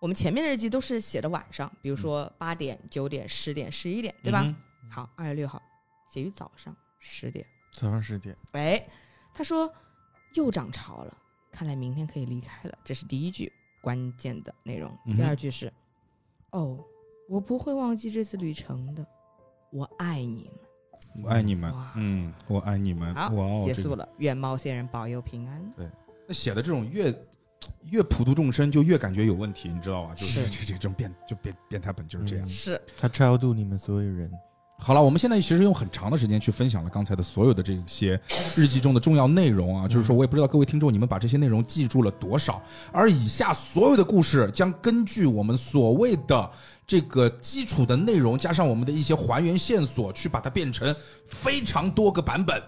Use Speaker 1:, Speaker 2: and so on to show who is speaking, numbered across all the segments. Speaker 1: 我们前面的日记都是写的晚上，
Speaker 2: 嗯
Speaker 1: 比如说八点、九点、十点、十一点，对吧？
Speaker 3: 嗯
Speaker 1: 好，二月六号写于早上十点。
Speaker 2: 早上十点，
Speaker 1: 喂，他说又涨潮了，看来明天可以离开了。这是第一句关键的内容。
Speaker 3: 嗯哼
Speaker 1: 第二句是，哦，我不会忘记这次旅程的，我爱你们。
Speaker 2: 我爱你们
Speaker 1: 哇，
Speaker 2: 嗯，我爱你们，
Speaker 1: 好
Speaker 2: 哇哦，
Speaker 1: 结
Speaker 2: 这
Speaker 1: 束
Speaker 2: 个。
Speaker 1: 了，愿猫仙人保佑平安。
Speaker 2: 那写的这种越越普度众生，就越感觉有问题，你知道吧？就是
Speaker 1: 是
Speaker 2: 这这这种变就变变态本就是这样。
Speaker 4: 嗯
Speaker 1: 是，
Speaker 4: 他超度你们所有 人，
Speaker 2: 好了，我们现在其实用很长的时间去分享了刚才的所有的这些呃日记中的重要内容啊，就是说我也不知道各位听众你们把这些内容记住了多少，而以下所有的故事将根据我们所谓的这个基础的内容，加上我们的一些还原线索，去把它变成非常多个版本，，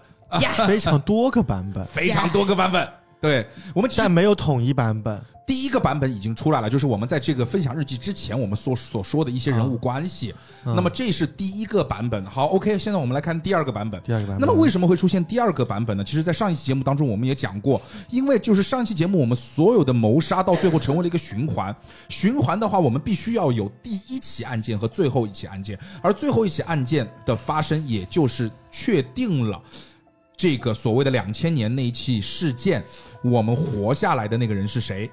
Speaker 4: 非常多个版本
Speaker 2: 非常多个版本。对我们其实
Speaker 4: 但没有统一版本。
Speaker 2: 第一个版本已经出来了，就是我们在这个分享日记之前，我们所所说的一些人物关系。
Speaker 4: 嗯
Speaker 2: 那么这是第一个版本。好，OK，现在我们来看第二个版本。
Speaker 4: 第二个版本
Speaker 2: 那么为什么会出现第二个版本呢？其实，在上一期节目当中，我们也讲过，因为就是上一期节目我们所有的谋杀到最后成为了一个循环。循环的话，我们必须要有第一起案件和最后一起案件，而最后一起案件的发生，也就是确定了。这个所谓的两千年那一起事件，我们活下来的那个人是谁？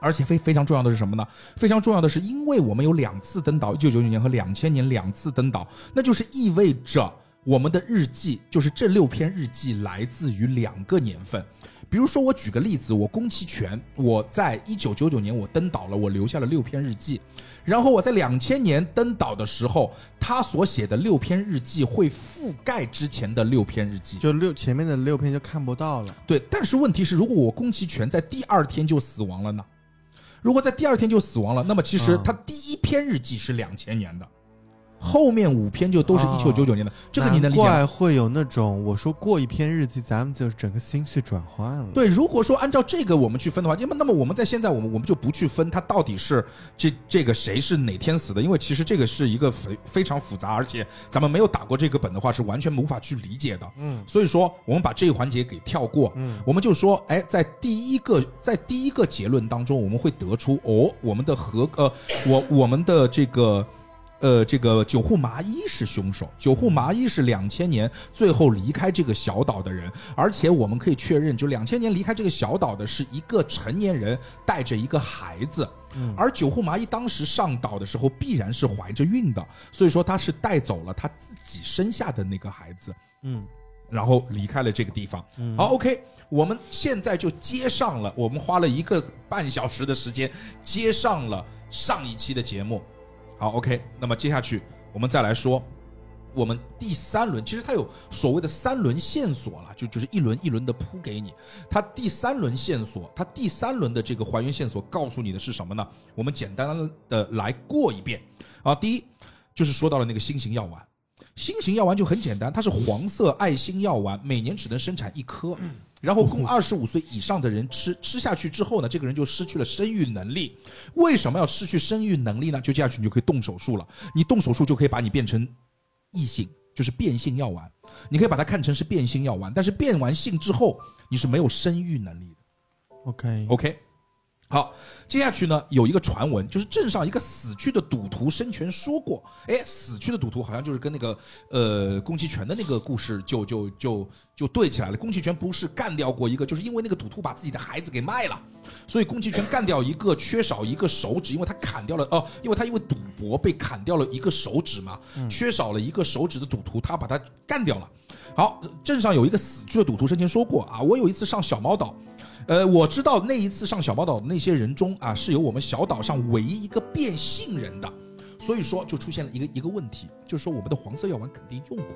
Speaker 2: 而且非非常重要的是什么呢？非常重要的是，因为我们有两次登岛，一九九九年和两千年两次登岛，那就是意味着我们的日记，就是这六篇日记来自于两个年份。比如说，我举个例子，我宫崎骏，我在一九九九年我登岛了，我留下了六篇日记，然后我在两千年登岛的时候，他所写的六篇日记会覆盖之前的六篇日记，
Speaker 4: 就六前面的六篇就看不到了，
Speaker 2: 对，但是问题是，如果我宫崎骏在第二天就死亡了呢？如果在第二天就死亡了，那么其实
Speaker 4: 嗯
Speaker 2: 他第一篇日记是两千年的，后面五篇就都是
Speaker 4: 哦
Speaker 2: 一九九九年的，这个你能理解
Speaker 4: 难
Speaker 2: 吗？
Speaker 4: 怪会有那种我说过一篇日记，咱们就整个心绪转换了。，
Speaker 2: 对，如果说按照这个我们去分的话，那么那么我们在现在我们我们就不去分它到底是这这个谁是哪天死的，因为其实这个是一个非非常复杂，而且咱们没有打过这个本的话是完全无法去理解的。
Speaker 4: 嗯，
Speaker 2: 所以说我们把这一环节给跳过，
Speaker 4: 嗯
Speaker 2: 我们就说，哎，在第一个在第一个结论当中，我们会得出哦，我们的和呃，我我们的这个。呃，这个九户麻衣是凶手，九户麻衣是两千年最后离开这个小岛的人，而且我们可以确认，就两千年离开这个小岛的是一个成年人带着一个孩子，
Speaker 4: 嗯
Speaker 2: 而九户麻衣当时上岛的时候必然是怀着孕的，所以说他是带走了他自己生下的那个孩子，
Speaker 4: 嗯
Speaker 2: 然后离开了这个地方。
Speaker 4: 嗯
Speaker 2: 好，OK，我们现在就接上了，我们花了一个半小时的时间接上了上一期的节目。好，OK，那么接下去我们再来说。我们第三轮其实它有所谓的三轮线索了，就就是一轮一轮的铺给你。它第三轮线索，它第三轮的这个还原线索告诉你的是什么呢？我们简单的来过一遍啊。第一就是说到了那个新型药丸，新型药丸就很简单，它是黄色爱心药丸，每年只能生产一颗，然后供二十五岁以上的人吃，吃下去之后呢，这个人就失去了生育能力。为什么要失去生育能力呢？就接下去你就可以动手术了，你动手术就可以把你变成异性，就是变性药丸，你可以把它看成是变性药丸，但是变完性之后你是没有生育能力的。
Speaker 4: ，OK，
Speaker 2: OK，好，接下去呢有一个传闻，就是镇上一个死去的赌徒生前说过，哎，死去的赌徒好像就是跟那个呃宫崎骏的那个故事就就就就对起来了。宫崎骏不是干掉过一个，就是因为那个赌徒把自己的孩子给卖了，所以宫崎骏干掉一个缺少一个手指，因为他砍掉了哦、因为他因为赌博被砍掉了一个手指嘛，缺少了一个手指的赌徒，他把他干掉了。好，镇上有一个死去的赌徒生前说过啊，我有一次上小猫岛，呃，我知道那一次上小宝岛的那些人中啊，是有我们小岛上唯一一个变性人的，所以说就出现了一个一个问题，就是说我们的黄色药丸肯定用过，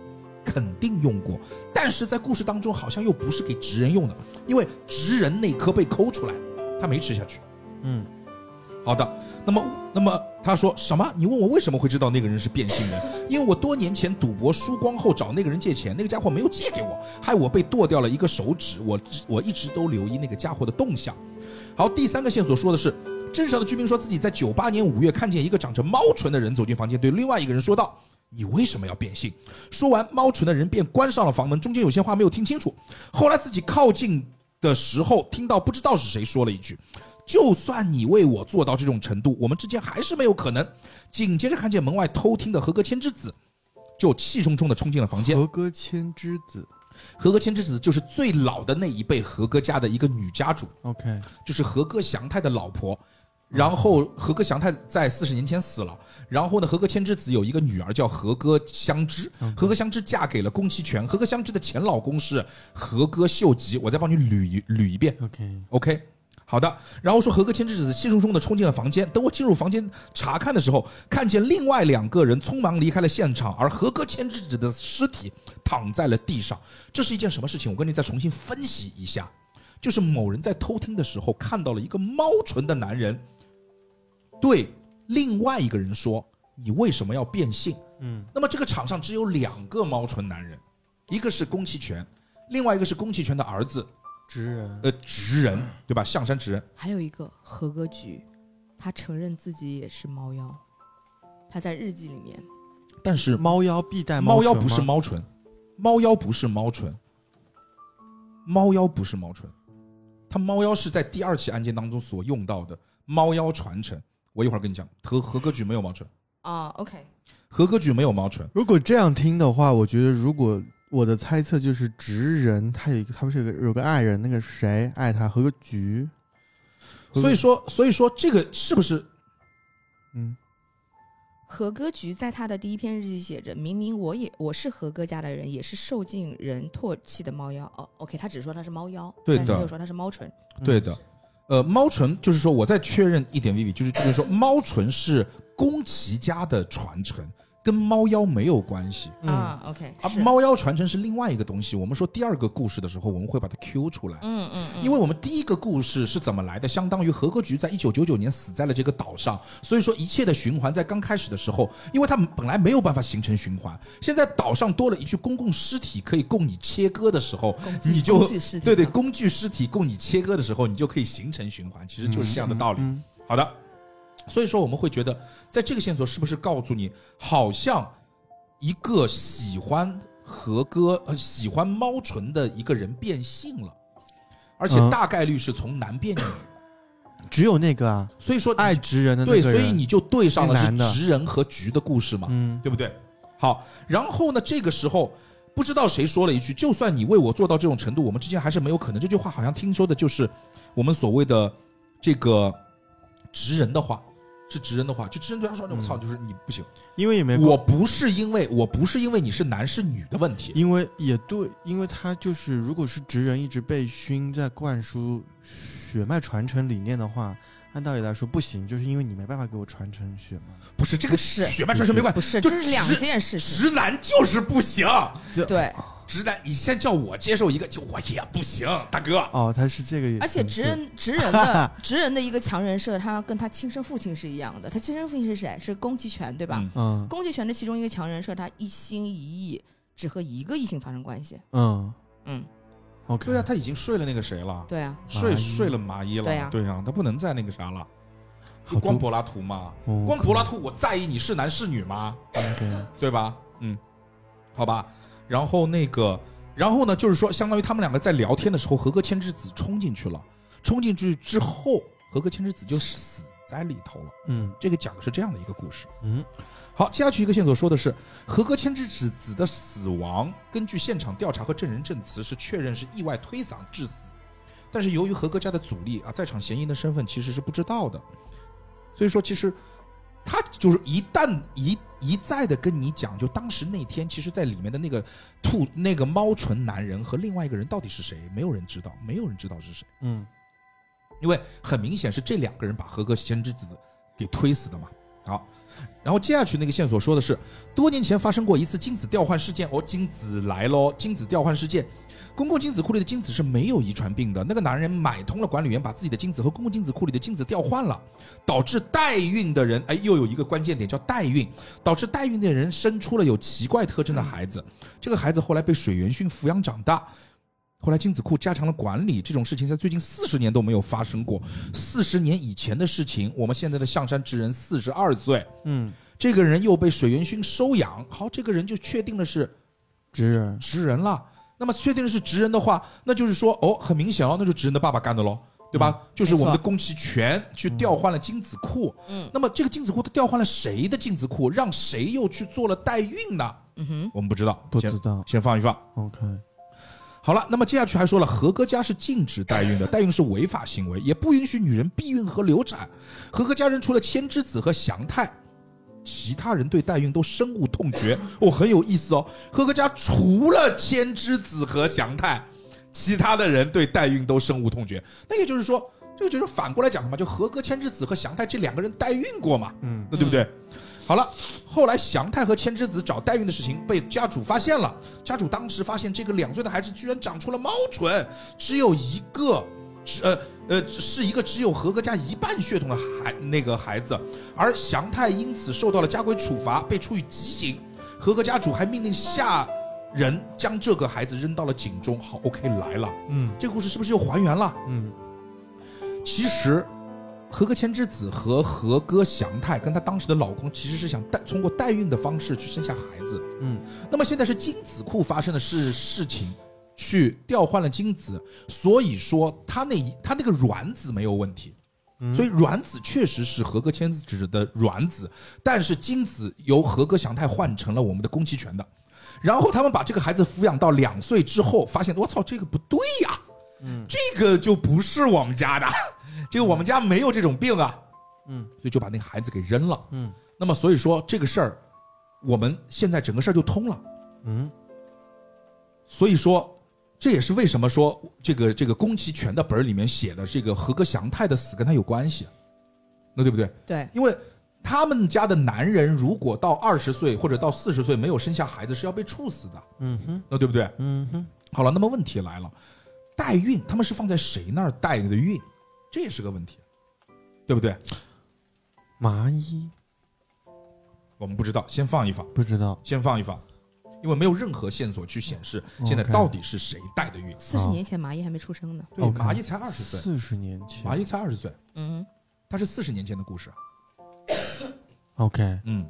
Speaker 2: 肯定用过，但是在故事当中好像又不是给直人用的，因为直人那颗被抠出来，他没吃下去。
Speaker 4: 嗯，
Speaker 2: 好的，那么那么他说什么？你问我为什么会知道那个人是变性人？因为我多年前赌博输光后找那个人借钱，那个家伙没有借给我，害我被剁掉了一个手指。我只我一直都留意那个家伙的动向。好，第三个线索说的是，镇上的居民说自己在九八年五月看见一个长着猫唇的人走进房间，对另外一个人说道。你为什么要变性？说完，猫唇的人便关上了房门。中间有些话没有听清楚。后来自己靠近的时候，听到不知道是谁说了一句：“就算你为我做到这种程度，我们之间还是没有可能。紧接着看见门外偷听的和歌千之子，就气冲冲的冲进了房间。
Speaker 4: 和歌千之子
Speaker 2: 和歌千之子就是最老的那一辈和歌家的一个女家主，
Speaker 4: ，OK，
Speaker 2: 就是和歌祥太的老婆。然后和歌祥太在四十年前死了，然后呢，和歌千之子有一个女儿叫和歌香织，
Speaker 4: 嗯
Speaker 2: 和歌香织嫁给了宫崎骏，和歌香织的前老公是和歌秀吉，我再帮你捋一捋一遍
Speaker 4: OK，
Speaker 2: ，OK。好的，然后说和歌千之子气冲冲的冲进了房间。等我进入房间查看的时候，看见另外两个人匆忙离开了现场，而和歌千之子的尸体躺在了地上。这是一件什么事情？我跟你再重新分析一下，就是某人在偷听的时候看到了一个猫唇的男人对另外一个人说：“你为什么要变性？”
Speaker 4: 嗯，
Speaker 2: 那么这个场上只有两个猫唇男人，一个是宫崎骏，另外一个是宫崎骏的儿子，
Speaker 4: 直人，
Speaker 2: 呃，直人对吧？象山直人。
Speaker 1: 还有一个和歌菊，他承认自己也是猫妖，他在日记里面
Speaker 2: 但是
Speaker 4: 猫妖必带
Speaker 2: 猫妖
Speaker 4: 唇
Speaker 2: 不是
Speaker 4: 吗，
Speaker 2: 猫唇，猫妖不是猫唇，猫妖不是猫唇，它猫妖是在第二起案件当中所用到的猫妖传承。我一会儿跟你讲，和和歌曲没有猫唇，
Speaker 1: 啊，OK，
Speaker 2: 和歌曲没有猫唇。
Speaker 4: 如果这样听的话，我觉得如果我的猜测就是直人，他有一个，他不是有个有个爱人，那个谁爱他，和个菊，
Speaker 2: 所以说，所以说这个是不是
Speaker 4: 嗯，
Speaker 1: 和歌菊在他的第一篇日记写着：“明明我也我是和歌家的人，也是受尽人唾弃的猫妖。”哦，OK，他只说他是猫妖，
Speaker 2: 对
Speaker 1: 但是
Speaker 2: 的
Speaker 1: 没有说他是猫唇。
Speaker 4: 嗯
Speaker 2: 对的，，呃，猫唇就是说，我再确认一点，Vivi，就是就是说，猫唇是宫崎家的传承，跟猫妖没有关系。
Speaker 4: 嗯，
Speaker 1: 啊，OK，
Speaker 2: 啊，
Speaker 1: 是
Speaker 2: 猫妖传承是另外一个东西。我们说第二个故事的时候，我们会把它 Q 出来，
Speaker 1: 嗯嗯嗯，
Speaker 2: 因为我们第一个故事是怎么来的？相当于和歌菊在一九九九年死在了这个岛上，所以说一切的循环在刚开始的时候，因为它本来没有办法形成循环，现在岛上多了一具公共尸体可以供你切割的时候，
Speaker 1: 工具
Speaker 2: 你就
Speaker 1: 工具尸体
Speaker 2: 对对，
Speaker 1: 嘛
Speaker 2: 工具尸体供你切割的时候，你就可以形成循环，其实就是这样的道理。
Speaker 4: 嗯
Speaker 2: 好的，所以说我们会觉得，在这个线索是不是告诉你，好像一个喜欢和歌、呃喜欢猫唇的一个人变性了，而且
Speaker 4: 嗯
Speaker 2: 大概率是从男变女，
Speaker 4: 只有那个啊，
Speaker 2: 所以说
Speaker 4: 爱直人的那
Speaker 2: 对，
Speaker 4: 个
Speaker 2: 所
Speaker 4: 人
Speaker 2: 以你就对上了
Speaker 4: 那男
Speaker 2: 是
Speaker 4: 的
Speaker 2: 直人和菊的故事嘛，
Speaker 4: 嗯
Speaker 2: 对不对？好，然后呢，这个时候。不知道谁说了一句：“就算你为我做到这种程度，我们之间还是没有可能。”这句话好像听说的就是我们所谓的这个直人的话，是直人的话。就直人对他说：“我操，就是你不行，
Speaker 4: 因为也没
Speaker 2: 我不是因为我不是因为你是男是女的问题。
Speaker 4: 因为也对，因为他就是，如果是职人一直被熏在灌输血脉传承理念的话，按道理来说不行，就是因为你没办法给我传承血脉。
Speaker 2: 不是这个
Speaker 1: 不是
Speaker 2: 血脉传承没关系，
Speaker 1: 不是，
Speaker 2: 就
Speaker 1: 这是两
Speaker 2: 直
Speaker 1: 件事情。
Speaker 2: 直男就是不行。
Speaker 1: 对，
Speaker 2: 直男，你先叫我接受一个，就我也不行，大哥。
Speaker 4: 哦，他是这个意思，
Speaker 1: 而且直人直人的 直人的一个强人设，他跟他亲生父亲是一样的。他亲生父亲是谁？是宫崎骏，对吧？
Speaker 2: 嗯
Speaker 4: 嗯
Speaker 1: 宫崎骏的其中一个强人设，他一心一意只和一个异性发生关系。
Speaker 4: 嗯
Speaker 1: 嗯，
Speaker 4: ，OK，
Speaker 2: 对啊，他已经睡了那个谁了，
Speaker 1: 对啊，
Speaker 2: 睡
Speaker 4: 麻衣
Speaker 2: 睡了麻衣了。
Speaker 1: 对啊
Speaker 2: 对啊，他不能再那个啥了。
Speaker 4: 好多
Speaker 2: 光柏拉图嘛，
Speaker 4: 哦
Speaker 2: 光柏拉图，我在意你是男是女吗？
Speaker 4: ，OK，
Speaker 2: 对吧？嗯，好吧。然后那个，然后呢，就是说，相当于他们两个在聊天的时候，和歌千之子冲进去了，冲进去之后，和歌千之子就死在里头了。
Speaker 4: 嗯
Speaker 2: 这个讲的是这样的一个故事。
Speaker 4: 嗯
Speaker 2: 好，接下去一个线索说的是和歌千之子子的死亡，根据现场调查和证人证词是确认是意外推搡致死，但是由于和歌家的阻力啊，在场嫌疑人的身份其实是不知道的，所以说其实他就是一旦一一再的跟你讲，就当时那天其实，在里面的那个兔那个猫唇男人和另外一个人到底是谁，没有人知道，没有人知道是谁，
Speaker 4: 嗯
Speaker 2: 因为很明显是这两个人把和歌千之子给推死的嘛。好，然后接下去那个线索说的是，多年前发生过一次精子调换事件。哦，精子来喽！精子调换事件，公共精子库里的精子是没有遗传病的。那个男人买通了管理员，把自己的精子和公共精子库里的精子调换了，导致代孕的人，哎，又有一个关键点叫代孕，导致代孕的人生出了有奇怪特征的孩子。这个孩子后来被水原薰抚养长大。后来精子库加强了管理，这种事情在最近四十年都没有发生过。四十年以前的事情，我们现在的象山之人四十二岁，
Speaker 4: 嗯，
Speaker 2: 这个人又被水原薰收养，好，这个人就确定的是
Speaker 4: 直人，
Speaker 2: 直人了。那么确定的是直人的话，那就是说，哦，很明显哦，那就是直人的爸爸干的喽。对
Speaker 4: 嗯
Speaker 2: 吧？就是我们
Speaker 1: 没
Speaker 2: 的
Speaker 1: 错
Speaker 2: 宫崎骏去调换了精子库，
Speaker 1: 嗯
Speaker 2: 那么这个精子库它调换了谁的精子库，让谁又去做了代孕呢？
Speaker 1: 嗯哼，
Speaker 2: 我们不知道，
Speaker 4: 不
Speaker 2: 先
Speaker 4: 知道。
Speaker 2: 先放一放。
Speaker 4: OK，
Speaker 2: 好了，那么接下去还说了，合格家是禁止代孕的，代孕是违法行为，也不允许女人避孕和流产。合格家人除了千之子和祥太，其他人对代孕都深恶痛绝。哦，很有意思哦，合格家除了千之子和祥太，其他的人对代孕都深恶痛绝。那也就是说，这个就是反过来讲的嘛，就合格千之子和祥太这两个人代孕过嘛，
Speaker 4: 嗯，
Speaker 2: 那对不对？好了，后来祥太和千之子找代孕的事情被家主发现了，家主当时发现这个两岁的孩子居然长出了猫唇，只有一个，只呃呃是一个只有合格家一半血统的孩那个孩子，而祥太因此受到了家规处罚，被处以极刑。合格家主还命令下人将这个孩子扔到了井中。好，OK 来了，
Speaker 4: 嗯
Speaker 2: 这个故事是不是又还原了？
Speaker 4: 嗯
Speaker 2: 其实，和歌千之子和和歌祥太跟她当时的老公其实是想代通过代孕的方式去生下孩子。
Speaker 4: 嗯，
Speaker 2: 那么现在是精子库发生的事事情，去调换了精子，所以说她那一她那个卵子没有问题。
Speaker 4: 嗯
Speaker 2: 所以卵子确实是合格千子的卵子，但是精子由合格祥太换成了我们的宫崎骏的。然后他们把这个孩子抚养到两岁之后，发现我操，这个不对呀、
Speaker 4: 嗯
Speaker 2: 这个就不是我们家的，这个我们家没有这种病啊，
Speaker 4: 嗯
Speaker 2: 所以就把那个孩子给扔了。
Speaker 4: 嗯
Speaker 2: 那么所以说这个事儿，我们现在整个事儿就通了。
Speaker 4: 嗯
Speaker 2: 所以说，这也是为什么说这个这个宫崎骏的本儿里面写的这个和歌祥太的死跟他有关系，那对不对？
Speaker 1: 对，
Speaker 2: 因为他们家的男人如果到二十岁或者到四十岁没有生下孩子，是要被处死的，
Speaker 4: 嗯哼
Speaker 2: 那对不对？
Speaker 4: 嗯哼，
Speaker 2: 好了，那么问题来了，代孕他们是放在谁那儿代的孕，这也是个问题，对不对？
Speaker 4: 麻衣
Speaker 2: 我们不知道，先放一放，
Speaker 4: 不知道，
Speaker 2: 先放一放，因为没有任何线索去显示
Speaker 4: 嗯
Speaker 2: 现在
Speaker 4: OK
Speaker 2: 到底是谁代的孕。
Speaker 1: 四十
Speaker 4: 哦
Speaker 1: 年前麻衣还没出生呢。
Speaker 2: 对，
Speaker 4: OK
Speaker 2: 麻衣才二十岁，
Speaker 4: 四十年前
Speaker 2: 麻衣才二十岁，
Speaker 1: 嗯
Speaker 2: 它是四十年前的故事。
Speaker 4: OK，
Speaker 2: 嗯，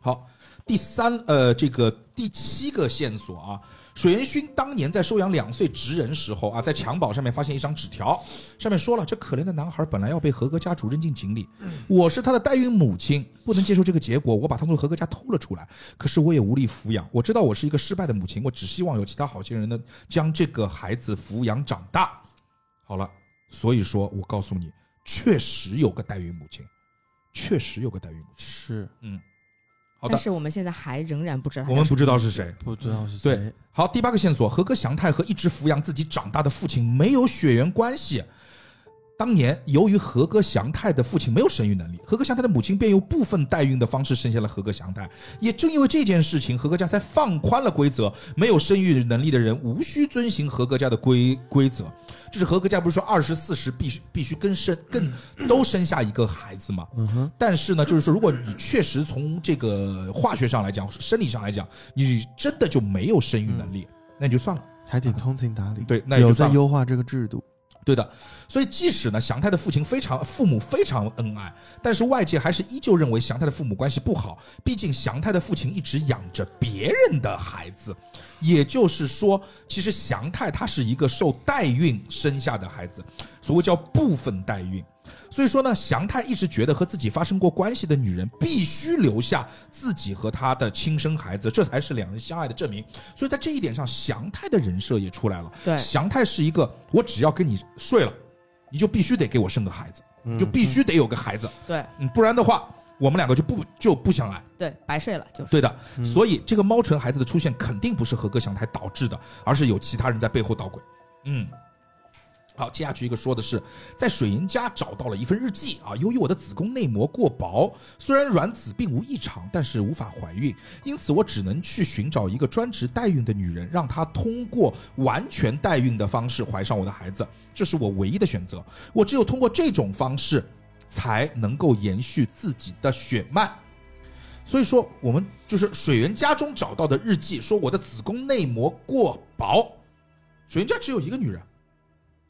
Speaker 2: 好，第三呃，这个第七个线索啊，水原薰当年在收养两岁侄人时候啊，在襁褓上面发现一张纸条，上面说了，这可怜的男孩本来要被合格家主扔进井里，我是他的代孕母亲，不能接受这个结果，我把他从合格家偷了出来，可是我也无力抚养，我知道我是一个失败的母亲，我只希望有其他好心人能将这个孩子抚养长大。好了，所以说我告诉你，确实有个代孕母亲，确实有个代孕母亲。
Speaker 4: 是
Speaker 2: 嗯，好
Speaker 1: 哼，
Speaker 2: 的
Speaker 1: 但，是我们现在还仍然不知道他
Speaker 2: 我们
Speaker 1: 叫
Speaker 2: 不知道是谁。
Speaker 4: 不知道是
Speaker 2: 对
Speaker 4: 谁，
Speaker 2: 好，第八个线索，和歌祥太和一直抚养自己长大的父亲没有血缘关系。当年由于和歌祥太的父亲没有生育能力，和歌祥太的母亲便用部分代孕的方式生下了和歌祥太。也正因为这件事情，和歌家才放宽了规则，没有生育能力的人无需遵循和歌家的规规则。就是和歌家不是说二十四十必须必须跟生更都生下一个孩子吗？
Speaker 4: 嗯哼，
Speaker 2: 但是呢，就是说，如果你确实从这个化学上来讲、生理上来讲，你真的就没有生育能力，那你就算了。
Speaker 4: 还挺通情达理，
Speaker 2: 对那也
Speaker 4: 有
Speaker 2: 就算
Speaker 4: 在
Speaker 2: 了
Speaker 4: 优化这个制度，
Speaker 2: 对的，所以即使呢，祥太的父亲非常父母非常恩爱，但是外界还是依旧认为祥太的父母关系不好。毕竟祥太的父亲一直养着别人的孩子，也就是说，其实祥太他是一个受代孕生下的孩子，所谓叫部分代孕。所以说呢，祥太一直觉得和自己发生过关系的女人必须留下自己和她的亲生孩子，这才是两人相爱的证明。所以在这一点上，祥太的人设也出来了。
Speaker 1: 对
Speaker 2: 祥太是一个，我只要跟你睡了，你就必须得给我生个孩子，
Speaker 4: 嗯
Speaker 2: 就必须得有个孩子，
Speaker 1: 对
Speaker 2: 嗯，不然的话，我们两个就不就不相爱。
Speaker 1: 对白睡了就是。嗯
Speaker 2: 对的，所以这个猫唇孩子的出现肯定不是合格祥太导致的，而是有其他人在背后捣鬼。嗯。好，接下去一个说的是，在水银家找到了一份日记啊。由于我的子宫内膜过薄，虽然卵子并无异常，但是无法怀孕，因此我只能去寻找一个专职代孕的女人，让她通过完全代孕的方式怀上我的孩子，这是我唯一的选择。我只有通过这种方式，才能够延续自己的血脉。所以说，我们就是水源家中找到的日记，说我的子宫内膜过薄。水源家只有一个女人，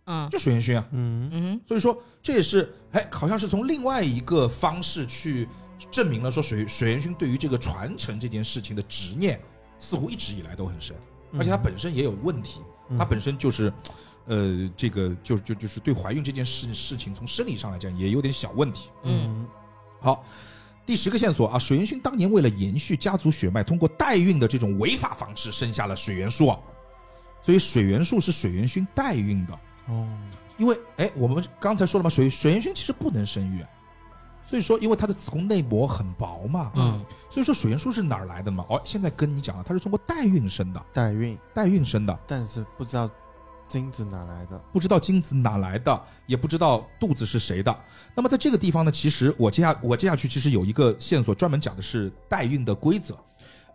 Speaker 1: 嗯
Speaker 2: 就水源薰啊。
Speaker 4: 嗯
Speaker 1: 嗯
Speaker 2: 所以说，这也是哎，好像是从另外一个方式去证明了说水水源薰对于这个传承这件事情的执念，似乎一直以来都很深，而且他本身也有问题，
Speaker 4: 嗯
Speaker 2: 他本身就是呃，这个就就就是对怀孕这件事事情，从生理上来讲也有点小问题。
Speaker 1: 嗯，
Speaker 2: 好，第十个线索啊，水原薰当年为了延续家族血脉，通过代孕的这种违法方式生下了水原树啊，所以水原树是水原薰代孕的。
Speaker 4: 哦，
Speaker 2: 因为哎，我们刚才说了嘛，水水原薰其实不能生育，所以说因为她的子宫内膜很薄嘛，
Speaker 1: 嗯，
Speaker 2: 所以说水原树是哪儿来的嘛？哦，现在跟你讲了，她是通过代孕生的，
Speaker 4: 代孕，
Speaker 2: 代孕生的，
Speaker 4: 但是不知道精子哪来的。
Speaker 2: 不知道精子哪来的，也不知道肚子是谁的。那么在这个地方呢，其实我接下我接下去其实有一个线索专门讲的是代孕的规则，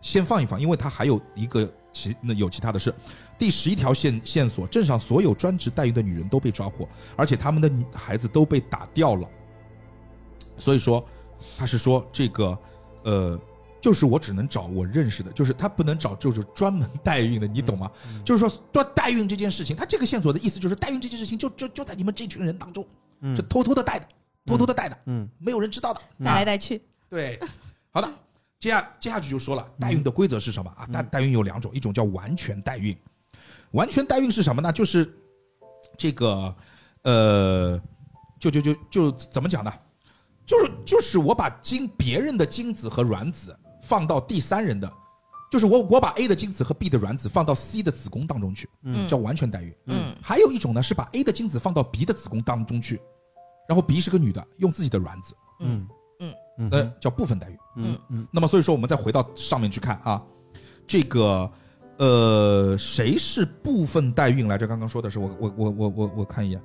Speaker 2: 先放一放，因为它还有一个其那有其他的事。第十一条线线索，镇上所有专职代孕的女人都被抓获，而且她们的女孩子都被打掉了。所以说，他是说这个，呃，就是我只能找我认识的，就是他不能找就是专门代孕的，你懂吗？
Speaker 4: 嗯
Speaker 2: 就是说，说代孕这件事情，他这个线索的意思就是代孕这件事情就就就在你们这群人当中，
Speaker 4: 嗯
Speaker 2: 是偷偷的带的，偷偷的带的，
Speaker 4: 嗯
Speaker 2: 没有人知道的。
Speaker 1: 带来带去，
Speaker 2: 对，好的，接下接下去就说了，代孕的规则是什么
Speaker 1: 嗯
Speaker 2: 啊？代代孕有两种，一种叫完全代孕，完全代孕是什么呢？就是这个，呃，就就就就怎么讲呢？就是就是我把精别人的精子和卵子放到第三人的，就是我我把 A 的精子和 B 的卵子放到 C 的子宫当中去，
Speaker 1: 嗯
Speaker 2: 叫完全代孕。
Speaker 1: 嗯
Speaker 2: 还有一种呢是把 A 的精子放到 B 的子宫当中去，然后 B 是个女的，用自己的卵子，
Speaker 4: 嗯
Speaker 1: 嗯
Speaker 4: 嗯
Speaker 2: 呃，叫部分代孕。
Speaker 4: 嗯嗯
Speaker 2: 那么所以说，我们再回到上面去看啊，这个呃，谁是部分代孕来着？刚刚说的是我我我我我我看一眼，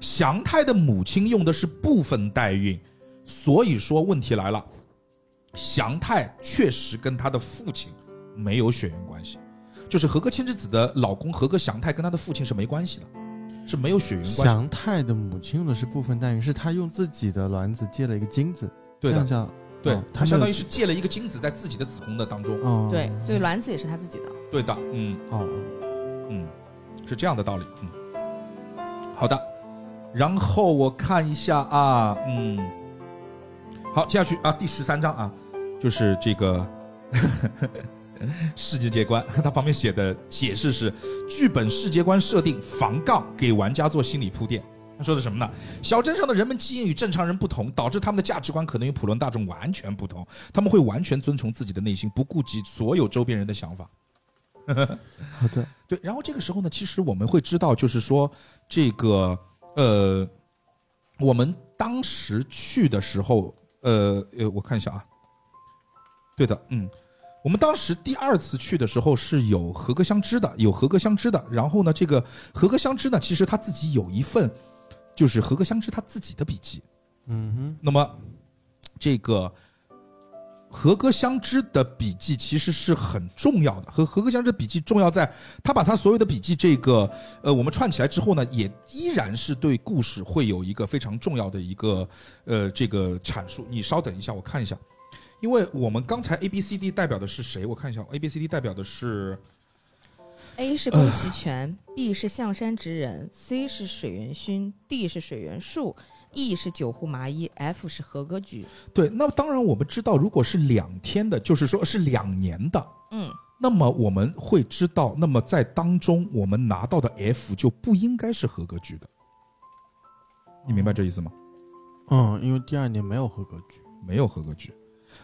Speaker 2: 祥太的母亲用的是部分代孕，所以说问题来了，祥太确实跟他的父亲没有血缘关系，就是和歌千之子的老公和歌祥太跟他的父亲是没关系的，是没有血缘关系。
Speaker 4: 祥太的母亲用的是部分代孕，是他用自己的卵子借了一个精子，
Speaker 2: 对
Speaker 4: 这样
Speaker 2: 的，
Speaker 4: 叫
Speaker 2: 对
Speaker 4: 哦
Speaker 2: 他
Speaker 4: 他
Speaker 2: 相当于是借了一个精子在自己的子宫的当中。
Speaker 4: 哦，
Speaker 1: 对，所以卵子也是他自己的。
Speaker 2: 对的，嗯。
Speaker 4: 哦，
Speaker 2: 嗯，是这样的道理。嗯，好的。然后我看一下啊，嗯，好，接下去啊，第十三章啊，就是这个 世界 观，它旁边写的解释是剧本世界观设定防杠，给玩家做心理铺垫。他说的什么呢？小镇上的人们基因与正常人不同，导致他们的价值观可能与普通大众完全不同。他们会完全遵从自己的内心，不顾及所有周边人的想法。
Speaker 4: 好的，
Speaker 2: 对，然后这个时候呢，其实我们会知道，就是说这个呃，我们当时去的时候，呃呃，我看一下啊，对的，嗯，我们当时第二次去的时候是有和歌相知的，有和歌相知的。然后呢，这个和歌相知呢，其实他自己有一份就是和歌相知他自己的笔记，
Speaker 4: 嗯哼，
Speaker 2: 那么这个和歌相知的笔记其实是很重要的，和和歌相知的笔记重要在他把他所有的笔记这个呃我们串起来之后呢，也依然是对故事会有一个非常重要的一个呃这个阐述。你稍等一下，我看一下，因为我们刚才 A B C D 代表的是谁？我看一下，A B C D 代表的是
Speaker 1: A 是宫崎骏，B 是象山直人，C 是水原薰，D 是水原树，E 是九户麻衣，F 是和歌菊。
Speaker 2: 对。那当然我们知道，如果是两天的，就是说是两年的，
Speaker 1: 嗯，
Speaker 2: 那么我们会知道，那么在当中我们拿到的 F 就不应该是合格局的，你明白这意思吗？
Speaker 4: 嗯，因为第二年没有合格局，
Speaker 2: 没有合格局，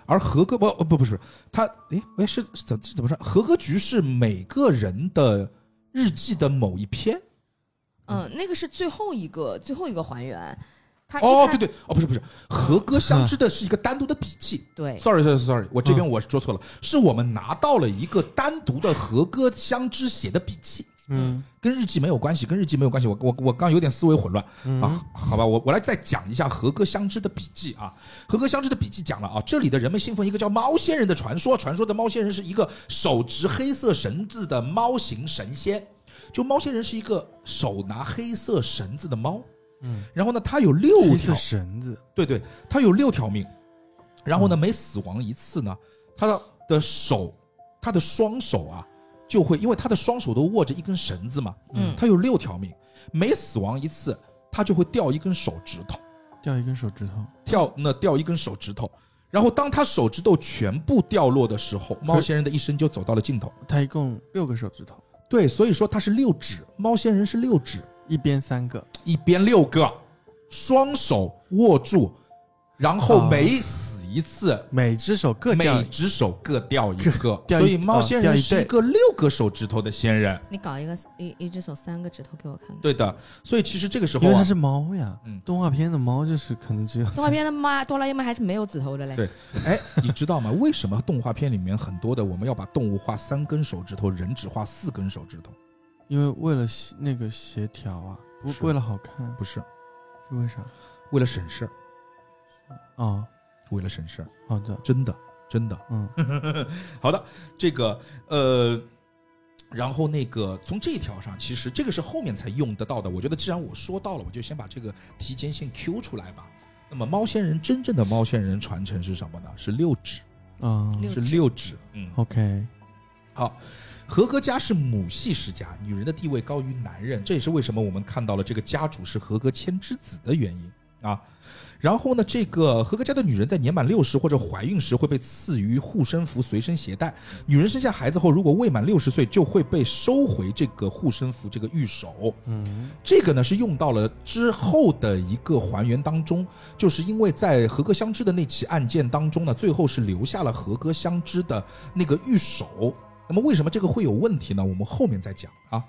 Speaker 2: 而合格不不不是他诶诶是是怎是怎么说？合格局是每个人的日记的某一篇
Speaker 1: 嗯，那个是最后一个最后一个还原。他一
Speaker 2: 哦，
Speaker 1: 开
Speaker 2: 对对哦不是不是合格相知的是一个单独的笔记。
Speaker 4: 哎
Speaker 1: 对
Speaker 2: Sorry Sorry Sorry，我这边
Speaker 4: 嗯
Speaker 2: 我说错了，是我们拿到了一个单独的合格相知写的笔记，
Speaker 4: 嗯
Speaker 2: 跟日记没有关系，跟日记没有关系。我我我刚有点思维混乱。
Speaker 4: 嗯
Speaker 2: 啊，好吧，我我来再讲一下和歌相知的笔记啊。和歌相知的笔记讲了啊，这里的人们信奉一个叫猫仙人的传说，传说的猫仙人是一个手执黑色绳子的猫形神仙，就猫仙人是一个手拿黑色绳子的猫，
Speaker 4: 嗯，
Speaker 2: 然后呢，它有六
Speaker 4: 黑色，
Speaker 2: 条
Speaker 4: 绳子，
Speaker 2: 对对，它有六条命，然后呢，每死亡一次呢，它的的手，它的双手啊，就会因为它的双手都握着一根绳子嘛，
Speaker 1: 嗯
Speaker 2: 它有六条命，每死亡一次，它就会掉一根手指头，
Speaker 4: 掉一根手指头，
Speaker 2: 掉那掉一根手指头。然后当它手指头全部掉落的时候，猫仙人的一生就走到了尽头。
Speaker 4: 他一共六个手指头，
Speaker 2: 对，所以说它是六指，猫仙人是六指，
Speaker 4: 一边三个，
Speaker 2: 一边六个，双手握住，然后
Speaker 4: 哦
Speaker 2: 每死一次，
Speaker 4: 每只手各
Speaker 2: 每
Speaker 4: 掉
Speaker 2: 只手各掉一
Speaker 4: 各
Speaker 2: 个，
Speaker 4: 掉一
Speaker 2: 所以猫仙
Speaker 4: 哦掉
Speaker 2: 人
Speaker 4: 一
Speaker 2: 是一
Speaker 4: 对
Speaker 2: 个六个手指头的仙人。
Speaker 1: 你搞一个一一只手三个指头给我看看。
Speaker 2: 对的，所以其实这个时
Speaker 4: 因
Speaker 2: 候
Speaker 4: 为
Speaker 2: 啊
Speaker 4: 它，是猫呀，
Speaker 2: 嗯
Speaker 4: 动画片的猫就是可能只有
Speaker 1: 动画片的妈哆啦 A 梦还是没有指头的嘞
Speaker 2: 对。哎，你知道吗？为什么动画片里面很多的我们要把动物画三根手指头，人只画四根手指头？
Speaker 4: 三，因为为了协那个协调啊，不
Speaker 2: 是
Speaker 4: 为了好看，
Speaker 2: 不是，
Speaker 4: 是为啥？
Speaker 2: 为了省事儿，
Speaker 4: 哦，
Speaker 2: 为了省事儿，
Speaker 4: 好的，
Speaker 2: 真的，真的。
Speaker 4: 嗯，
Speaker 2: 好的，这个呃，然后那个从这一条上，其实这个是后面才用得到的。我觉得既然我说到了，我就先把这个提前先 Q 出来吧。那么猫仙人真正的猫仙人传承是什么呢？是六指，
Speaker 4: 啊
Speaker 1: 六
Speaker 2: 是
Speaker 1: 指
Speaker 2: 六指。嗯，
Speaker 4: ，OK，
Speaker 2: 好，和格家是母系世家，女人的地位高于男人，这也是为什么我们看到了这个家主是和格千之子的原因啊。然后呢，这个和格家的女人在年满六十或者怀孕时会被赐予护身符随身携带，女人生下孩子后如果未满六十岁就会被收回这个护身符这个玉手。
Speaker 4: 嗯，
Speaker 2: 这个呢是用到了之后的一个还原当中，就是因为在和歌相知的那起案件当中呢，最后是留下了和歌相知的那个玉手。那么为什么这个会有问题呢？我们后面再讲啊。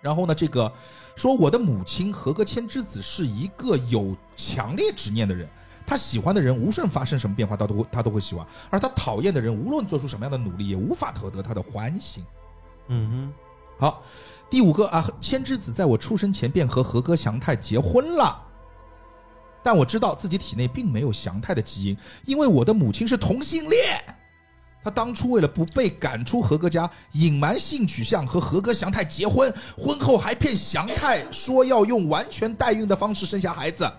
Speaker 2: 然后呢，这个说我的母亲和歌千之子是一个有强烈执念的人。她喜欢的人，无论发生什么变化，她都会她都会喜欢；而她讨厌的人，无论做出什么样的努力，也无法讨得她的欢心。
Speaker 4: 嗯
Speaker 2: 好，第五个啊，千之子在我出生前便和和歌祥太结婚了，但我知道自己体内并没有祥太的基因，因为我的母亲是同性恋。她当初为了不被赶出和歌家，隐瞒性取向和和歌祥太结婚，婚后还骗祥太说要用完全代孕的方式生下孩子，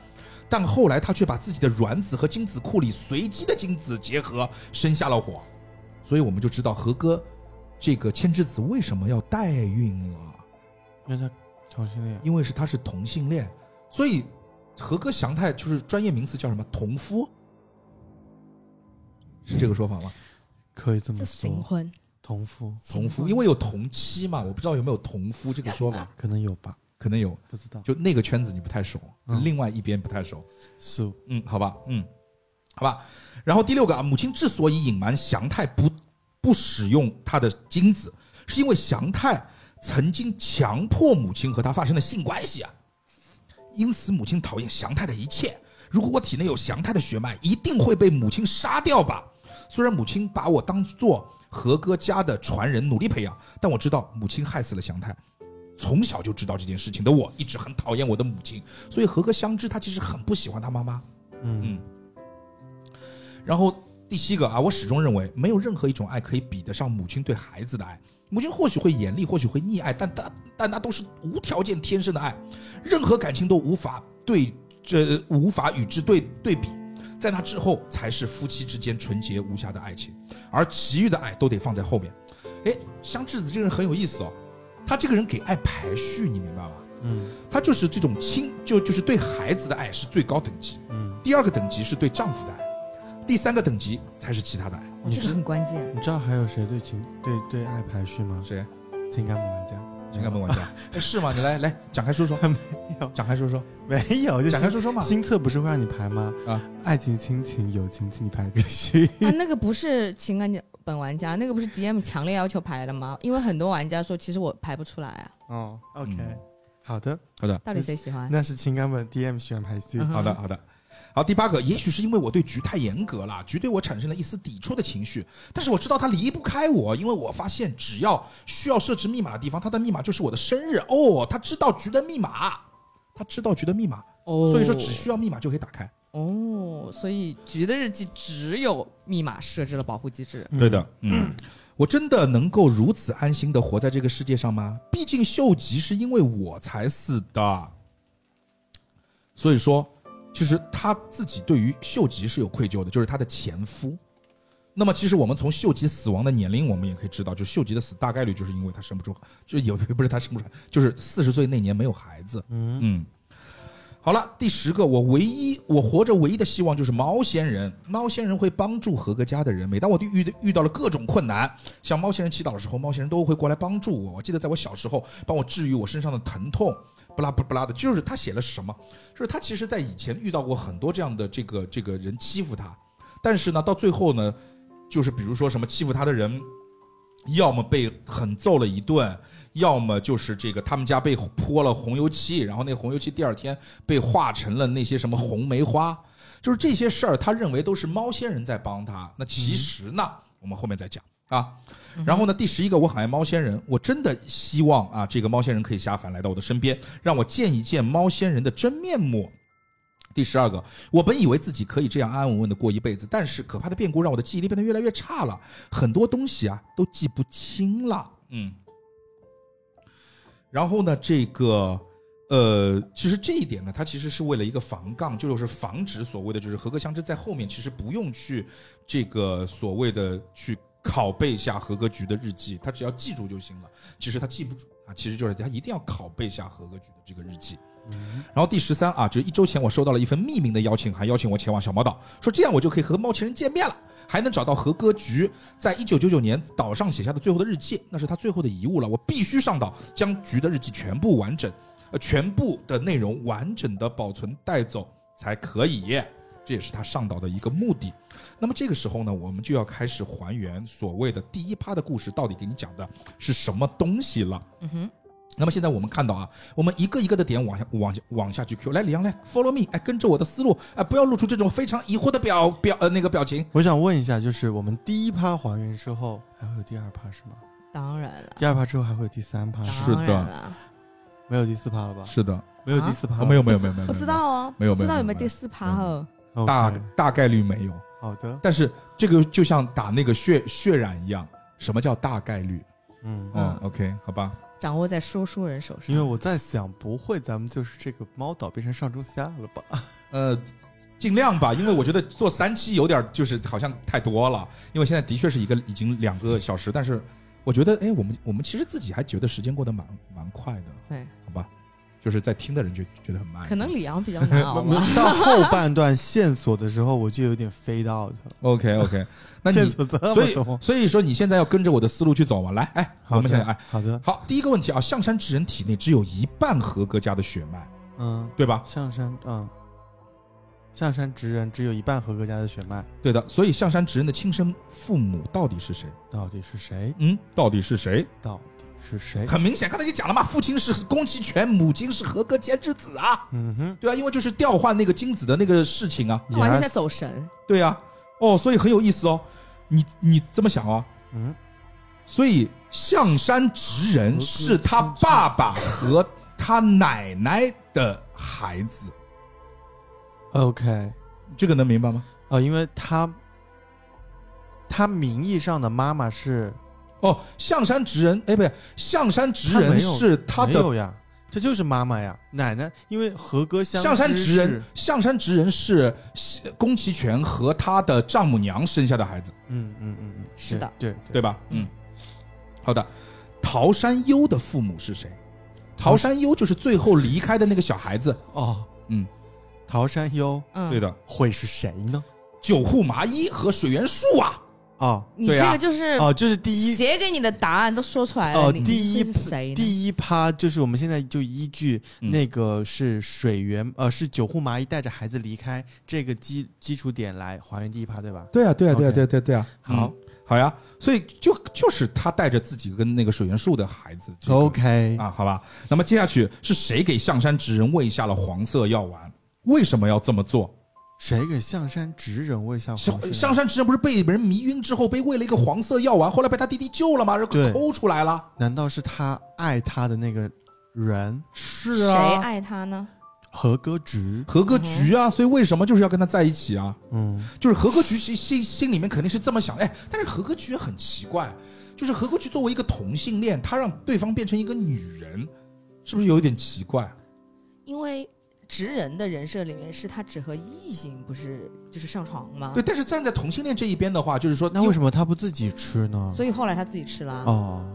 Speaker 2: 但后来她却把自己的卵子和精子库里随机的精子结合，生下了我。所以我们就知道和歌这个千之子为什么要代孕了，
Speaker 4: 哼，因为它同性恋，
Speaker 2: 因为是他是同性恋，所以和歌祥太就是专业名词叫什么同夫，是这个说法吗？
Speaker 4: 可以这
Speaker 2: 嗯
Speaker 4: 么
Speaker 1: 就行
Speaker 4: 说，
Speaker 1: 婚，
Speaker 4: 同夫
Speaker 2: 同
Speaker 1: 行
Speaker 2: 夫，
Speaker 1: 婚
Speaker 2: 因为有同妻嘛，我不知道有没有同夫这个说法，
Speaker 4: 可能有吧，
Speaker 2: 可能有，
Speaker 4: 不知道，
Speaker 2: 就那个圈子你不太熟，
Speaker 4: 嗯
Speaker 2: 另外一边不太熟，
Speaker 4: 是
Speaker 2: 嗯，好吧，嗯，好吧。然后第六个啊，母亲之所以隐瞒祥太不不使用她的精子，是因为祥太曾经强迫母亲和他发生了性关系啊，因此母亲讨厌祥太的一切。如果我体内有祥太的血脉，一定会被母亲杀掉吧。虽然母亲把我当做和歌家的传人努力培养，但我知道母亲害死了祥太。从小就知道这件事情的我，一直很讨厌我的母亲，所以和歌相知，他其实很不喜欢他妈妈。
Speaker 4: 嗯
Speaker 2: 嗯，然后第七个啊，我始终认为没有任何一种爱可以比得上母亲对孩子的爱。母亲或许会严厉，或许会溺爱，但但但那都是无条件天生的爱，任何感情都无法对这、无法与之对对比。在那之后，才是夫妻之间纯洁无瑕的爱情，而其余的爱都得放在后面。哎，香智子这个人很有意思哦，他这个人给爱排序，你明白吗？
Speaker 4: 嗯
Speaker 2: 他就是这种亲，就就是对孩子的爱是最高等级，
Speaker 4: 嗯，
Speaker 2: 第二个等级是对丈夫的爱，第三个等级才是其他的爱。
Speaker 1: 哦
Speaker 4: 你
Speaker 1: 这个
Speaker 4: 知
Speaker 1: 很关键。
Speaker 4: 你知道还有谁对情对对爱排序吗？
Speaker 2: 谁？
Speaker 4: 情感玩家，
Speaker 2: 情感梦玩家？哎是吗？你来来展开 说说，
Speaker 4: 有
Speaker 2: 展开说说，
Speaker 4: 没有，就
Speaker 2: 展开
Speaker 4: 是
Speaker 2: 说说嘛。
Speaker 4: 新测不是会让你排吗？
Speaker 2: 啊，
Speaker 4: 爱情、亲情、友情，请你排个序。
Speaker 1: 啊，那个不是情感本玩家，
Speaker 2: 嗯
Speaker 1: 那个不是 DM 强烈要求排的吗？因为很多玩家说，其实我排不出来啊，
Speaker 4: 哦，OK，、
Speaker 2: 嗯
Speaker 4: 好的，
Speaker 2: 好的，
Speaker 1: 到底谁喜欢？
Speaker 4: 那是情感本 DM 喜欢排序。
Speaker 1: 嗯哼
Speaker 2: 好的，好的。好，第八个，也许是因为我对菊太严格了，菊对我产生了一丝抵触的情绪，但是我知道她离不开我，因为我发现只要需要设置密码的地方，她的密码就是我的生日。哦，她知道菊的密码，她知道菊的密码，
Speaker 1: 哦
Speaker 2: 所以说只需要密码就可以打开。
Speaker 1: 哦，所以局的日记只有密码设置了保护机制。
Speaker 4: 嗯
Speaker 2: 对，的，嗯，我真的能够如此安心的活在这个世界上吗？毕竟秀吉是因为我才死的，所以说，其实他自己对于秀吉是有愧疚的，就是他的前夫。那么，其实我们从秀吉死亡的年龄，我们也可以知道，就秀吉的死大概率就是因为他生不出，就也不是他生不出来，就是四十岁那年没有孩子。
Speaker 4: 嗯
Speaker 2: 嗯，好了，第十个，我唯一我活着唯一的希望就是猫仙人。猫仙人会帮助合格家的人。每当我遇遇到了各种困难，向猫仙人祈祷的时候，猫仙人都会过来帮助我。我记得在我小时候，帮我治愈我身上的疼痛，不拉不不拉的。就是他写了什么？就是他其实在以前遇到过很多这样的这个这个人欺负他，但是呢，到最后呢，就是比如说什么欺负他的人，要么被狠揍了一顿，要么就是这个他们家被泼了红油漆，然后那红油漆第二天被化成了那些什么红梅花，就是这些事儿，他认为都是猫仙人在帮他。那其实呢，我们后面再讲啊。然后呢，第十一个，我很爱猫仙人，我真的希望啊，这个猫仙人可以下凡来到我的身边，让我见一见猫仙人的真面目。第十二个，我本以为自己可以这样安安稳稳的过一辈子，但是可怕的变故让我的记忆力变得越来越差了，很多东西啊都记不清了。嗯，然后呢，这个呃，其实这一点呢，它其实是为了一个防杠，就是防止所谓的就是合格相知在后面其实不用去这个所谓的去拷贝下合格局的日记，他只要记住就行了。其实他记不住啊，其实就是他一定要拷贝下合格局的这个日记。然后第十三啊，就是一周前我收到了一份匿名的邀请函，邀请我前往小毛岛，说这样我就可以和猫情人见面了，还能找到和歌局在一九九九年岛上写下的最后的日记，那是他最后的遗物了，我必须上岛将局的日记全部完整，呃，全部的内容完整的保存带走才可以。这也是他上岛的一个目的。那么这个时候呢，我们就要开始还原所谓的第一趴的故事到底给你讲的是什么东西了。
Speaker 1: 嗯哼，
Speaker 2: 那么现在我们看到啊，我们一个一个的点往下往下往下去 Q，来李阳来 follow me，哎，跟着我的思路，哎，不要露出这种非常疑惑的表表呃那个表情。
Speaker 4: 我想问一下，就是我们第一趴还原之后，还会有第二趴是吗？
Speaker 1: 当然了，
Speaker 4: 第二趴之后还会有第三趴，
Speaker 2: 是
Speaker 1: 当
Speaker 2: 的
Speaker 1: 然了，
Speaker 4: 没有第四趴了吧？
Speaker 2: 是的，
Speaker 4: 没有第四趴、
Speaker 2: 啊没有没有没有没有，
Speaker 1: 不知道哦，
Speaker 2: 没有
Speaker 1: 不
Speaker 2: 没
Speaker 1: 知
Speaker 2: 有
Speaker 1: 道有
Speaker 2: 没
Speaker 1: 没有
Speaker 2: 有
Speaker 1: 第四趴哦，
Speaker 4: 有
Speaker 2: 大
Speaker 4: OK，
Speaker 2: 大概率没有，
Speaker 4: 好的，
Speaker 2: 但是这个就像打那个血血染一样，什么叫大概率？
Speaker 4: 嗯，
Speaker 2: 嗯
Speaker 1: 嗯
Speaker 2: o k 好吧，
Speaker 1: 掌握在说书人手上，
Speaker 4: 因为我在想，不会咱们就是这个猫岛变成上中下了吧？
Speaker 2: 呃，尽量吧，因为我觉得做三期有点就是好像太多了，因为现在的确是一个已经两个小时，但是我觉得哎，我们我们其实自己还觉得时间过得蛮蛮快的。
Speaker 1: 对，
Speaker 2: 好吧，就是在听的人就觉得很慢。
Speaker 1: 可能李阳比较难熬
Speaker 4: 没有
Speaker 1: 吧，
Speaker 4: 到后半段线索的时候，我就有点 fade out 了。
Speaker 2: OK OK，那
Speaker 4: 线
Speaker 2: 你
Speaker 4: 索这么
Speaker 2: 所以
Speaker 4: 多，
Speaker 2: 所以说你现在要跟着我的思路去走嘛？来，哎，我
Speaker 4: 好
Speaker 2: 们现在
Speaker 4: 的
Speaker 2: 哎，，
Speaker 4: 好的，
Speaker 2: 好，第一个问题啊，象山之人体内只有一半合格家的血脉，
Speaker 4: 嗯，
Speaker 2: 对吧？
Speaker 4: 象山，嗯，象山直人只有一半合格家的血脉，
Speaker 2: 对的，所以象山之人的亲生父母到底是谁？
Speaker 4: 到底是谁？
Speaker 2: 嗯，到底是谁？
Speaker 4: 到底是 谁？
Speaker 2: 很明显，刚才就讲了嘛，父亲是宫崎犬，母亲是合格间之子啊，
Speaker 4: 嗯哼，
Speaker 2: 对啊，因为就是调换那个精子的那个事情啊，
Speaker 1: 他完全在
Speaker 4: Yes
Speaker 1: 走神，
Speaker 2: 对啊，哦，所以很有意思哦，你你这么想哦，
Speaker 4: 嗯，
Speaker 2: 所以象山直人是他爸爸和他奶奶的孩子，
Speaker 4: OK，
Speaker 2: 这个能明白吗？
Speaker 4: 哦，因为他他名义上的妈妈是
Speaker 2: 哦，象山直人，哎，不对，象山直
Speaker 4: 他
Speaker 2: 人
Speaker 4: 没有
Speaker 2: 是他
Speaker 4: 没
Speaker 2: 的
Speaker 4: 有呀，这就是妈妈呀，奶奶。因为和歌相
Speaker 2: 象山
Speaker 4: 知
Speaker 2: 直人
Speaker 4: 是，，
Speaker 2: 象山直人是宫崎骏和他的丈母娘生下的孩子，
Speaker 4: 嗯嗯嗯嗯，
Speaker 1: 是的
Speaker 4: 对
Speaker 2: 对
Speaker 4: 吧？
Speaker 2: 吧？
Speaker 1: 嗯
Speaker 2: 嗯，好的。桃山优的父母是谁？桃山优就是最后离开的那个小孩子，
Speaker 4: 哦，
Speaker 2: 嗯，
Speaker 4: 桃山优
Speaker 1: 嗯，
Speaker 2: 对，的，
Speaker 4: 会是谁呢？
Speaker 2: 九户麻衣和水原树啊，
Speaker 4: 哦
Speaker 1: 你
Speaker 2: 对
Speaker 1: 这
Speaker 2: 啊
Speaker 1: 个就是
Speaker 4: 哦，这是第一
Speaker 1: 写给你的答案都说出来了，
Speaker 4: 哦，
Speaker 1: 你
Speaker 4: 第一
Speaker 1: 你是谁呢？
Speaker 4: 第一趴就是我们现在就依据
Speaker 2: 嗯
Speaker 4: 那个是水源呃是九户麻衣带着孩子离开这个基基础点来还原第一趴对吧？
Speaker 2: 对啊，对啊，对啊，
Speaker 4: OK
Speaker 2: 对啊对啊对啊，
Speaker 4: 好
Speaker 2: 嗯好呀，所以就就是他带着自己跟那个水元素的孩子这个
Speaker 4: OK，
Speaker 2: 啊，好吧。那么接下去是谁给象山直人喂下了黄色药丸？为什么要这么做？
Speaker 4: 谁给象山直人喂下黄
Speaker 2: 象
Speaker 4: 水
Speaker 2: 象山直人不是被人迷晕之后被喂了一个黄色药丸，后来被他弟弟救了吗？然后
Speaker 4: 对
Speaker 2: 抠出来了。
Speaker 4: 难道是他爱他的那个人
Speaker 2: 是
Speaker 1: 谁
Speaker 2: 啊，
Speaker 1: 爱他呢？
Speaker 4: 和歌菊？
Speaker 2: 合格局啊，所以为什么就是要跟他在一起啊？
Speaker 4: 嗯，
Speaker 2: 就是合格局心心心里面肯定是这么想，哎，但是合格局很奇怪，就是合格局作为一个同性恋，他让对方变成一个女人，是不是有一点奇怪？
Speaker 1: 因为直人的人设里面是他只和异性不是就是上床吗？
Speaker 2: 对，但是站在同性恋这一边的话，就是说，
Speaker 4: 啊那为
Speaker 2: 么？
Speaker 4: 什么他不自己吃呢？
Speaker 1: 所以后来他自己吃了啊。
Speaker 4: 哦，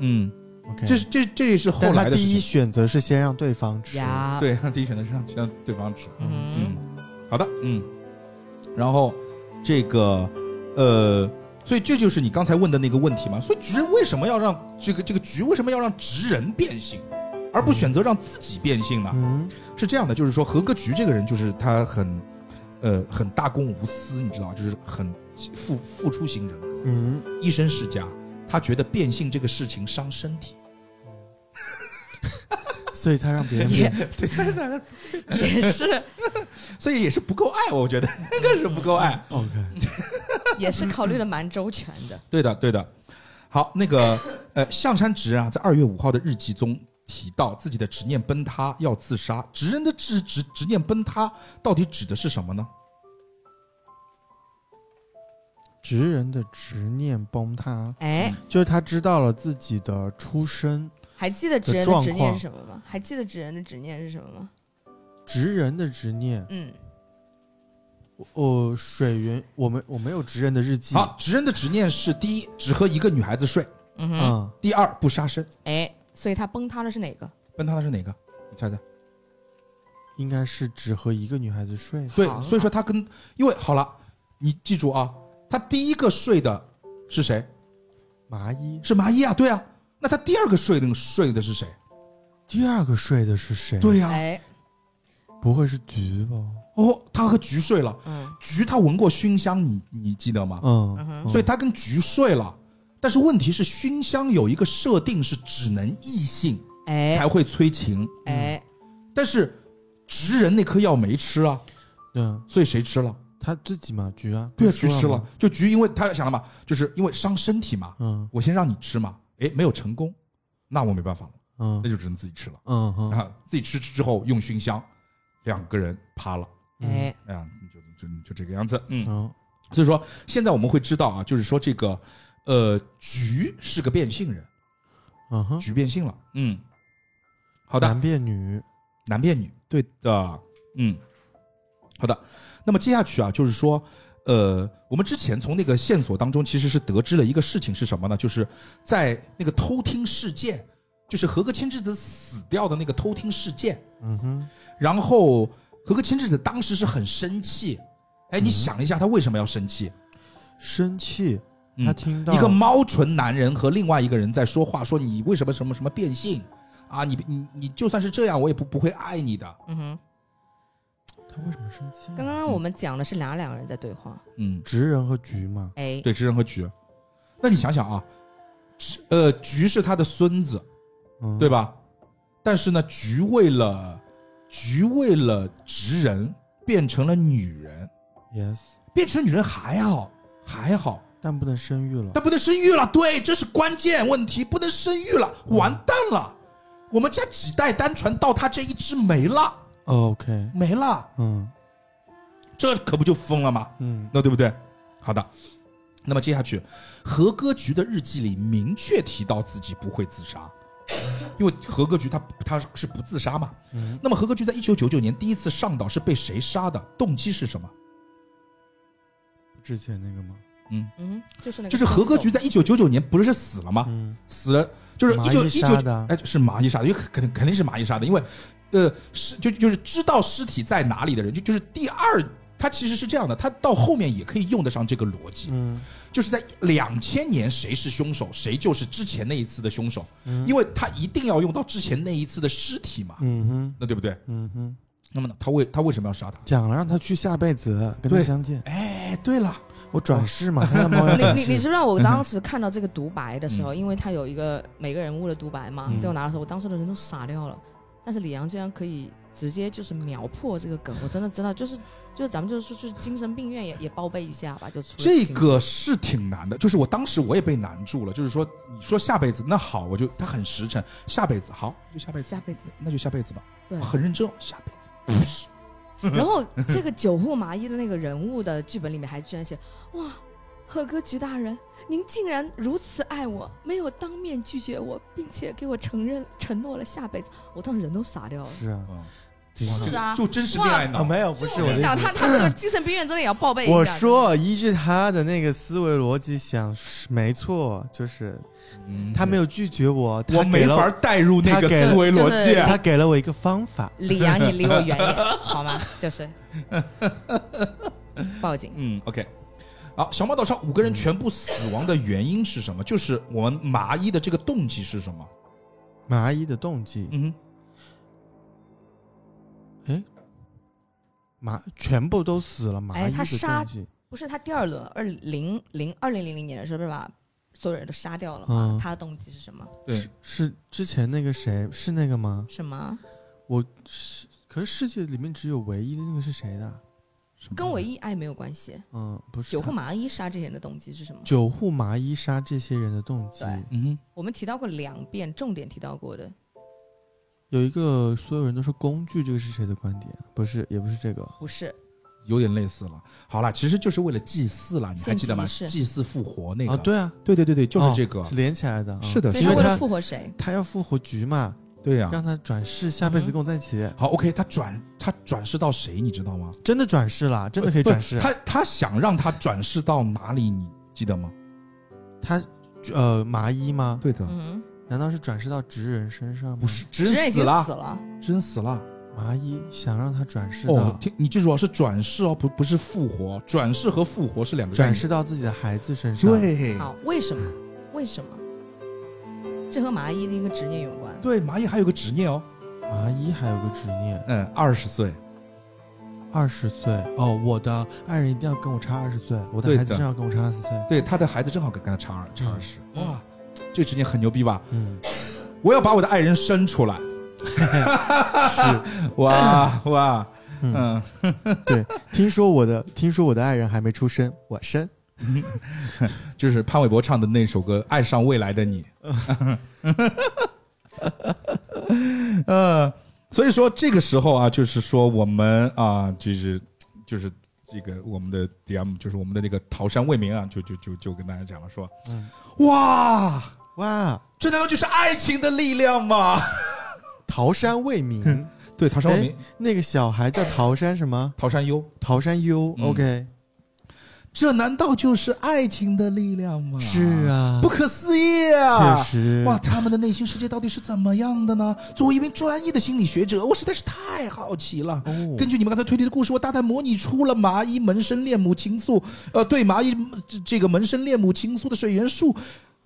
Speaker 2: 嗯，
Speaker 4: OK，
Speaker 2: 这是这这是后
Speaker 4: 但他
Speaker 2: 来的事
Speaker 4: 第一
Speaker 2: 情。
Speaker 4: 选择是先让对方吃。
Speaker 1: 呀，，
Speaker 2: 对他第一选择是让让对方吃。嗯
Speaker 1: 嗯，，
Speaker 2: 好的，嗯，然后这个呃，所以这就是你刚才问的那个问题嘛。所以职人为什么要让这个这个局为什么要让职人变性，而不选择让自己变性呢？
Speaker 4: 嗯，
Speaker 2: 是这样的，就是说何格局这个人就是他很呃很大公无私，你知道，就是很付付出型人格，
Speaker 4: 嗯，
Speaker 2: 医生世家，他觉得变性这个事情伤身体。
Speaker 4: 所以他让别人
Speaker 1: 也
Speaker 2: 对，所以他
Speaker 1: 也是
Speaker 2: 所以也是不够爱，我觉得 应该是不够爱。
Speaker 4: OK，
Speaker 1: 也是考虑的蛮周全的。
Speaker 2: 对的，对的。好，那个 呃，象山直人啊，在二月五号的日记中提到自己的执念崩塌，要自杀。直人的执执执念崩塌到底指的是什么呢？
Speaker 4: 直人的执念崩塌，
Speaker 1: 哎，
Speaker 4: 就是他知道了自己的出身。
Speaker 1: 还记得纸人
Speaker 4: 状
Speaker 1: 的执念
Speaker 4: 况
Speaker 1: 是什么吗？还记得纸人的执念是什么吗？
Speaker 4: 直人的执念，
Speaker 1: 嗯，
Speaker 4: 哦，水源，我们我没有直人的日记。
Speaker 2: 好，直人的执念是：第一，只和一个女孩子睡；
Speaker 1: 嗯哼，
Speaker 4: 嗯，
Speaker 2: 第二，不杀生。
Speaker 1: 哎，所以他崩塌的是哪个？
Speaker 2: 崩塌的是哪个？你猜猜？
Speaker 4: 应该是只和一个女孩子睡。
Speaker 2: 对
Speaker 1: 好，
Speaker 2: 所以说他跟因为好了，你记住啊，他第一个睡的是谁？
Speaker 4: 麻衣，
Speaker 2: 是麻衣啊，对啊。那他第二个睡那个睡的是谁？
Speaker 4: 第二个睡的是谁？，
Speaker 2: 对呀、啊
Speaker 1: 哎，
Speaker 4: 不会是菊吧？
Speaker 2: 哦，他和菊睡了。
Speaker 1: 嗯
Speaker 2: 菊他闻过熏香，你你记得吗？
Speaker 4: 嗯，
Speaker 1: 嗯哼
Speaker 4: 嗯
Speaker 2: 所以他跟菊睡了。但是问题是，熏香有一个设定是只能异性
Speaker 1: 哎
Speaker 2: 才会催情，
Speaker 1: 哎，
Speaker 2: 但是直人那颗药没吃啊，
Speaker 4: 对
Speaker 2: 所以谁吃了？
Speaker 4: 他自己嘛，菊啊，
Speaker 2: 对啊，
Speaker 4: 不
Speaker 2: 菊
Speaker 4: 是说
Speaker 2: 吃
Speaker 4: 吗
Speaker 2: 了。，就菊因为他想了嘛，就是因为伤身体嘛，
Speaker 4: 嗯
Speaker 2: 我先让你吃嘛，诶，没有成功，那我没办法了，
Speaker 4: 嗯
Speaker 2: 那就只能自己吃了
Speaker 4: 嗯哼，
Speaker 2: 啊，自己吃之后用熏香，两个人趴了，
Speaker 4: 嗯
Speaker 1: 哎，
Speaker 2: 啊，就就就这个样子，嗯，
Speaker 4: 嗯
Speaker 2: 所以说现在我们会知道啊，就是说这个，呃，菊是个变性人。
Speaker 4: 嗯哼，
Speaker 2: 局变性了。嗯，好的，
Speaker 4: 男变女，
Speaker 2: 男变女，对的，嗯，好的。那么接下去啊，就是说，呃，我们之前从那个线索当中其实是得知了一个事情是什么呢？就是在那个偷听事件，就是和歌千之子死掉的那个偷听事件，
Speaker 4: 嗯哼，
Speaker 2: 然后和歌千之子当时是很生气。哎，你想一下，他为什么要生气？
Speaker 4: 生气，
Speaker 2: 嗯
Speaker 4: 他听到
Speaker 2: 一个猫唇男人和另外一个人在说话，说你为什么什么什么变性啊？你你你就算是这样，我也不不会爱你的。
Speaker 1: 嗯哼，
Speaker 4: 他为什么生气呢？
Speaker 1: 刚刚我们讲的是哪两个人在对话？
Speaker 2: 嗯，
Speaker 4: 直人和菊嘛，
Speaker 1: 哎，
Speaker 2: 对，知人和菊。那你想想啊，知呃，菊是他的孙子，
Speaker 4: 嗯，
Speaker 2: 对？吧？但是呢，菊为了菊为了直人变成了女人，
Speaker 4: ？Yes，
Speaker 2: 变成女人还好还好，
Speaker 4: 但不能生育了。
Speaker 2: 但不能生育了，对，这是关键问题，不能生育了，完蛋了，我们家几代单传到他这一支没了。
Speaker 4: 哦 OK，
Speaker 2: 没了，
Speaker 4: 嗯
Speaker 2: 这可不就疯了吗？
Speaker 4: 嗯
Speaker 2: 那对不对？好的，那么接下去，和歌局的日记里明确提到自己不会自杀，因为和歌局他他是不自杀嘛。
Speaker 4: 嗯，
Speaker 2: 那么和歌局在一九九九年第一次上岛是被谁杀的？动机是什么？
Speaker 4: 之前那个吗？
Speaker 2: 嗯，
Speaker 1: 嗯，就是那个，
Speaker 2: 就是和歌局，在一九九九年不是死了吗？
Speaker 4: 嗯，
Speaker 2: 死了就是一
Speaker 4: 蚂
Speaker 2: 九
Speaker 4: 蚁
Speaker 2: 一
Speaker 4: 杀
Speaker 2: 九
Speaker 4: 的，
Speaker 2: 哎是蚂蚁杀的，因为肯定肯定是蚂蚁杀的，因为呃是就就是知道尸体在哪里的人，就就是第二，他其实是这样的，他到后面也可以用得上这个逻辑。
Speaker 4: 嗯
Speaker 2: 就是在两千年谁是凶手，谁就是之前那一次的凶手，
Speaker 4: 嗯
Speaker 2: 因为他一定要用到之前那一次的尸体嘛，
Speaker 4: 嗯哼
Speaker 2: 那对不对？
Speaker 4: 嗯哼，
Speaker 2: 那么呢，他为他为什么要杀他？
Speaker 4: 讲了让他去下辈子跟他
Speaker 2: 对
Speaker 4: 相见，哦
Speaker 2: 哎，对了，
Speaker 4: 我转世嘛，他要 猫要
Speaker 1: 你
Speaker 4: 转
Speaker 1: 你你
Speaker 4: 世，
Speaker 1: 知不知道我当时看到这个独白的时
Speaker 2: 嗯
Speaker 1: 候，因为他有一个每个人物的独白嘛，
Speaker 4: 嗯
Speaker 1: 最后拿的时候，我当时的人都傻掉了。但是李阳居然可以直接就是秒破这个梗，我真的真的就是就是咱们就是说就是精神病院也 也报备一下吧，就出了精
Speaker 2: 这
Speaker 1: 神
Speaker 2: 个是挺难的，就是我当时我也被难住了，就是说你说下辈子那好，我就他很实诚，下辈子好就下辈子，
Speaker 1: 下辈子
Speaker 2: 那就下辈子吧，
Speaker 1: 对。
Speaker 2: 很认真哦，下辈子不是，
Speaker 4: 嗯
Speaker 1: 然 后这个九户麻衣的那个人物的剧本里面还居然写哇。贺歌菊大人，您竟然如此爱我，没有当面拒绝我，并且给我承认承诺了下辈子，我当时人都傻掉了。
Speaker 4: 是啊，
Speaker 1: 是啊
Speaker 2: 嗯就真实恋爱
Speaker 4: 啊，
Speaker 2: 脑。
Speaker 4: 没有，不是
Speaker 1: 我
Speaker 4: 我
Speaker 1: 跟你
Speaker 4: 的
Speaker 1: 讲，
Speaker 4: 意思
Speaker 1: 他他这个精神病院真的也要报备一下。
Speaker 4: 我说，依据他的那个思维逻辑想，是没错，就是
Speaker 2: 嗯
Speaker 4: 他没有拒绝我，他
Speaker 2: 我没
Speaker 4: 给了
Speaker 2: 法带入那
Speaker 4: 他
Speaker 2: 个
Speaker 4: 给了
Speaker 2: 思维逻
Speaker 1: 就是
Speaker 2: 辑啊。
Speaker 4: 他给了我一个方法。
Speaker 1: 李阳，你离我远点，好吗？ 就是报警。
Speaker 2: 嗯，OK。好，小马岛上五个人全部死亡的原因是什么？就是我们麻衣的这个动机是什么？
Speaker 4: 麻衣的动机，
Speaker 2: 嗯哼，
Speaker 4: 麻全部都死了，麻
Speaker 1: 哎
Speaker 4: 衣
Speaker 1: 他
Speaker 4: 的
Speaker 1: 杀
Speaker 4: 动机，
Speaker 1: 不是他第二轮二零零二零零零年的时候，是吧？所有人都杀掉了嘛？
Speaker 4: 嗯
Speaker 1: 他的动机是什么？
Speaker 2: 对，
Speaker 4: 是之前那个谁是那个吗？
Speaker 1: 什么？
Speaker 4: 是，可是世界里面只有唯一的那个是谁的？
Speaker 1: 跟唯一爱没有关系。
Speaker 4: 嗯，不是
Speaker 1: 九
Speaker 4: 他
Speaker 1: 户麻衣杀这些人的动机是什么？
Speaker 4: 九户麻衣杀这些人的动机，
Speaker 1: 对
Speaker 2: 嗯哼，
Speaker 1: 我们提到过两遍，重点提到过的。
Speaker 4: 有一个所有人都说工具，这个是谁的观点？不是，也不是这个。
Speaker 1: 不是，
Speaker 2: 有点类似了。好啦，其实就是为了祭祀啦，你还记得吗？
Speaker 1: 献祭仪式
Speaker 2: 祭祀复活那个。
Speaker 4: 啊，对啊，
Speaker 2: 对对对对，就是
Speaker 4: 哦
Speaker 2: 这个。
Speaker 4: 是连起来的，啊
Speaker 2: 是的啊
Speaker 1: 所以
Speaker 2: 因
Speaker 1: 是
Speaker 2: 为
Speaker 1: 为
Speaker 4: 他
Speaker 1: 了复活谁？
Speaker 4: 他要复活局嘛，
Speaker 2: 对呀、
Speaker 4: 让他转世，下辈子
Speaker 1: 嗯
Speaker 4: 跟我在一起，
Speaker 2: 好，OK，他转他转世到谁，你知道吗？
Speaker 4: 真的转世啦，真的可以转世
Speaker 2: 呃不。他他想让他转世到哪里，你记得吗？
Speaker 4: 他呃麻衣吗？
Speaker 2: 对的，
Speaker 1: 嗯，
Speaker 4: 难道是转世到职人身上吗？
Speaker 2: 不是，
Speaker 1: 直
Speaker 2: 真
Speaker 1: 人已
Speaker 2: 死
Speaker 1: 经死
Speaker 2: 了，
Speaker 1: 了，
Speaker 2: 真死了。
Speaker 4: 麻衣想让他转世
Speaker 2: 哦
Speaker 4: 到，
Speaker 2: 听你记住啊，是转世哦，不不是复活，转世和复活是两个概
Speaker 4: 转
Speaker 2: 念
Speaker 4: 世。到自己的孩子身上。，
Speaker 2: 对
Speaker 1: 好，为什么？为什么？这和麻衣的一个执念有关。
Speaker 2: 对，蚂蚁还有个执念哦，
Speaker 4: 麻衣还有个执念，
Speaker 2: 嗯，二十岁，
Speaker 4: 二十岁哦，我的爱人一定要跟我差二十岁，我
Speaker 2: 对
Speaker 4: 的孩
Speaker 2: 的
Speaker 4: 子正要跟我差二十岁。
Speaker 2: 对，他的孩子正好跟跟他差二差二十，
Speaker 1: 嗯
Speaker 2: 哇，这个执念很牛逼吧？
Speaker 4: 嗯，
Speaker 2: 我要把我的爱人生出来，
Speaker 4: 是，
Speaker 2: 哇哇，
Speaker 4: 嗯，
Speaker 2: 嗯，
Speaker 4: 听说我的，听说我的爱人还没出生，我生。
Speaker 2: 就是潘玮柏唱的那首歌《爱上未来的你》。 呃，所以说这个时候啊，就是说我们啊，就是就是这个我们的 DM，就是我们的那个桃山未明啊，就就就就跟大家讲了说，
Speaker 4: 嗯，
Speaker 2: 哇，
Speaker 4: 哇，
Speaker 2: 这难道就是爱情的力量吗？哎
Speaker 4: 桃山未明，
Speaker 2: 对，桃山未明，
Speaker 4: 那个小孩叫桃山什么？
Speaker 2: 桃山优，
Speaker 4: 桃山优。
Speaker 2: 嗯
Speaker 4: OK，
Speaker 2: 这难道就是爱情的力量吗？
Speaker 4: 是，啊，
Speaker 2: 不可思议啊！
Speaker 4: 确实
Speaker 2: 哇，他们的内心世界到底是怎么样的呢？作为一名专业的心理学者，我实在是太好奇了。
Speaker 4: 哦
Speaker 2: 根据你们刚才推理的故事，我大胆模拟出了麻衣门生恋母情愫，呃，对麻衣这这个门生恋母情愫的水元素，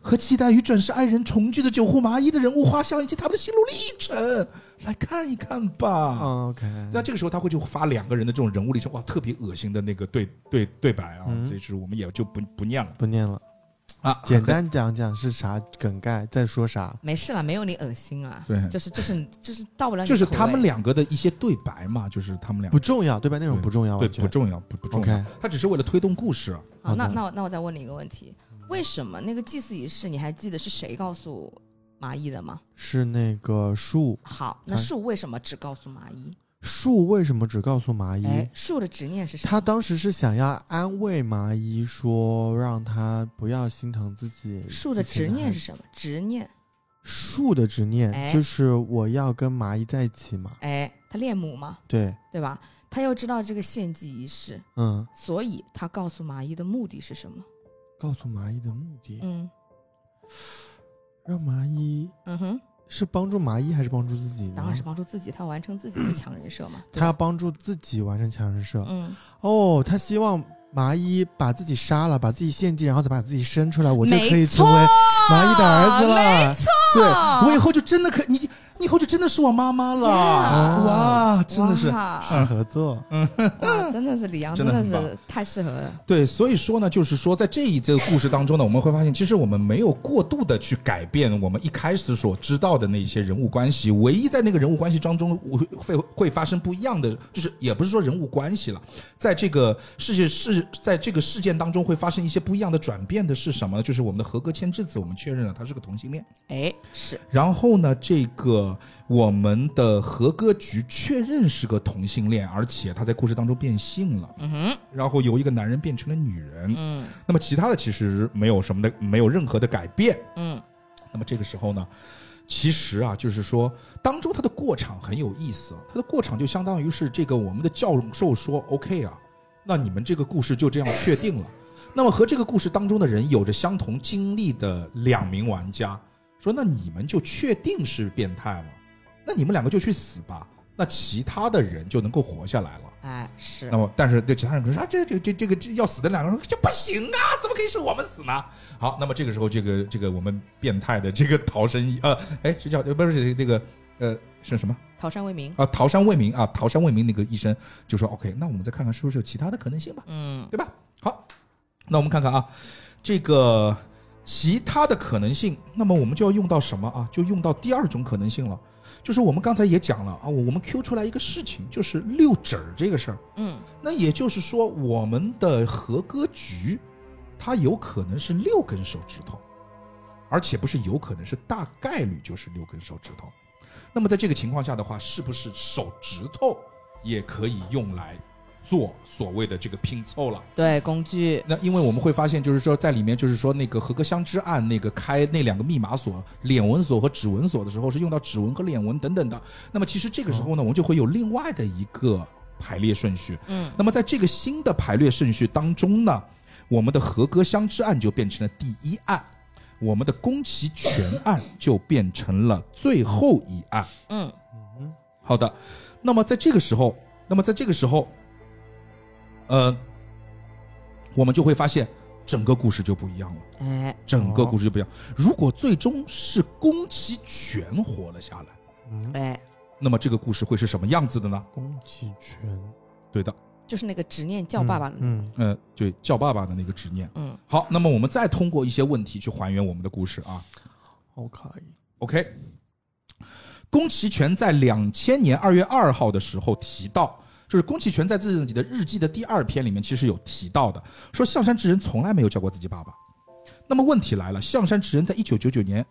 Speaker 2: 和期待与转世爱人重聚的九户麻衣的人物画像以及他们的心路历程，来看一看吧。
Speaker 4: 哦 OK，
Speaker 2: 那这个时候他会就发两个人的这种人物历程，哇，特别恶心的那个对对对白啊，
Speaker 4: 嗯
Speaker 2: 这是我们也就不不念了
Speaker 4: 不念了，
Speaker 2: 啊，
Speaker 4: 简单讲讲是啥梗概，在说啥。
Speaker 1: 没事了，没有你恶心了。
Speaker 2: 对
Speaker 1: 就是就是就是到不了你
Speaker 2: 就是
Speaker 1: 口味
Speaker 2: 他们两个的一些对白嘛，就是他们两
Speaker 4: 不
Speaker 2: 个
Speaker 4: 重要，对吧？内容不重要，
Speaker 2: 对
Speaker 4: 完全
Speaker 2: 不重要，不不重要，
Speaker 4: OK，
Speaker 2: 他只是为了推动故事。啊
Speaker 1: 好，啊那
Speaker 4: 好的
Speaker 1: 那我那我再问你一个问题：为什么那个祭祀仪式你还记得是谁告诉麻衣的吗？
Speaker 4: 是那个树
Speaker 1: 好，那
Speaker 4: 啊
Speaker 1: 树为什么只告诉麻衣？
Speaker 4: 树为什么只告诉麻衣？
Speaker 1: 哎，树的执念是什么？
Speaker 4: 他当时是想要安慰麻衣，说让她不要心疼自己。
Speaker 1: 树的
Speaker 4: 之前
Speaker 1: 执
Speaker 4: 的孩
Speaker 1: 念是
Speaker 4: 子
Speaker 1: 什么？执念，
Speaker 4: 树的执
Speaker 1: 哎
Speaker 4: 念，就是我要跟麻衣在一起嘛。
Speaker 1: 哎，他恋母嘛，
Speaker 4: 对，
Speaker 1: 对吧？他又知道这个献祭仪式，
Speaker 4: 嗯，
Speaker 1: 所以他告诉麻衣的目的是什么？
Speaker 4: 告诉麻衣的目的，
Speaker 1: 嗯
Speaker 4: 让麻衣
Speaker 1: 嗯哼，
Speaker 4: 是帮助麻衣还是帮助自己呢？
Speaker 1: 当然是帮助自己，他完成自己的强人设嘛。对
Speaker 4: 他要
Speaker 1: 吧
Speaker 4: 帮助自己完成强人设。
Speaker 1: 嗯，
Speaker 4: 哦，他希望麻衣把自己杀了，把自己献祭，然后再把自己生出来，我就可以
Speaker 1: 没
Speaker 4: 成
Speaker 1: 错，
Speaker 4: 为麻衣的儿子了。
Speaker 1: 没错，哦
Speaker 2: 对我以后就真的可你，你以后就真的是我妈妈了
Speaker 1: Yeah
Speaker 2: 哇，真的是。
Speaker 1: 哇
Speaker 4: 是合作，
Speaker 1: 嗯 哇，真的是李阳，
Speaker 2: 真
Speaker 1: 真
Speaker 2: 的
Speaker 1: 的
Speaker 2: 很棒
Speaker 1: 是太适合了。
Speaker 2: 对，所以说呢，就是说在这一这个故事当中呢，我们会发现，其实我们没有过度的去改变我们一开始所知道的那些人物关系，唯一在那个人物关系当中我会会会发生不一样的，就是也不是说人物关系了，在这个世界事在这个事件当中会发生一些不一样的转变的是什么呢？就是我们的合格千之子，我们确认了他是个同性恋。
Speaker 1: 哎，是
Speaker 2: 然后呢，这个我们的和歌局确认是个同性恋，而且他在故事当中变性了，
Speaker 1: 嗯哼，
Speaker 2: 然后由一个男人变成了女人。
Speaker 1: 嗯
Speaker 2: 那么其他的其实没有什么的，没有任何的改变。
Speaker 1: 嗯
Speaker 2: 那么这个时候呢，其实啊，就是说当中它的过场很有意思啊，它的过场就相当于是这个我们的教授说 OK 啊，那你们这个故事就这样确定了。那么和这个故事当中的人有着相同经历的两名玩家说，那你们就确定是变态了，那你们两个就去死吧，那其他的人就能够活下来了。
Speaker 1: 哎，是
Speaker 2: 那么，但是对其他人可能说啊，这这这这个这要死的两个人说这不行啊，怎么可以是我们死呢？好，那么这个时候，这个这个我们变态的这个逃生衣呃，哎，是叫呃不是那个呃是什么
Speaker 1: 讨山为民。
Speaker 2: 啊？桃山未明啊，桃山未明那个医生就说 OK，那我们再看看是不是有其他的可能性吧，
Speaker 1: 嗯，
Speaker 2: 对吧？好，那我们看看啊，这个其他的可能性，那么我们就要用到什么啊？就用到第二种可能性了，就是我们刚才也讲了啊，我我们 Q 出来一个事情，就是六指儿这个事儿。
Speaker 1: 嗯，
Speaker 2: 那也就是说，我们的和歌局，它有可能是六根手指头，而且不是有可能是大概率就是六根手指头。那么在这个情况下的话，是不是手指头也可以用来做所谓的这个拼凑了？
Speaker 1: 对，工具，
Speaker 2: 那因为我们会发现，就是说在里面，就是说那个和歌相知案那个开那两个密码锁、脸纹锁和指纹锁的时候，是用到指纹和脸纹等等的。那么其实这个时候呢，我们就会有另外的一个排列顺序。
Speaker 1: 嗯，
Speaker 2: 那么在这个新的排列顺序当中呢，我们的和歌相知案就变成了第一案，我们的宫崎全案就变成了最后一案。
Speaker 1: 嗯，
Speaker 4: 嗯，
Speaker 2: 好的，那么在这个时候，那么在这个时候，呃，我们就会发现整个故事就不一样了，
Speaker 1: 哎，
Speaker 2: 整个故事就不一样。如果最终是宫崎全活了下来，
Speaker 4: 嗯，
Speaker 1: 哎，
Speaker 2: 那么这个故事会是什么样子的呢？
Speaker 4: 宫崎骏
Speaker 2: 对的，
Speaker 1: 就是那个执念叫爸爸的，
Speaker 4: 嗯，
Speaker 2: 呃，对，叫爸爸的那个执念。
Speaker 1: 嗯，
Speaker 2: 好，那么我们再通过一些问题去还原我们的故事啊。
Speaker 4: 好可以，
Speaker 2: OK，宫崎骏在两千年二月二号的时候提到，就是宫崎骏在自己的日记的第二篇里面其实有提到的，说象山直人从来没有叫过自己爸爸。那么问题来了，象山直人在一九九九年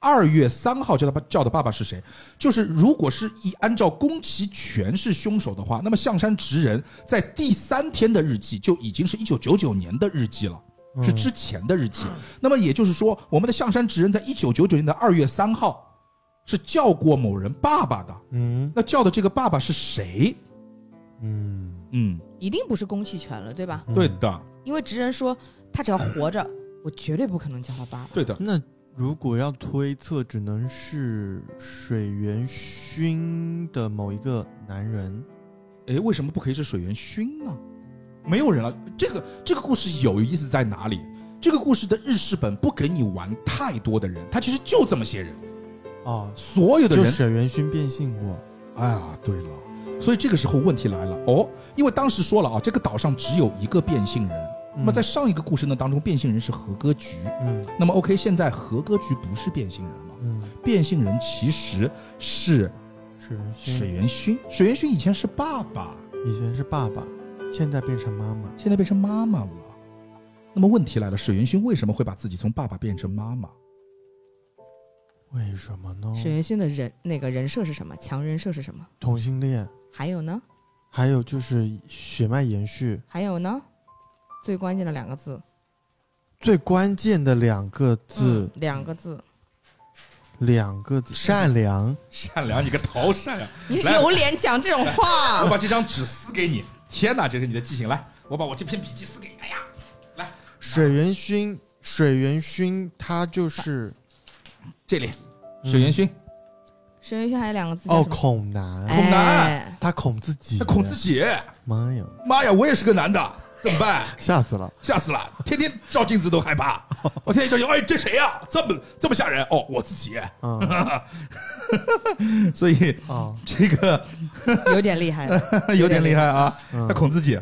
Speaker 2: 二月三号叫他爸叫的爸爸是谁？就是如果是以按照宫崎骏是凶手的话，那么象山直人在第三天的日记就已经是一九九九年的日记了。
Speaker 4: 嗯
Speaker 2: 是之前的日期。那么也就是说，我们的象山直人在一九九九年的二月三号是叫过某人爸爸的。
Speaker 4: 嗯
Speaker 2: 那叫的这个爸爸是谁？
Speaker 4: 嗯，
Speaker 2: 嗯，
Speaker 1: 一定不是宫崎全了，对吧？
Speaker 2: 对的，
Speaker 1: 因为职人说他只要活着，
Speaker 2: 嗯
Speaker 1: 我绝对不可能叫他爸爸。
Speaker 2: 对的，
Speaker 4: 那如果要推测，只能是水原薰的某一个男人。
Speaker 2: 诶，为什么不可以是水原薰呢？没有人了。这个这个故事有意思在哪里？这个故事的日式本不给你玩太多的人，他其实就这么些人，
Speaker 4: 哦，
Speaker 2: 所有的
Speaker 4: 就
Speaker 2: 人
Speaker 4: 水原薰变性过。
Speaker 2: 哎呀，对了，所以这个时候问题来了哦，因为当时说了啊，这个岛上只有一个变性人。那么在上一个故事呢当中，变性人是和歌局。
Speaker 4: 嗯
Speaker 2: 那么 OK，现在和歌局不是变性人了，
Speaker 4: 嗯，
Speaker 2: 变性人其实是
Speaker 4: 水原薰
Speaker 2: 水原薰。水原薰以前是爸爸，
Speaker 4: 以前是爸爸，现在变成妈妈。
Speaker 2: 现在变成妈妈了。那么问题来了，水原薰为什么会把自己从爸爸变成妈妈？
Speaker 4: 为什么
Speaker 2: 哦
Speaker 4: 呢？
Speaker 1: 水原薰的人那个人设是什么？强人设是什么？
Speaker 4: 同性恋，
Speaker 1: 还有呢？
Speaker 4: 还有就是血脉延续，
Speaker 1: 还有呢？最关键的两个字，
Speaker 4: 最关键的两个字
Speaker 1: 嗯，，两个字，
Speaker 4: 两个字，善良。
Speaker 2: 善良，你个桃善良！
Speaker 1: 你
Speaker 2: 来
Speaker 1: 有脸讲这种话
Speaker 2: 我？把这张纸撕给你。天哪，这是你的记性！来，我把我这篇笔记撕给你。哎呀，
Speaker 4: 水原薰，水原薰，他就是
Speaker 2: 这里，水原薰，
Speaker 1: 水原薰还有两个字叫
Speaker 4: 哦，
Speaker 1: 什么
Speaker 4: 恐男，
Speaker 1: 哎
Speaker 2: 恐男
Speaker 4: 他恐自己，
Speaker 2: 他恐自，己。
Speaker 4: 妈呀，
Speaker 2: 妈呀，我也是个男的，怎么办？
Speaker 4: 吓死了！
Speaker 2: 吓死了！天天照镜子都害怕，我天天照镜，哎，这谁呀、这么这么吓人？哦，我自己。
Speaker 4: 啊
Speaker 2: 所以
Speaker 4: 啊
Speaker 2: 这个
Speaker 1: 有点厉害了。
Speaker 2: 有点厉害啊，
Speaker 4: 嗯
Speaker 2: 他恐自己，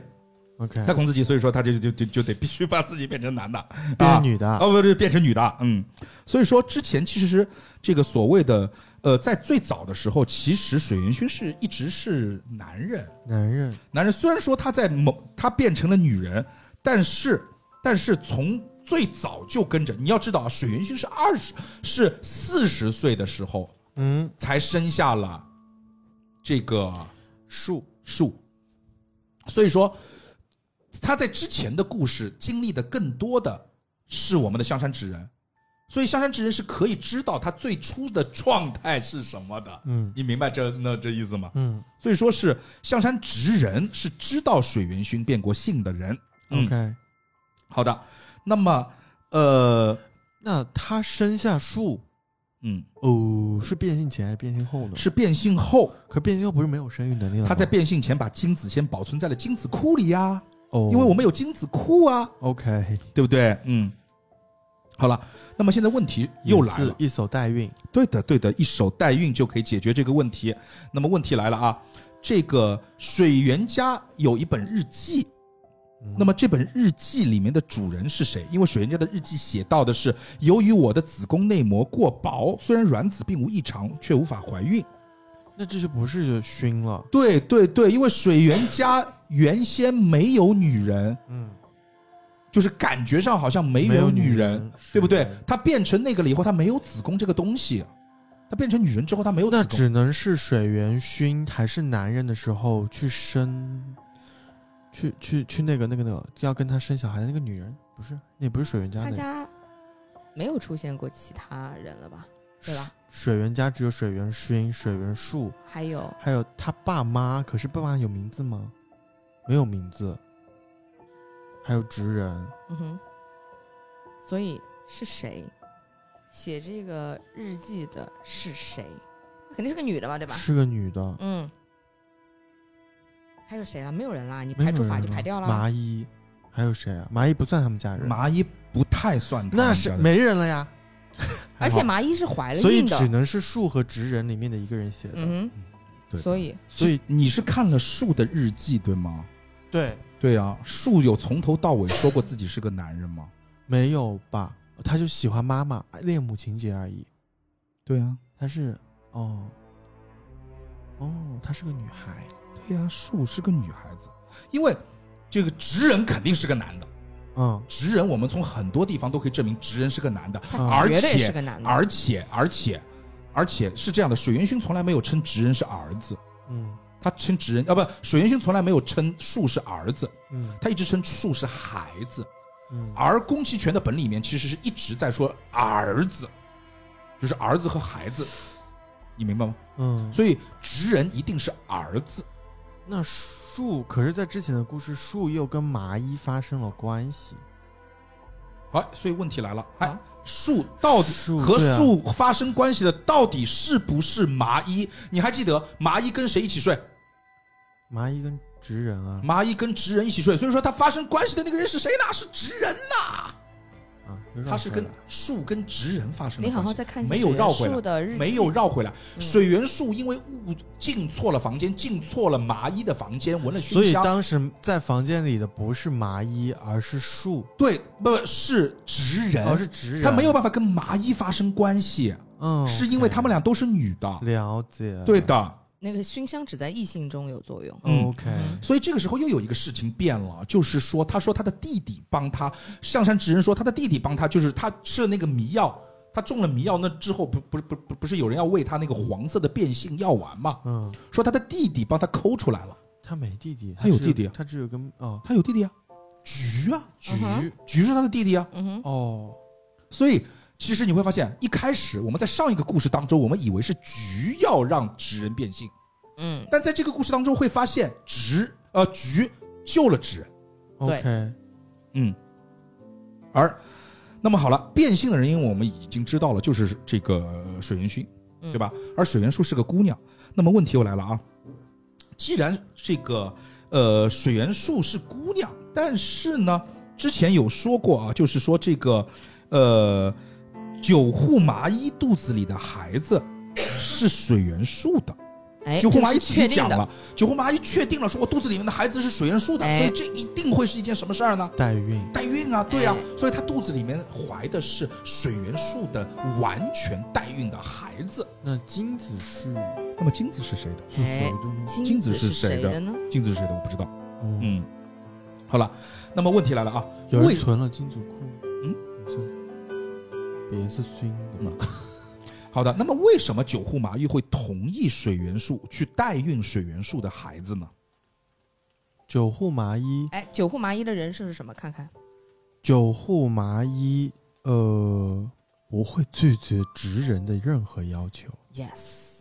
Speaker 4: ，OK，
Speaker 2: 他恐自己，所以说他就就就就得必须把自己变成男的，
Speaker 4: 变
Speaker 2: 啊
Speaker 4: 成女的，
Speaker 2: 哦不对，变成女的，嗯，所以说之前其实是这个所谓的呃，在最早的时候，其实水原薰是一直是男人，
Speaker 4: 男人，
Speaker 2: 男人虽然说他在某他变成了女人，但是但是从最早就跟着，你要知道啊，水原薰是二十是四十岁的时候
Speaker 4: 嗯，
Speaker 2: 才生下了这个
Speaker 4: 树，
Speaker 2: 树，所以说他在之前的故事经历的更多的是我们的香山直人，所以香山之人是可以知道他最初的状态是什么的。
Speaker 4: 嗯
Speaker 2: 你明白这那这意思吗？
Speaker 4: 嗯
Speaker 2: 所以说是象山直人是知道水原薰变过性的人。嗯
Speaker 4: ，OK。
Speaker 2: 好的，那么呃
Speaker 4: 那他生下树
Speaker 2: 嗯
Speaker 4: 哦，是变性前还是变性后呢？
Speaker 2: 是变性后，
Speaker 4: 可变性后不是没有生育能力了吗？
Speaker 2: 他在变性前把精子先保存在了精子库里呀、
Speaker 4: 哦，
Speaker 2: 因为我们有精子库啊，
Speaker 4: OK
Speaker 2: 对不对？嗯，好了，那么现在问题又来
Speaker 4: 也
Speaker 2: 了
Speaker 4: 是，一手代孕，
Speaker 2: 对的，对的，一手代孕就可以解决这个问题。那么问题来了啊，这个水源家有一本日记，
Speaker 4: 嗯
Speaker 2: 那么这本日记里面的主人是谁？因为水源家的日记写到的是，由于我的子宫内膜过薄，虽然卵子并无异常，却无法怀孕。
Speaker 4: 那这就不是熏了，
Speaker 2: 对对对，因为水源家原先没有女人，
Speaker 4: 嗯，
Speaker 2: 就是感觉上好像没
Speaker 4: 没
Speaker 2: 有
Speaker 4: 女
Speaker 2: 女人，，
Speaker 4: 是
Speaker 2: 对不对
Speaker 4: 的？
Speaker 2: 她变成那个了以后，她没有子宫这个东西。她变成女人之后，她没有
Speaker 4: 那
Speaker 2: 子宫。
Speaker 4: 只能是水源熏还是男人的时候去生，去去去那个那个那个要跟他生小孩的那个女人，不是，那不是水源家
Speaker 1: 他
Speaker 4: 的，
Speaker 1: 家没有出现过其他人了吧？对吧？
Speaker 4: 水源家只有水源熏、水源树，
Speaker 1: 还有
Speaker 4: 还有他爸妈。可是爸妈有名字吗？没有名字。还有直人，
Speaker 1: 嗯哼，所以是谁写这个日记的是谁？肯定是个女的嘛，对吧？
Speaker 4: 是个女的，
Speaker 1: 嗯，还有谁了？没有人啦，你
Speaker 4: 没有
Speaker 1: 排除法
Speaker 4: 人
Speaker 1: 就
Speaker 4: 了
Speaker 1: 排掉了。
Speaker 4: 麻衣，还有谁啊？麻衣不算他们家人，
Speaker 2: 麻衣不太算她
Speaker 4: 那
Speaker 2: 们
Speaker 4: 是
Speaker 2: 家的
Speaker 4: 没人了呀。
Speaker 1: 而且麻衣是怀了
Speaker 4: 所以
Speaker 1: 孕的，
Speaker 4: 只能是树和直人里面的一个人写的。
Speaker 1: 嗯
Speaker 2: 对
Speaker 1: 哼，所以
Speaker 4: 所以
Speaker 2: 你是看了树的日记对吗？
Speaker 4: 对，
Speaker 2: 对啊，树有从头到尾说过自己是个男人吗？
Speaker 4: 没有吧？他就喜欢妈妈，恋母情节而已。
Speaker 2: 对啊，
Speaker 4: 他是哦哦，她是个女孩。
Speaker 2: 对啊，树是个女孩子，因为这个直人肯定是个男的。
Speaker 4: 嗯，
Speaker 2: 直人我们从很多地方都可以证明直人是个男的，
Speaker 4: 啊
Speaker 2: 而
Speaker 1: 绝对是
Speaker 2: 且
Speaker 1: 个男的。
Speaker 2: 而且而且而且是这样的，水原薰从来没有称直人是儿子，
Speaker 4: 嗯
Speaker 2: 他称直人啊不，水原薰从来没有称树是儿子，
Speaker 4: 嗯
Speaker 2: 他一直称树是孩子。
Speaker 4: 嗯，
Speaker 2: 而宫崎骏的本里面其实是一直在说儿子，就是儿子和孩子，你明白吗？
Speaker 4: 嗯，
Speaker 2: 所以直人一定是儿子，
Speaker 4: 那树可是在之前的故事，树又跟麻衣发生了关系。
Speaker 2: 哎，所以问题来了，哎，树到底
Speaker 4: 啊树
Speaker 2: 和
Speaker 4: 对啊
Speaker 2: 树发生关系的到底是不是麻衣？你还记得麻衣跟谁一起睡？
Speaker 4: 麻衣跟直人啊
Speaker 2: 麻衣跟直人一起睡，所以说他发生关系的那个人是谁呢？是直人呐，
Speaker 4: 啊，又绕
Speaker 2: 他是
Speaker 4: 回
Speaker 2: 跟
Speaker 4: 来了
Speaker 2: 树跟直人发生的
Speaker 1: 你好
Speaker 2: 关
Speaker 1: 好
Speaker 2: 系。
Speaker 1: 再看一下
Speaker 2: 没有绕回
Speaker 1: 水
Speaker 2: 来
Speaker 1: 原树的日记，
Speaker 2: 没有绕回来，
Speaker 1: 嗯
Speaker 2: 水元素因为误进错了房间，进错了麻衣的房间，闻了
Speaker 4: 所
Speaker 2: 熏
Speaker 4: 以
Speaker 2: 香。
Speaker 4: 当时在房间里的不是麻衣，而是树，
Speaker 2: 对，不是直人，
Speaker 4: 哦而是直人。
Speaker 2: 他没有办法跟麻衣发生关系，
Speaker 4: 嗯，
Speaker 2: 是因为他们俩都是女的。
Speaker 4: 了解，
Speaker 2: 对的，
Speaker 1: 那个熏香只在异性中有作用。
Speaker 2: 嗯
Speaker 4: ，OK，
Speaker 2: 所以这个时候又有一个事情变了，就是说，他说他的弟弟帮他，上山直人说他的弟弟帮他，就是他吃了那个迷药，他中了迷药，那之后不不不不不是有人要喂他那个黄色的变性药丸吗？
Speaker 4: 嗯，
Speaker 2: 说他的弟弟帮他抠出来了，
Speaker 4: 他没弟弟，
Speaker 2: 他有
Speaker 4: 只
Speaker 2: 弟弟啊
Speaker 4: 他只有跟哦
Speaker 2: 他有弟弟啊，菊啊，
Speaker 4: 菊
Speaker 1: 嗯哼
Speaker 2: 菊是他的弟弟啊，
Speaker 1: 嗯哼，
Speaker 4: 哦，
Speaker 2: 所以其实你会发现，一开始我们在上一个故事当中，我们以为是菊要让直人变性，
Speaker 1: 嗯，
Speaker 2: 但在这个故事当中会发现直呃菊救了直人，
Speaker 1: 对
Speaker 4: OK，
Speaker 2: 嗯，而那么好了，变性的人，因为我们已经知道了，就是这个呃水原薰，
Speaker 1: 嗯
Speaker 2: 对吧？而水原树是个姑娘，那么问题又来了啊，既然这个呃水原树是姑娘，但是呢，之前有说过啊，就是说这个呃九户麻衣肚子里的孩子是水原树的。
Speaker 1: 哎，
Speaker 2: 九
Speaker 1: 这
Speaker 2: 红
Speaker 1: 个
Speaker 2: 麻
Speaker 1: 是
Speaker 2: 衣自己
Speaker 1: 确定
Speaker 2: 讲
Speaker 1: 的，
Speaker 2: 了，九红麻衣确定了，说我肚子里面的孩子是水元素的，
Speaker 1: 哎
Speaker 2: 所以这一定会是一件什么事儿呢？
Speaker 4: 代孕
Speaker 2: 代孕啊，对啊，
Speaker 1: 哎
Speaker 2: 所以她肚子里面怀的是水元素的完全代孕的孩子。
Speaker 4: 那精子是
Speaker 2: 那么精子是谁的？
Speaker 4: 是谁的吗？
Speaker 1: 金
Speaker 2: 金
Speaker 1: 子
Speaker 2: 子是谁
Speaker 1: 谁
Speaker 2: 的
Speaker 1: 的呢？
Speaker 2: 精子是谁的？我不知道。
Speaker 4: 哦，
Speaker 2: 嗯，好了，那么问题来了啊，
Speaker 4: 有人
Speaker 2: 为
Speaker 4: 存了精子库，
Speaker 2: 嗯
Speaker 4: 没事，别是熏的嘛，
Speaker 2: 好的，那么为什么九户麻衣会同意水元素去代孕水元素的孩子呢？
Speaker 4: 九户麻衣，
Speaker 1: 哎，九户麻衣的人设是什么？看看，
Speaker 4: 九户麻衣，呃，我会拒绝职人的任何要求，
Speaker 1: Yes，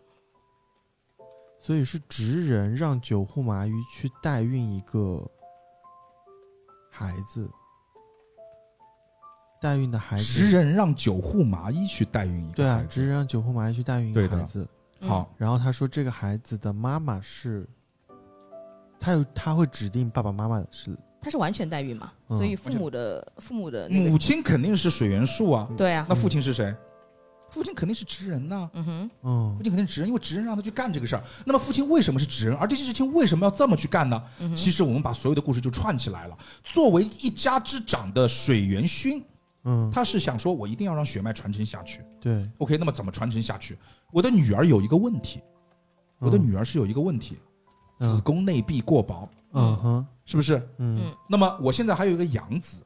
Speaker 4: 所以是职人让九户麻衣去代孕一个孩子，代孕的孩子，
Speaker 2: 职人让九户麻衣去代孕一个
Speaker 4: 对啊
Speaker 2: 孩，子
Speaker 4: 职人让九户麻衣去代孕一
Speaker 2: 对啊
Speaker 4: 个
Speaker 2: 的
Speaker 4: 孩子，
Speaker 1: 嗯
Speaker 2: 好，
Speaker 4: 然后他说这个孩子的妈妈是，他有他会指定爸爸妈妈是，
Speaker 1: 他是完全代孕嘛，
Speaker 4: 嗯
Speaker 1: 所以父母的父母的那个
Speaker 2: 母亲肯定是水元素啊，
Speaker 1: 对啊，
Speaker 2: 那父亲是谁？父亲肯定是职人呐、
Speaker 1: 嗯哼，
Speaker 4: 嗯
Speaker 2: 父，亲肯定是职人，因为职人让他去干这个事儿。那么父亲为什么是职人？而这件事情为什么要这么去干呢？
Speaker 1: 嗯哼
Speaker 2: 其实我们把所有的故事就串起来了。作为一家之长的水元勋，
Speaker 4: 嗯，
Speaker 2: 他是想说，我一定要让血脉传承下去。
Speaker 4: 对，
Speaker 2: OK，那么怎么传承下去？我的女儿有一个问题，我的女儿是有一个问题，
Speaker 4: 嗯
Speaker 2: 子宫内壁过薄，
Speaker 4: 嗯哼，
Speaker 2: 是不是？
Speaker 4: 嗯
Speaker 2: 那么我现在还有一个养子，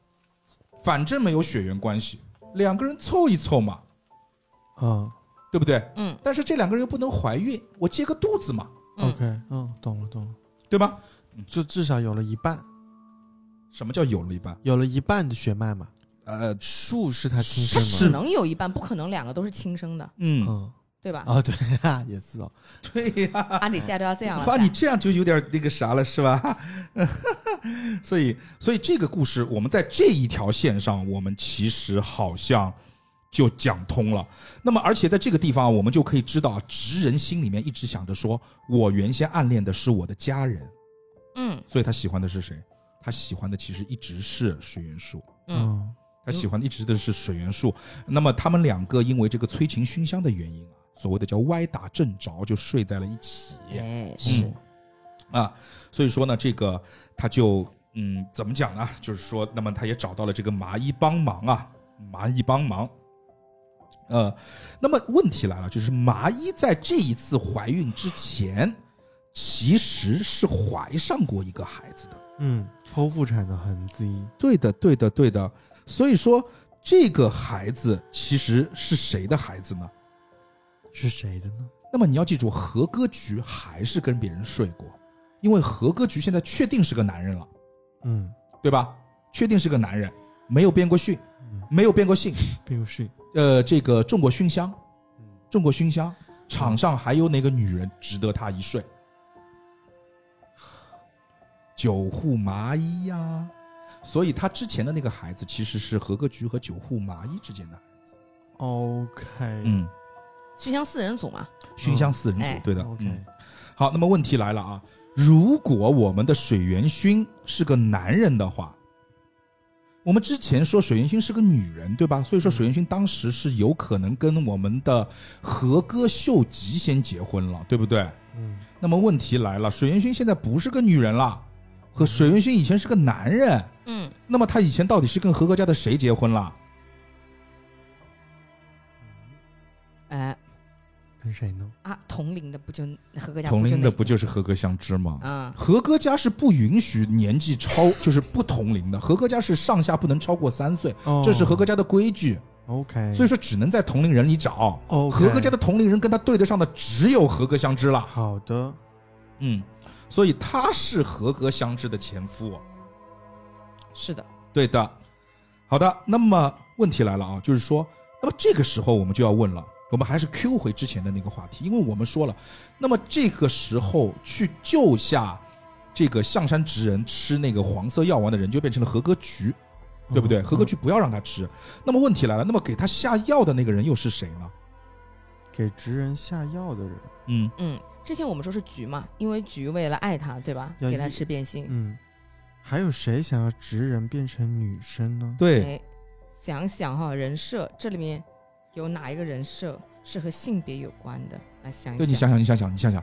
Speaker 2: 反正没有血缘关系，两个人凑一凑嘛，
Speaker 4: 嗯
Speaker 2: 对不对？
Speaker 1: 嗯
Speaker 2: 但是这两个人又不能怀孕，我借个肚子嘛，
Speaker 1: 嗯
Speaker 4: ，OK，嗯，懂了懂了，
Speaker 2: 对吧？
Speaker 4: 就至少有了一半，
Speaker 2: 什么叫有了一半？
Speaker 4: 有了一半的血脉嘛，
Speaker 2: 呃，
Speaker 4: 树是他亲
Speaker 1: 他
Speaker 4: 生
Speaker 1: 只
Speaker 4: 的，
Speaker 1: 能有一半，不可能两个都是亲生的，
Speaker 2: 嗯，
Speaker 4: 嗯，
Speaker 1: 对吧？
Speaker 4: 哦，对 啊，也是哦，
Speaker 2: 对呀、
Speaker 1: 阿里夏都要这 样了，
Speaker 2: 哇，你这样就有点那个啥了，是吧？ 所以，所以这个故事我们在这一条线上，我们其实好像就讲通了。那么，而且在这个地方，我们就可以知道，直人心里面一直想着说，我原先暗恋的是我的家人，
Speaker 1: 嗯
Speaker 2: 所以他喜欢的是谁？他喜欢的其实一直是水元素。
Speaker 1: 嗯
Speaker 4: 嗯
Speaker 2: 他喜欢一直的是水元素。那么他们两个因为这个催情熏香的原因啊，所谓的叫歪打正着，就睡在了一起
Speaker 1: 哎
Speaker 2: 嗯啊。所以说呢，这个他就嗯，怎么讲呢？就是说，那么他也找到了这个麻衣帮忙啊，麻衣帮忙。呃，那么问题来了，就是麻衣在这一次怀孕之前，其实是怀上过一个孩子的。
Speaker 4: 嗯，剖腹产的痕迹，
Speaker 2: 对的，对的，对的。所以说，这个孩子其实是谁的孩子呢？
Speaker 4: 是谁的呢？
Speaker 2: 那么你要记住，何歌菊还是跟别人睡过，因为何歌菊现在确定是个男人了，
Speaker 4: 嗯
Speaker 2: 对吧？确定是个男人，没有变过性，
Speaker 4: 嗯，
Speaker 2: 没有变过性。
Speaker 4: 并不是，
Speaker 2: 呃，这个中过熏香，
Speaker 4: 嗯
Speaker 2: 中过熏香，场上还有哪个女人值得他一睡？九户麻衣呀、所以他之前的那个孩子其实是何歌菊和九户麻衣之间的孩子。
Speaker 4: ，OK，
Speaker 2: 嗯，
Speaker 1: 熏香四人组嘛，
Speaker 2: 熏香四人组，
Speaker 1: 哎
Speaker 2: 对的。嗯
Speaker 4: ，OK，
Speaker 2: 好，那么问题来了啊，如果我们的水原薰是个男人的话，我们之前说水原薰是个女人，对吧？所以说水原薰当时是有可能跟我们的和歌秀吉先结婚了，对不对？
Speaker 4: 嗯
Speaker 2: 那么问题来了，水原薰现在不是个女人了，和水原薰以前是个男人，
Speaker 1: 嗯，
Speaker 2: 那么他以前到底是跟和歌家的谁结婚了？
Speaker 1: 哎
Speaker 4: 嗯跟谁呢？
Speaker 1: 啊，同龄的不就合格家
Speaker 2: 同龄的
Speaker 1: 不
Speaker 2: 不就是和歌相知吗？
Speaker 1: 啊？
Speaker 2: 和歌家是不允许年纪超，就是不同龄的。和歌家是上下不能超过三岁，
Speaker 4: 哦哎
Speaker 2: 这是和歌家的规矩，
Speaker 4: ，OK，
Speaker 2: 所以说只能在同龄人里找。
Speaker 4: 哦，
Speaker 2: 和歌家的同龄人跟他对得上的只有和歌相知了。
Speaker 4: 好的，
Speaker 2: 嗯，所以他是和歌相知的前夫。
Speaker 1: 是的，
Speaker 2: 对的，好的。那么问题来了啊，就是说，那么这个时候我们就要问了，我们还是 Q 回之前的那个话题，因为我们说了，那么这个时候去救下这个象山直人吃那个黄色药丸的人，就变成了和歌菊，对不对？
Speaker 4: 嗯
Speaker 2: 和歌菊不要让他吃。那么问题来了，那么给他下药的那个人又是谁呢？
Speaker 4: 嗯给职人下药的人，
Speaker 2: 嗯，
Speaker 1: 嗯，之前我们说是菊嘛，因为菊为了爱他，对吧？
Speaker 4: 要
Speaker 1: 给他
Speaker 4: 一
Speaker 1: 吃变性，
Speaker 4: 嗯，还有谁想要职人变成女生呢？
Speaker 2: 对，
Speaker 1: 哎，想想哈，人设这里面有哪一个人设是和性别有关的？来想一
Speaker 2: 对，你想想，你想想，你想想，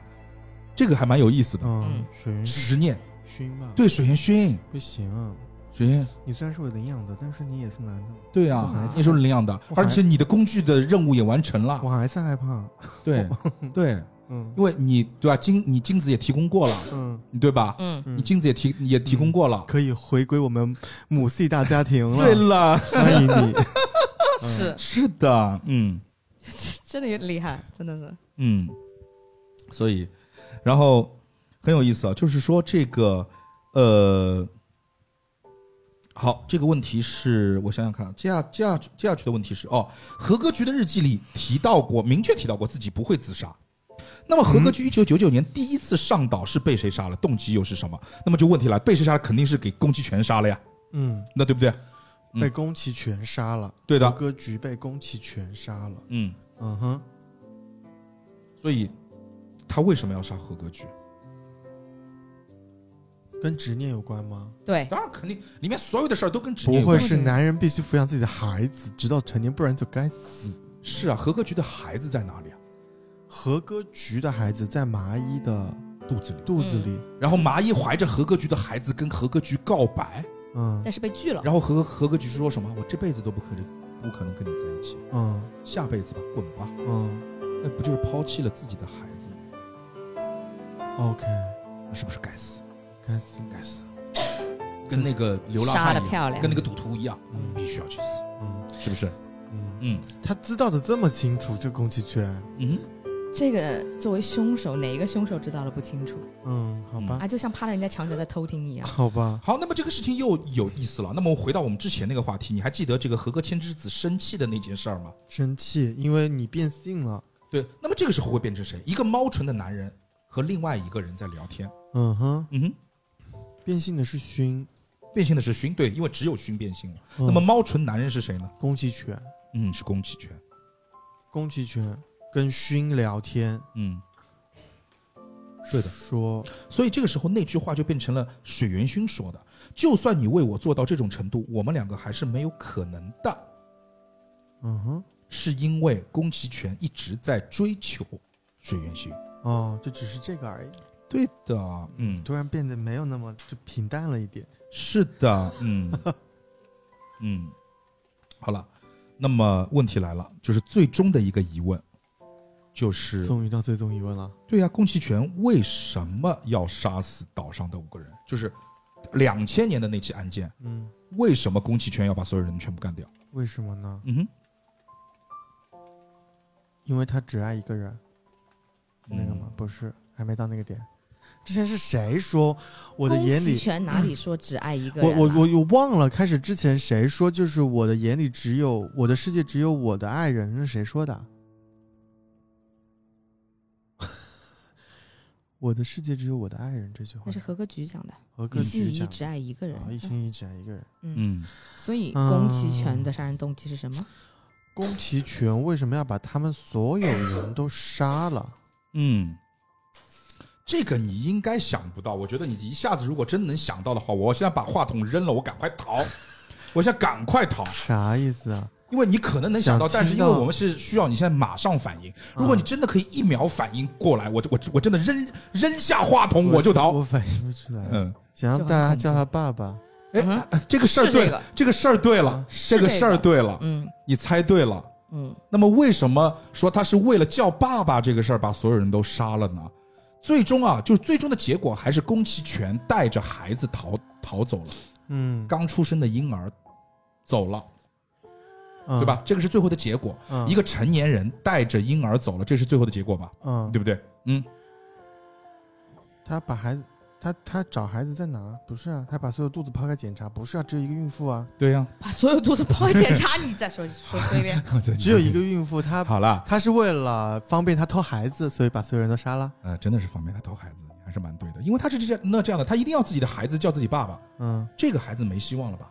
Speaker 2: 这个还蛮有意思的。
Speaker 4: 嗯
Speaker 1: 嗯，
Speaker 4: 水原
Speaker 2: 执念，
Speaker 4: 薰吧，，
Speaker 2: 对，水原薰，
Speaker 4: 不行啊，
Speaker 2: 水原，
Speaker 4: 你虽然是我领养的，但是你也是男的，
Speaker 2: 对啊
Speaker 4: 我还，
Speaker 2: 那时候领养的，
Speaker 4: 我还
Speaker 2: 而且你的工具的任务也完成了
Speaker 4: 我，还是害怕，
Speaker 2: 对对，
Speaker 4: 嗯
Speaker 2: 因为你对吧，金你金子也提供过了，
Speaker 4: 嗯，
Speaker 2: 对吧？
Speaker 1: 嗯，
Speaker 4: 嗯
Speaker 2: 你金子也提也提供过了，
Speaker 4: 可以回归我们母系大家庭
Speaker 1: 嗯
Speaker 4: 了，
Speaker 2: 对了，
Speaker 4: 欢迎 你，嗯
Speaker 1: 是
Speaker 2: 是的，嗯
Speaker 1: 真的有点厉害，真的是，
Speaker 2: 嗯，所以，然后很有意思啊，就是说这个呃，好，这个问题是我想想看，啊接下接下接下去的问题是哦，何格局的日记里提到过，明确提到过自己不会自杀。那么何格局一九九九年第一次上岛是被谁杀了？动机又是什么？那么就问题来，被谁杀了肯定是给宫崎骏杀了呀，
Speaker 4: 嗯，
Speaker 2: 那对不对？嗯
Speaker 4: 被宫崎全杀了，
Speaker 2: 对的
Speaker 4: 胡歌局被宫崎全杀了，
Speaker 2: 嗯，
Speaker 4: 嗯哼，
Speaker 2: 所以他为什么要杀何格局？
Speaker 4: 跟执念有关吗？
Speaker 1: 对，
Speaker 2: 当然肯定，里面所有的事儿都跟执念
Speaker 4: 不
Speaker 2: 有
Speaker 4: 会
Speaker 2: 关。
Speaker 4: 是男人必须抚养自己的孩子，直到成年，不然就该死。
Speaker 2: 是啊，何格局的孩子在哪里啊？
Speaker 4: 和歌局的孩子在麻衣的
Speaker 2: 肚子里。
Speaker 4: 肚子里，
Speaker 2: 然后麻衣怀着何格局的孩子跟何格局告白，
Speaker 4: 嗯
Speaker 1: 但是被拒了。
Speaker 2: 然后何何格局说什么？我这辈子都不可能不可能跟你在一起，
Speaker 4: 嗯
Speaker 2: 下辈子吧，滚吧！
Speaker 4: 嗯
Speaker 2: 那不就是抛弃了自己的孩子吗？
Speaker 4: ，OK，
Speaker 2: 那是不是该死？
Speaker 4: 该死，
Speaker 2: 该死！跟那个流浪
Speaker 1: 杀
Speaker 2: 汉
Speaker 1: 得
Speaker 2: 一
Speaker 1: 漂
Speaker 2: 样，
Speaker 1: 亮
Speaker 2: 跟那个赌徒一样，
Speaker 4: 嗯
Speaker 2: 必须要去死，
Speaker 4: 嗯
Speaker 2: 是不是？
Speaker 4: 嗯，
Speaker 2: 嗯
Speaker 4: 他知道的这么清楚，这宫崎全，
Speaker 2: 嗯，
Speaker 1: 这个作为凶手，哪一个凶手知道了不清楚
Speaker 4: 嗯，好吧，
Speaker 1: 啊？就像趴在人家墙角在偷听
Speaker 2: 啊
Speaker 1: 一样。
Speaker 4: 好吧，
Speaker 2: 好，那么这个事情又有意思了。那么回到我们之前那个话题，你还记得这个和歌千之子生气的那件事儿吗？
Speaker 4: 生气，因为你变性了，
Speaker 2: 对，那么这个时候会变成谁？一个猫唇的男人和另外一个人在聊天。
Speaker 4: 嗯哼，
Speaker 2: 嗯哼，
Speaker 4: 变性的是勋，
Speaker 2: 变性的是勋，对，因为只有勋变性了。
Speaker 4: 嗯
Speaker 2: 那么猫唇男人是谁呢？
Speaker 4: 宫崎全，
Speaker 2: 嗯，是宫崎骏。
Speaker 4: 宫崎全跟勋聊天，
Speaker 2: 嗯，对的
Speaker 4: 说
Speaker 2: 所以这个时候那句话就变成了水原薰说的：“就算你为我做到这种程度，我们两个还是没有可能的，
Speaker 4: 嗯哼，
Speaker 2: 是因为宫崎骏一直在追求水原薰。
Speaker 4: 哦，就只是这个而已，”
Speaker 2: 对的，嗯，
Speaker 4: 突然变得没有那么就平淡了一点，
Speaker 2: 是的，嗯， 嗯，好了，那么问题来了，就是最终的一个疑问，就是
Speaker 4: 终于到最终疑问了，
Speaker 2: 对呀、宫崎骏为什么要杀死岛上的五个人？就是两千年的那起案件，
Speaker 4: 嗯，
Speaker 2: 为什么宫崎骏要把所有人全部干掉？
Speaker 4: 为什么呢？
Speaker 2: 嗯哼，
Speaker 4: 因为他只爱一个人，
Speaker 2: 嗯
Speaker 4: 那个吗？不是，还没到那个点。之前是谁说我的眼
Speaker 1: 宫崎
Speaker 4: 里，
Speaker 1: 骏哪里说只爱一个
Speaker 4: 我
Speaker 1: 人啊了？
Speaker 4: 我我我忘了，开始之前谁说就是我的眼里只有我的世界只有我的爱人是谁说的？我的世界只有我的爱人这句话
Speaker 1: 那是和歌局讲的，
Speaker 4: 和歌
Speaker 1: 一心
Speaker 4: 曲
Speaker 1: 一意
Speaker 4: 讲
Speaker 1: 只爱一个人
Speaker 4: 啊，。一心一意只爱一个人。
Speaker 1: 嗯，
Speaker 2: 嗯，
Speaker 1: 所以宫崎骏的杀人动机是什么？
Speaker 4: 宫崎骏为什么要把他们所有人都杀了？
Speaker 2: 嗯，这个你应该想不到。我觉得你一下子如果真能想到的话，我现在把话筒扔了，我赶快逃，我现在赶快逃，
Speaker 4: 啥意思啊？
Speaker 2: 因为你可能能想到，
Speaker 4: 想
Speaker 2: 但是因
Speaker 4: 听
Speaker 2: 为
Speaker 4: 到
Speaker 2: 我们是需要你现在马上反应。如果你
Speaker 4: 嗯
Speaker 2: 真的可以一秒反应过来，我我我真的扔扔下话筒我就逃。
Speaker 4: 我反应不出来。
Speaker 2: 嗯，
Speaker 4: 想让大家叫他爸爸。
Speaker 1: 嗯
Speaker 2: 这个事儿
Speaker 1: 是这
Speaker 2: 对
Speaker 1: 个
Speaker 2: 了，这个事儿对了，
Speaker 1: 是
Speaker 2: 这个
Speaker 1: 这
Speaker 2: 事儿
Speaker 1: 个
Speaker 2: 对了，
Speaker 1: 嗯
Speaker 2: 你猜对了。
Speaker 1: 嗯，
Speaker 2: 那么为什么说他是为了叫爸爸这个事儿把所有人都杀了呢？最终啊，就是最终的结果还是宫崎骏带着孩子逃逃走了，
Speaker 4: 嗯，
Speaker 2: 刚出生的婴儿走了，对
Speaker 4: 对？
Speaker 2: 吧？这个是最后的结果。
Speaker 4: 嗯
Speaker 2: 一个成年人带着婴儿走了，这是最后的结果吧？
Speaker 4: 嗯，
Speaker 2: 对不对？嗯，
Speaker 4: 他把孩子，他他找孩子在哪？不是啊，他把所有肚子剖开检查，不是啊，只有一个孕妇啊，
Speaker 2: 对呀、
Speaker 1: 把所有肚子剖开检查，你再说说说一 遍。
Speaker 4: 只有一个孕妇，他
Speaker 2: 好啦，
Speaker 4: 他是为了方便他偷孩子，所以把所有人都杀了。
Speaker 2: 呃，真的是方便他偷孩子，你还是蛮对的，因为他是这样那这样的，他一定要自己的孩子叫自己爸爸，
Speaker 4: 嗯
Speaker 2: 这个孩子没希望了吧？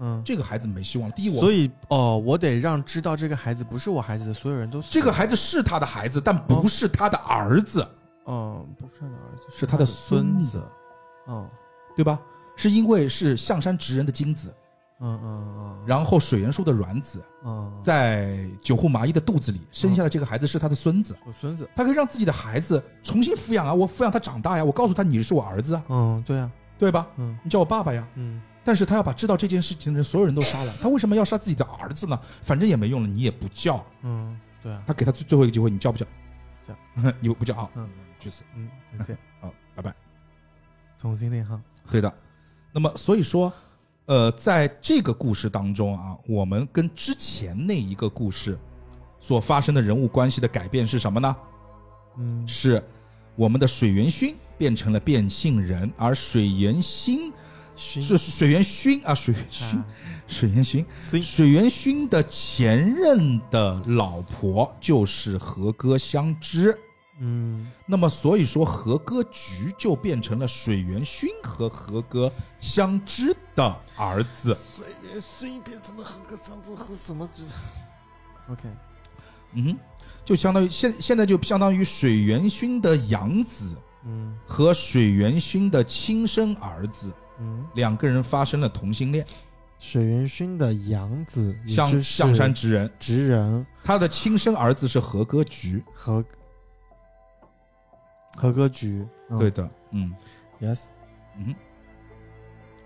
Speaker 4: 嗯，
Speaker 2: 这个孩子没希望了。第一，我
Speaker 4: 所以哦，我得让知道这个孩子不是我孩子的所有人都死
Speaker 2: 这个孩子是他的孩子，但
Speaker 4: 哦
Speaker 2: 不是他的儿子，
Speaker 4: 嗯不是他的儿子，
Speaker 2: 是
Speaker 4: 他
Speaker 2: 他的孙
Speaker 4: 子。
Speaker 2: 子，
Speaker 4: 嗯
Speaker 2: 对吧？是因为是象山直人的精子，
Speaker 4: 嗯嗯嗯
Speaker 2: 然后水原树的卵子
Speaker 4: 嗯，
Speaker 2: 在九户麻衣的肚子里生下了这个孩子，是他的孙子。
Speaker 4: 我孙子。
Speaker 2: 他可以让自己的孩子重新抚养啊，我抚养他长大呀，我告诉他你是我儿子啊，
Speaker 4: 嗯，对啊，
Speaker 2: 对吧？
Speaker 4: 嗯
Speaker 2: 你叫我爸爸呀。
Speaker 4: 嗯
Speaker 2: 但是他要把知道这件事情的人所有人都杀了，他为什么要杀自己的儿子呢？反正也没用了，你也不叫，
Speaker 4: 嗯，对啊，
Speaker 2: 他给他最最后一个机会，你叫不叫？ 你不叫啊，
Speaker 4: 嗯
Speaker 2: 去死！
Speaker 4: 嗯，再见，
Speaker 2: 好，拜拜。
Speaker 4: 重新练哈。
Speaker 2: 对的。那么所以说，呃，在这个故事当中啊，我们跟之前那一个故事所发生的人物关系的改变是什么呢？
Speaker 4: 嗯
Speaker 2: 是我们的水原薰变成了变性人，而水原薰
Speaker 4: 熏
Speaker 2: 是水原薰啊，水原薰
Speaker 4: 啊，
Speaker 2: 水原薰，
Speaker 4: 熏
Speaker 2: 水原薰的前任的老婆就是和歌香织。
Speaker 4: 嗯，
Speaker 2: 那么所以说，和歌菊就变成了水原薰和和歌香织的儿子。
Speaker 4: 随便随便变成了喝个嗓子喝什么就是，OK，
Speaker 2: 嗯哼，就相当于现现在就相当于水原薰的养子
Speaker 4: 嗯
Speaker 2: 和水原薰的亲生儿子
Speaker 4: 嗯，
Speaker 2: 两个人发生了同性恋，
Speaker 4: 水原薰的养子也
Speaker 2: 象
Speaker 4: 就是
Speaker 2: 象山直人，
Speaker 4: 直人
Speaker 2: 他的亲生儿子是和歌菊。
Speaker 4: 和和歌菊，嗯、
Speaker 2: 对的，嗯
Speaker 4: ，yes，
Speaker 2: 嗯哼，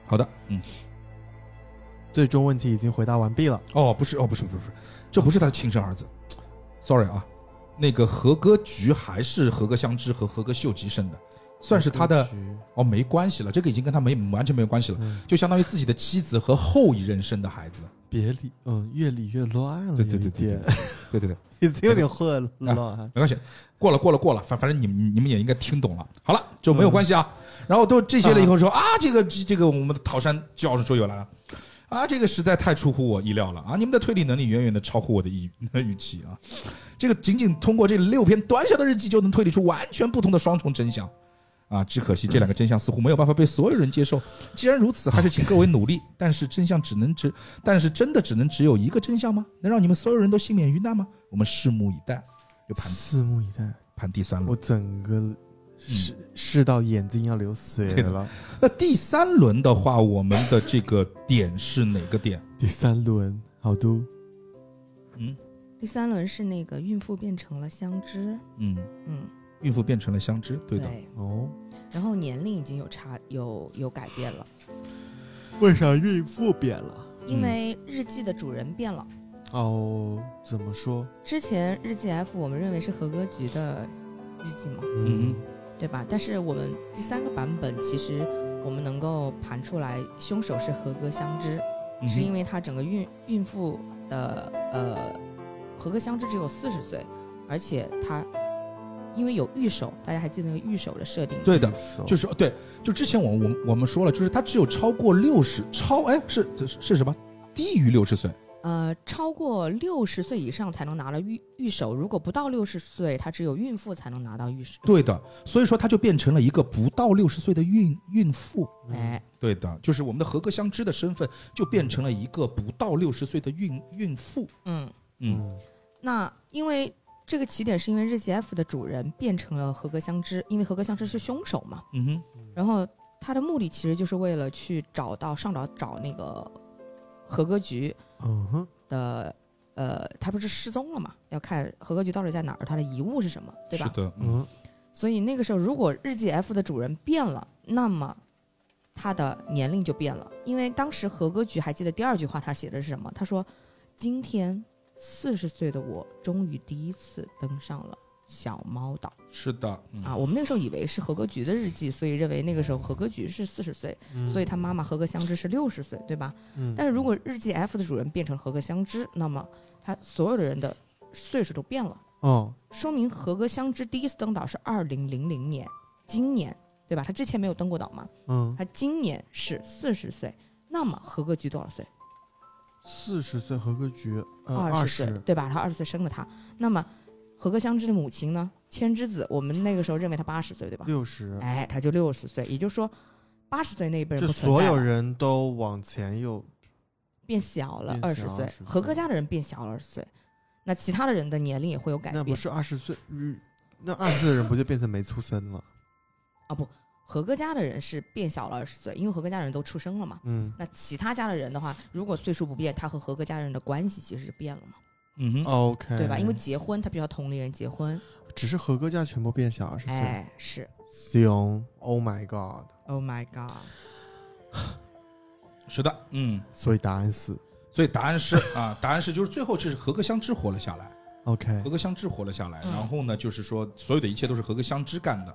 Speaker 2: 好的，嗯，
Speaker 4: 最终问题已经回答完毕了。
Speaker 2: 哦，不是，哦，不是，不是，不是，这不是他的亲生儿子，sorry 啊，那个和歌菊还是和歌香织和和歌秀吉生的，算是他的
Speaker 4: 和歌菊
Speaker 2: 哦，没关系了，这个已经跟他没完全没有关系了，
Speaker 4: 嗯
Speaker 2: 就相当于自己的妻子和后一任生的孩子。
Speaker 4: 别理，嗯，越理越乱了，
Speaker 2: 对对对
Speaker 4: 嗯有
Speaker 2: 对
Speaker 4: 一点
Speaker 2: 对，哎对对对，
Speaker 4: 已经有点混乱。哎
Speaker 2: 没关系，过了过了过了，反反正你们你们也应该听懂了。好了，就没有关系啊。然后都这些了以后说啊，这个这这个我们的桃山教授桌游来了。啊，这个实在太出乎我意料了啊！你们的推理能力远远的超乎我的预 预期啊！这个仅仅通过这六篇短小的日记就能推理出完全不同的双重真相啊！只可惜这两个真相似乎没有办法被所有人接受。既然如此，还是请各位努力。但是真相只能只，但是真的只能只有一个真相吗？能让你们所有人都幸免于难吗？我们拭目以待。又盘
Speaker 4: 拭目以待，
Speaker 2: 盘第三
Speaker 4: 我
Speaker 2: 轮。
Speaker 4: 整个试试到眼睛要流血
Speaker 2: 嗯对的
Speaker 4: 了。
Speaker 2: 那第三轮的话，我们的这个点是哪个点？
Speaker 4: 第三轮，好都
Speaker 2: 嗯
Speaker 1: 第三轮是那个孕妇变成了香知，
Speaker 2: 嗯，
Speaker 1: 嗯，
Speaker 2: 孕妇变成了香知，对的。
Speaker 4: 哦，
Speaker 1: 然后年龄已经有差有有改变了，
Speaker 4: 为啥孕妇变了？
Speaker 1: 因
Speaker 2: 嗯
Speaker 1: 为日记的主人变了。
Speaker 4: 哦，怎么说？
Speaker 1: 之前日记 F 我们认为是和歌菊的日记嘛，
Speaker 2: 嗯
Speaker 1: 对吧？但是我们第三个版本其实我们能够盘出来，凶手是和歌香知，
Speaker 2: 嗯
Speaker 1: 是因
Speaker 2: 为
Speaker 1: 为她整个孕孕妇的呃和歌香知只有四十岁，而且她因为有御守，大家还记得那个御守的设定吗？
Speaker 2: 对的，
Speaker 4: 说
Speaker 2: 就是哦对，就之前我我我们说了，就是他只有超过六十，超哎是是是什么？低于六十岁，
Speaker 1: 呃，超过六十岁以上才能拿到御御守，如果不到六十岁，她只有孕妇才能拿到御守。
Speaker 2: 对的，所以说他就变成了一个不到六十岁的孕孕妇，
Speaker 4: 嗯
Speaker 1: 哎，
Speaker 2: 对的，就是我们的和歌相知的身份就变成了一个不到六十岁的孕孕妇，
Speaker 1: 嗯，
Speaker 2: 嗯，
Speaker 1: 那因为这个起点是因为日记 F 的主人变成了和歌相知，因为和歌相知是凶手嘛，
Speaker 2: 嗯哼，
Speaker 1: 然后他的目的其实就是为了去找到上岛找那个和歌局
Speaker 4: 嗯哼，
Speaker 1: 的。呃，他不是失踪了嘛？要看和歌局到底在哪儿，他的遗物是什么，对吧
Speaker 2: 是？的，嗯
Speaker 4: 嗯，
Speaker 1: 所以那个时候，如果日记 F 的主人变了，那么他的年龄就变了。因为当时和歌局还记得第二句话，他写的是什么？他说：“今天四十岁的我，终于第一次登上了小猫岛
Speaker 2: 是的，嗯
Speaker 1: 啊！”我们那个时候以为是和歌局的日记，所以认为那个时候和歌局是四十岁，所以他妈妈和歌香织是六十岁，对吧？
Speaker 4: 嗯，
Speaker 1: 但是如果日记 F 的主人变成和歌香织，那么他所有的人的岁数都变了。
Speaker 4: 哦，
Speaker 1: 说明和歌相知第一次登岛是二零零零年，今年对吧？他之前没有登过岛嘛，
Speaker 4: 嗯，
Speaker 1: 他今年是四十岁。那么和歌菊多少岁？
Speaker 4: 四十岁合格局，呃，
Speaker 1: 二
Speaker 4: 二
Speaker 1: 十岁，对吧？他二十岁生了他。那么和歌相知的母亲呢？千之子，我们那个时候认为他八十岁，对吧？
Speaker 4: 六十，
Speaker 1: 哎，他就六十岁，也就是说八十岁那一辈人
Speaker 4: 就
Speaker 1: 不存在
Speaker 4: 所有
Speaker 1: 了
Speaker 4: 人都往前又
Speaker 1: 变小了二
Speaker 4: 变小
Speaker 1: 十岁
Speaker 4: 20，岁
Speaker 1: 和歌家的人变小了二十岁，那其他的人的年龄也会有改
Speaker 4: 那不
Speaker 1: 变。
Speaker 4: 是二十岁，嗯那二十岁的人不就变成没出生了？
Speaker 1: 和歌家的人是变小了二十岁，因为和歌家的人都出生了嘛。
Speaker 4: 嗯，
Speaker 1: 那其他家的人的话，如果岁数不变，他和合格家人的关系其实就变了嘛，
Speaker 2: 嗯哼，
Speaker 4: OK，
Speaker 1: 对吧？因为结婚，他必须要同龄人结婚。
Speaker 4: 只是合格价全部变小二十岁。
Speaker 1: 哎，是
Speaker 4: 行，Oh my God！
Speaker 1: ，Oh my god！
Speaker 2: 是的，嗯。
Speaker 4: 所以答案是
Speaker 2: 所以答案是 啊，答案是就是最后这是和歌相知活了下来，
Speaker 4: OK
Speaker 2: 和。歌相知活了下来，
Speaker 1: 嗯
Speaker 2: 然后呢，就是说所有的一切都是和歌相知干的。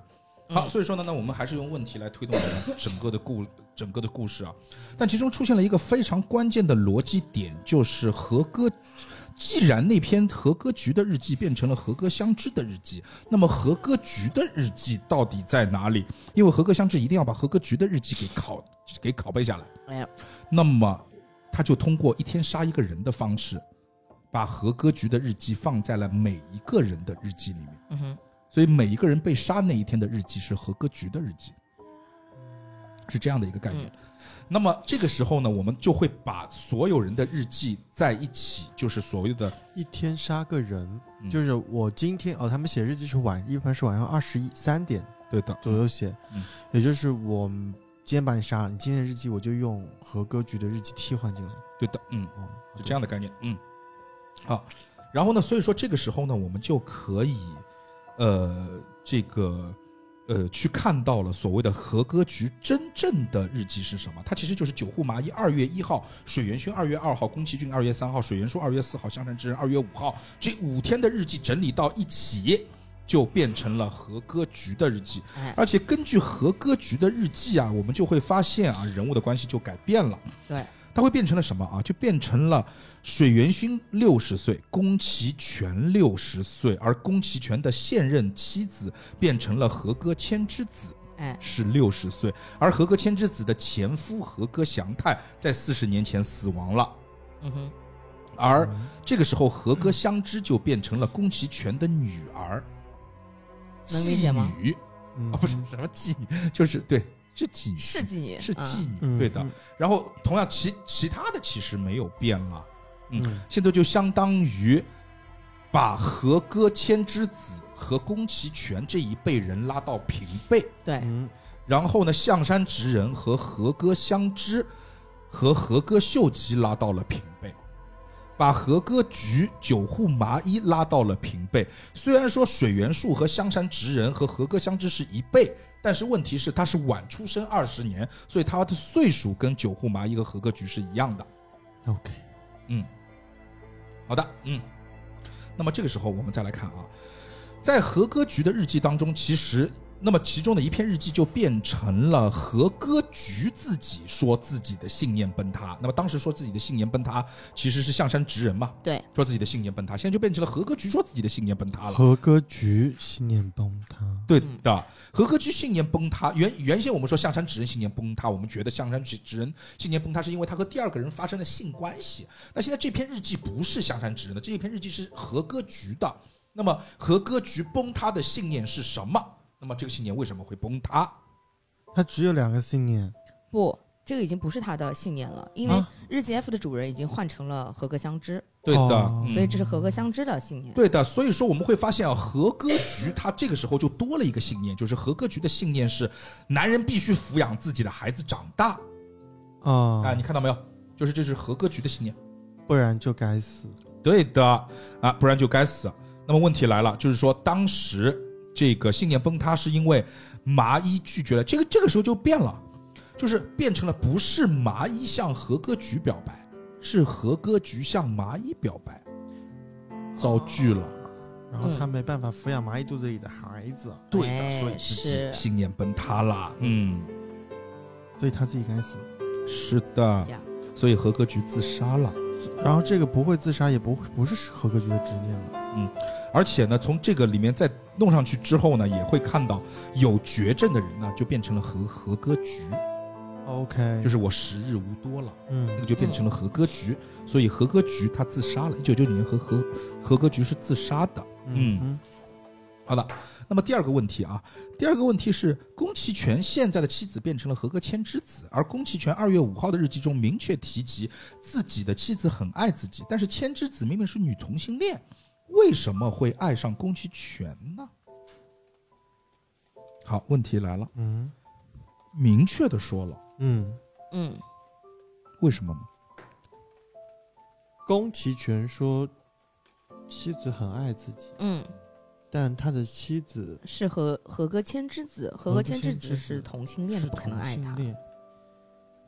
Speaker 2: 好，
Speaker 1: 嗯
Speaker 2: 所以说呢，那我们还是用问题来推动我们整个的故整个的故事啊。但其中出现了一个非常关键的逻辑点，就是和歌。既然那篇和歌局的日记变成了和歌相知的日记，那么和歌局的日记到底在哪里？因为和歌相知一定要把和歌局的日记给拷给拷贝下来。
Speaker 1: 哎，
Speaker 2: 那么他就通过一天杀一个人的方式，把和歌局的日记放在了每一个人的日记里面。
Speaker 1: 嗯哼，
Speaker 2: 所以每一个人被杀那一天的日记是合格局的日记，是这样的一个概念。
Speaker 1: 嗯
Speaker 2: 那么这个时候呢，我们就会把所有人的日记在一起，就是所谓的
Speaker 4: 一天杀个人，
Speaker 2: 嗯
Speaker 4: 就是我今天哦，他们写日记是晚，一般是晚上二十一三点
Speaker 2: 对的
Speaker 4: 左右写，
Speaker 2: 嗯
Speaker 4: 也就是我今天把你杀了，你今天的日记我就用和歌局的日记替换进来，
Speaker 2: 对的，嗯，
Speaker 4: 哦，
Speaker 2: 是这样的概念，嗯，好，然后呢，所以说这个时候呢，我们就可以，呃，这个。呃，去看到了所谓的和歌局真正的日记是什么？它其实就是九户麻衣二月一号，水原薰二月二号，宫崎骏二月三号，水原树二月四号，香山之人二月五号这五天的日记整理到一起，就变成了和歌局的日记。
Speaker 1: 哎，
Speaker 2: 而且根据和歌局的日记啊，我们就会发现啊，人物的关系就改变了。
Speaker 1: 对，
Speaker 2: 它会变成了什么啊？就变成了水原薰六十岁，宫崎骏六十岁，而宫崎骏的现任妻子变成了和歌千之子。
Speaker 1: 哎，
Speaker 2: 是六十岁，而和歌千之子的前夫和歌祥太在四十年前死亡了，
Speaker 1: 嗯哼，
Speaker 2: 而
Speaker 4: 嗯
Speaker 2: 这个时候和歌相知就变成了宫崎骏的女儿，
Speaker 1: 能理解吗
Speaker 2: 妓女
Speaker 4: 嗯
Speaker 2: 啊，不是什么妓女，就是对，是妓女，
Speaker 1: 是妓女，
Speaker 2: 是妓
Speaker 1: 嗯
Speaker 2: 女，
Speaker 4: 嗯
Speaker 2: 对的
Speaker 4: 嗯。
Speaker 2: 然后同样其其他的其实没有变啊，嗯
Speaker 4: 嗯
Speaker 2: 现在就相当于把和歌千之子和宫崎骏这一辈人拉到平辈，
Speaker 1: 对，
Speaker 4: 嗯
Speaker 2: 然后呢，象山直人和和歌相知和和歌秀吉拉到了平辈。把和歌局、九户麻衣拉到了平辈。虽然说水原树和香山直人和和歌相知是一辈，但是问题是他是晚出生二十年，所以他的岁数跟九户麻衣和和歌局是一样的。
Speaker 4: ，OK，
Speaker 2: 好的，嗯。那么这个时候我们再来看啊，在和歌局的日记当中，其实那么其中的一篇日记就变成了和歌局自己说自己的信念崩塌。那么当时说自己的信念崩塌，其实是象山直人嘛，
Speaker 1: 对，
Speaker 2: 说自己的信念崩塌，现在就变成了和歌局说自己的信念崩塌了。
Speaker 4: 和歌局信念崩塌，
Speaker 2: 对
Speaker 1: 嗯
Speaker 2: 的，和歌局信念崩塌。原原先我们说象山直人信念崩塌，我们觉得象山直直人信念崩塌是因为他和第二个人发生了性关系。那现在这篇日记不是象山直人的，这一篇日记是和歌局的。那么和歌局崩塌的信念是什么？那么这个信念为什么会崩塌？
Speaker 4: 他只有两个信念，
Speaker 1: 不，这个已经不是他的信念了，因为
Speaker 2: 啊
Speaker 1: 日记 F 的主人已经换成了和歌相知，
Speaker 2: 对的，
Speaker 4: 哦
Speaker 2: 嗯
Speaker 1: 所以这是和歌相知的信念。
Speaker 2: 对的，所以说我们会发现啊，和歌局它这个时候就多了一个信念，就是和歌局的信念是男人必须抚养自己的孩子长大。
Speaker 1: 哦
Speaker 4: 啊、
Speaker 2: 啊，你看到没有？就是这是和歌局的信念。
Speaker 4: 不然就该死。
Speaker 2: 对的啊，不然就该死。那么问题来了，就是说当时这个信念崩塌是因为麻衣拒绝了，这个这个时候就变了，就是变成了不是麻衣向和歌局表白，是和歌局向麻衣表白，遭拒了。
Speaker 4: 然后他
Speaker 1: 嗯
Speaker 4: 没办法抚养蚂蚁肚子里的孩子，
Speaker 2: 对的，
Speaker 1: 哎
Speaker 2: 所以自己
Speaker 1: 是
Speaker 2: 信念崩塌了。嗯，
Speaker 4: 所以他自己该死。
Speaker 2: 是的
Speaker 1: 呀，
Speaker 2: 所以和歌局自杀了。
Speaker 4: 然后这个不会自杀，也不会不是合格局的执念了。
Speaker 2: 而且呢，从这个里面再弄上去之后呢，也会看到有绝症的人呢，就变成了和和歌局，
Speaker 4: OK，
Speaker 2: 就是我时日无多了，那
Speaker 4: 嗯
Speaker 2: 个就变成了和歌局。所以和歌局他自杀了，一九九九年和和和歌局是自杀的。嗯
Speaker 4: 嗯
Speaker 2: 好的，那么第二个问题啊，第二个问题是宫崎骏现在的妻子变成了和歌千之子，而宫崎骏二月五号的日记中明确提及自己的妻子很爱自己，但是千之子明明是女同性恋，为什么会爱上宫崎骏呢？好，问题来了，
Speaker 4: 嗯
Speaker 2: 明确的说了，
Speaker 4: 嗯，
Speaker 1: 嗯，
Speaker 2: 为什么呢？
Speaker 4: 宫崎骏说，妻子很爱自己，
Speaker 1: 嗯，
Speaker 4: 但他的妻子
Speaker 1: 是和和歌千之子，和歌千之子是同性恋
Speaker 4: 是
Speaker 1: 的，不可能
Speaker 4: 同
Speaker 1: 爱他
Speaker 4: 性。恋，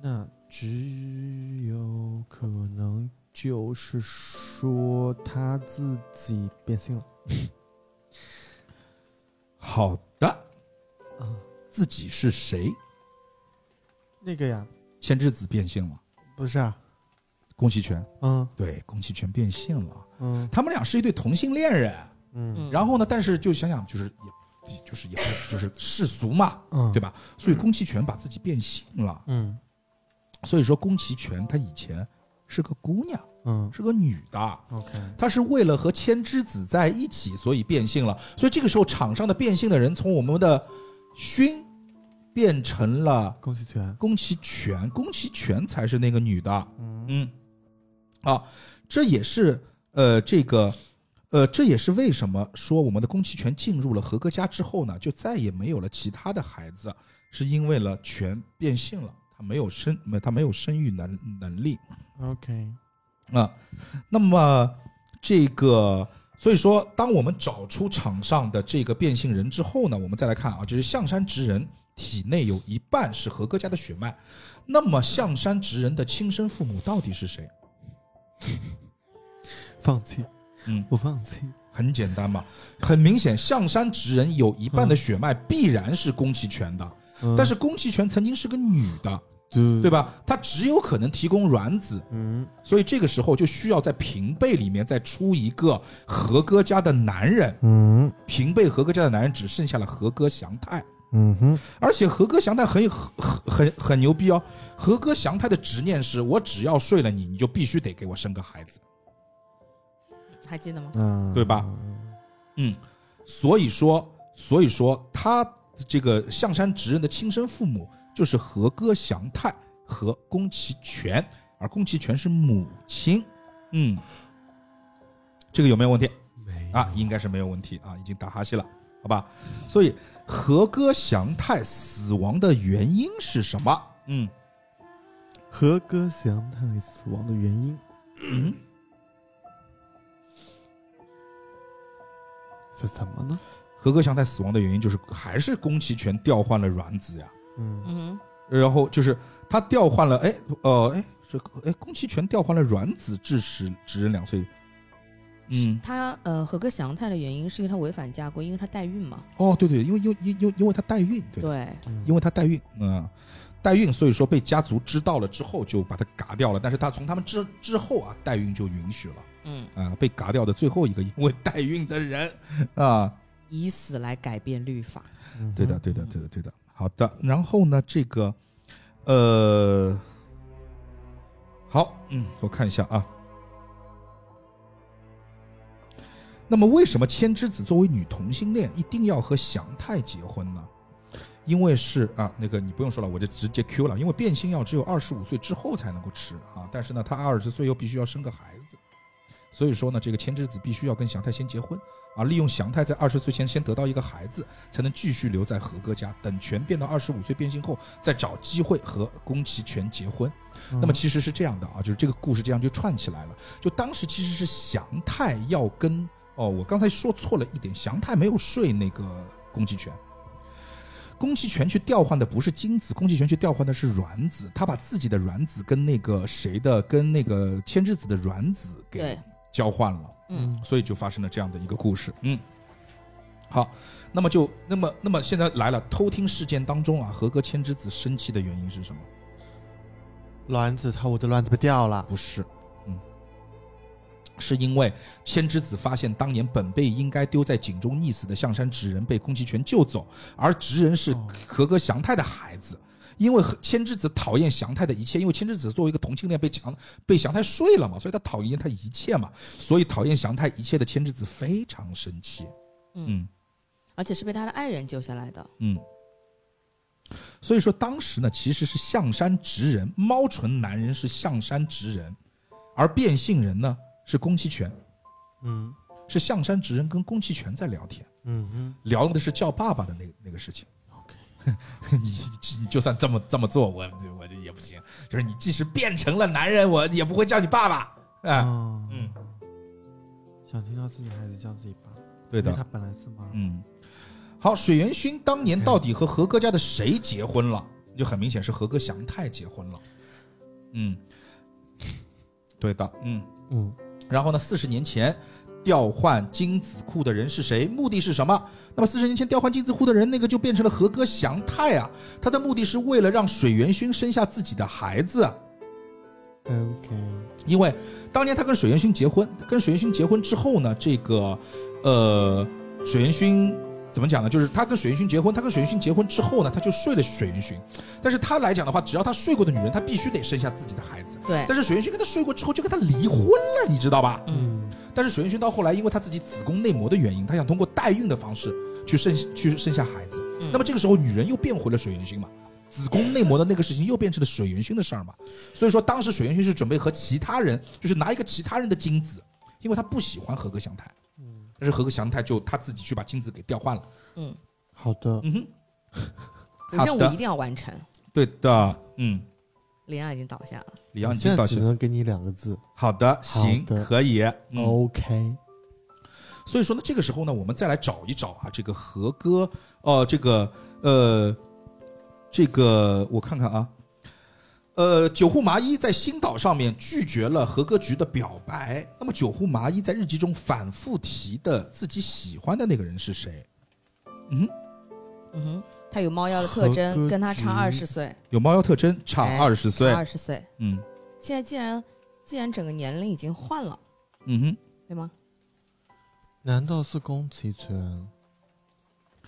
Speaker 4: 那只有可能就是说他自己变性了。
Speaker 2: 好的，
Speaker 4: 啊，
Speaker 2: 自己是谁？
Speaker 4: 那个呀，
Speaker 2: 千智子变性了，
Speaker 4: 不是啊，
Speaker 2: 宫崎骏
Speaker 4: 嗯
Speaker 2: 对，宫崎骏变性了，
Speaker 4: 嗯
Speaker 2: 他们俩是一对同性恋人。
Speaker 4: 嗯
Speaker 1: 嗯
Speaker 2: 然后呢，但是就想想就是也就是也不就是世俗嘛，
Speaker 4: 嗯，
Speaker 2: 对
Speaker 4: 吧？
Speaker 2: 吧？所以宫崎骏把自己变性了。
Speaker 4: 嗯
Speaker 2: 所以说，宫崎骏他以前是个姑娘，
Speaker 4: 嗯
Speaker 2: 是个女的，
Speaker 4: ，OK，
Speaker 2: 她是为了和千之子在一起，所以变性了。所以这个时候，场上的变性的人从我们的勋变成了
Speaker 4: 宫崎骏，
Speaker 2: 宫崎骏，宫崎骏才是那个女的。
Speaker 4: 嗯
Speaker 2: 嗯，啊，这也是呃，这个呃，这也是为什么说我们的宫崎骏进入了和歌家之后呢，就再也没有了其他的孩子，是因为了全变性了，他没有生，没他没有生育能能力
Speaker 4: ，OK，
Speaker 2: 啊。那么这个。所以说，当我们找出场上的这个变性人之后呢，我们再来看啊，就是象山直人体内有一半是和歌家的血脉，那么象山直人的亲生父母到底是谁？
Speaker 4: 放弃，
Speaker 2: 嗯，
Speaker 4: 我放弃，
Speaker 2: 很简单嘛，很明显，象山直人有一半的血脉必然是宫崎骏的，
Speaker 4: 嗯
Speaker 2: 但是宫崎骏曾经是个女的，
Speaker 4: 对
Speaker 2: 对吧？她只有可能提供卵子，
Speaker 4: 嗯
Speaker 2: 所以这个时候就需要在平辈里面再出一个和歌家的男人。
Speaker 4: 嗯
Speaker 2: 平辈和歌家的男人只剩下了和歌祥太，
Speaker 4: 嗯哼，
Speaker 2: 而且和歌祥太很很很很牛逼哦。和歌祥太的执念是我只要睡了你，你就必须得给我生个孩子。
Speaker 1: 还记得吗？
Speaker 4: 嗯，
Speaker 2: 对吧？所以说，所以说他这个象山直人的亲生父母就是和歌祥太和宫崎骏，而宫崎骏是母亲。嗯，这个有没有问题
Speaker 4: 没
Speaker 2: 啊？应该是没有问题啊，已经打哈欠了，好吧？所以和歌祥太死亡的原因是什么？嗯，
Speaker 4: 和歌祥太死亡的原因。是怎么呢？
Speaker 2: 和歌祥太死亡的原因就是还是宫崎骏调换了卵子呀。
Speaker 4: 嗯
Speaker 1: 嗯
Speaker 2: 然后就是他调换了，哎，呃，哎，是哎，宫崎骏调换了卵子致使直人两岁。嗯
Speaker 1: 哼，，他呃和歌祥太的原因是因为他违反家规，因为他代孕嘛。
Speaker 2: 哦，对对，因为因为因因因为他代孕，对，
Speaker 1: 对，
Speaker 4: 嗯
Speaker 2: 因为他代孕，嗯，代孕，所以说被家族知道了之后就把他嘎掉了。但是他从他们之之后啊，代孕就允许了
Speaker 1: 嗯，
Speaker 2: 啊、被嘎掉的最后一个因为代孕的人啊，
Speaker 1: 以死来改变律法。
Speaker 4: 嗯
Speaker 2: 对的，，对的，对的，对的。好的，嗯然后呢，这个，呃，好，嗯，我看一下啊。那么，为什么千之子作为女同性恋一定要和祥太结婚呢？因为是啊，那个你不用说了，我就直接 Q 了。因为变性药只有二十五岁之后才能够吃啊，但是呢，他二十岁又必须要生个孩子，所以说呢，这个千之子必须要跟祥太先结婚啊，利用祥太在二十岁前先得到一个孩子，才能继续留在和歌家，等全变到二十五岁变性后，再找机会和宫崎骏结婚。
Speaker 4: 嗯
Speaker 2: 那么其实是这样的啊，就是这个故事这样就串起来了。就当时其实是祥太要跟哦，我刚才说错了一点，祥太没有睡那个宫崎骏。宫崎骏去调换的不是精子，宫崎骏去调换的是卵子，他把自己的卵子跟那个谁的，跟那个千之子的卵子给
Speaker 1: 对，
Speaker 2: 交换了。
Speaker 1: 嗯，
Speaker 2: 所以就发生了这样的一个故事。嗯，好，那么就那么那么现在来了，偷听事件当中啊，和歌千之子生气的原因是什么？
Speaker 4: 卵子它我的卵子被掉了，
Speaker 2: 不是，嗯，是因为千之子发现当年本被应该丢在井中溺死的象山直人被宫崎骏救走，而直人是
Speaker 4: 哦
Speaker 2: 和歌祥太的孩子。因为和千之子讨厌祥太的一切，因为千之子作为一个同性恋被强被祥太睡了嘛，所以他讨厌他一切嘛，所以讨厌祥太一切的千之子非常生气。
Speaker 1: 嗯
Speaker 2: 嗯，
Speaker 1: 而且是被他的爱人救下来的。
Speaker 2: 嗯，所以说当时呢，其实是象山直人，猫唇男人是象山直人，而变性人呢是宫崎骏，
Speaker 4: 嗯
Speaker 2: 是象山直人跟宫崎骏在聊天，
Speaker 4: 嗯嗯，
Speaker 2: 聊的是叫爸爸的那个那个事情。
Speaker 4: OK
Speaker 2: 你你你就算这么这么做，我我也不行。就是你即使变成了男人，我也不会叫你爸爸。啊，
Speaker 4: 啊
Speaker 2: 嗯，
Speaker 4: 想听到自己孩子叫自己爸，
Speaker 2: 对
Speaker 4: 因为他
Speaker 2: 的，
Speaker 4: 本来是妈，
Speaker 2: 嗯。好，水原薰当年
Speaker 4: OK
Speaker 2: 到底和和歌家的谁结婚了？就很明显是和歌祥太结婚了。嗯，对的，嗯。
Speaker 4: 嗯，
Speaker 2: 然后呢，四十年前调换精子库的人是谁？目的是什么？那么四十年前调换精子库的人，那个就变成了和歌祥太啊，他的目的是为了让水原薰生下自己的孩子啊。
Speaker 4: 嗯 OK，
Speaker 2: 因为当年他跟水原薰结婚，跟水原薰结婚之后呢，这个呃，水原薰怎么讲呢？就是他跟水原薰结婚，他跟水原薰结婚之后呢，他就睡了水原薰。但是他来讲的话，只要他睡过的女人，他必须得生下自己的孩子。
Speaker 1: 对，
Speaker 2: 但是水原薰跟他睡过之后，就跟他离婚了，你知道吧？
Speaker 1: 嗯，
Speaker 2: 但是水原薰到后来，因为他自己子宫内膜的原因，他想通过代孕的方式去生去生下孩子。
Speaker 1: 嗯
Speaker 2: 那么这个时候，女人又变回了水原薰嘛，子宫内膜的那个事情又变成了水原薰的事儿嘛。所以说，当时水原薰是准备和其他人，就是拿一个其他人的精子，因为他不喜欢和歌祥太。但是和歌祥太就他自己去把精子给调换了。
Speaker 4: 好的，
Speaker 2: 嗯哼，
Speaker 1: 有任
Speaker 2: 好
Speaker 1: 务
Speaker 2: 的
Speaker 1: 一定要完成。
Speaker 2: 对的，嗯，
Speaker 1: 林阳已经倒下了，
Speaker 2: 李阳已
Speaker 4: 现
Speaker 2: 经
Speaker 4: 在
Speaker 2: 到
Speaker 4: 只
Speaker 2: 现
Speaker 4: 能给你两个字
Speaker 2: 好的，行，
Speaker 4: 好的
Speaker 2: 可以。嗯、
Speaker 4: ，OK。
Speaker 2: 所以说呢，这个时候呢，我们再来找一找啊，这个和歌，呃，这个呃，这个我看看啊，呃，九户麻衣在新岛上面拒绝了和歌菊的表白。那么九户麻衣在日记中反复提的自己喜欢的那个人是谁？嗯哼，
Speaker 1: 嗯哼，他有猫妖的特
Speaker 4: 合
Speaker 1: 征，
Speaker 4: 格
Speaker 1: 跟他差
Speaker 4: 局
Speaker 1: 二十岁，
Speaker 2: 有猫妖特征，差
Speaker 1: 哎
Speaker 2: 二十岁。
Speaker 1: 二十岁。
Speaker 2: 嗯
Speaker 1: 现在既然既然整个年龄已经换了，
Speaker 2: 嗯哼，
Speaker 1: 对吗？
Speaker 4: 难道是宫崎骏？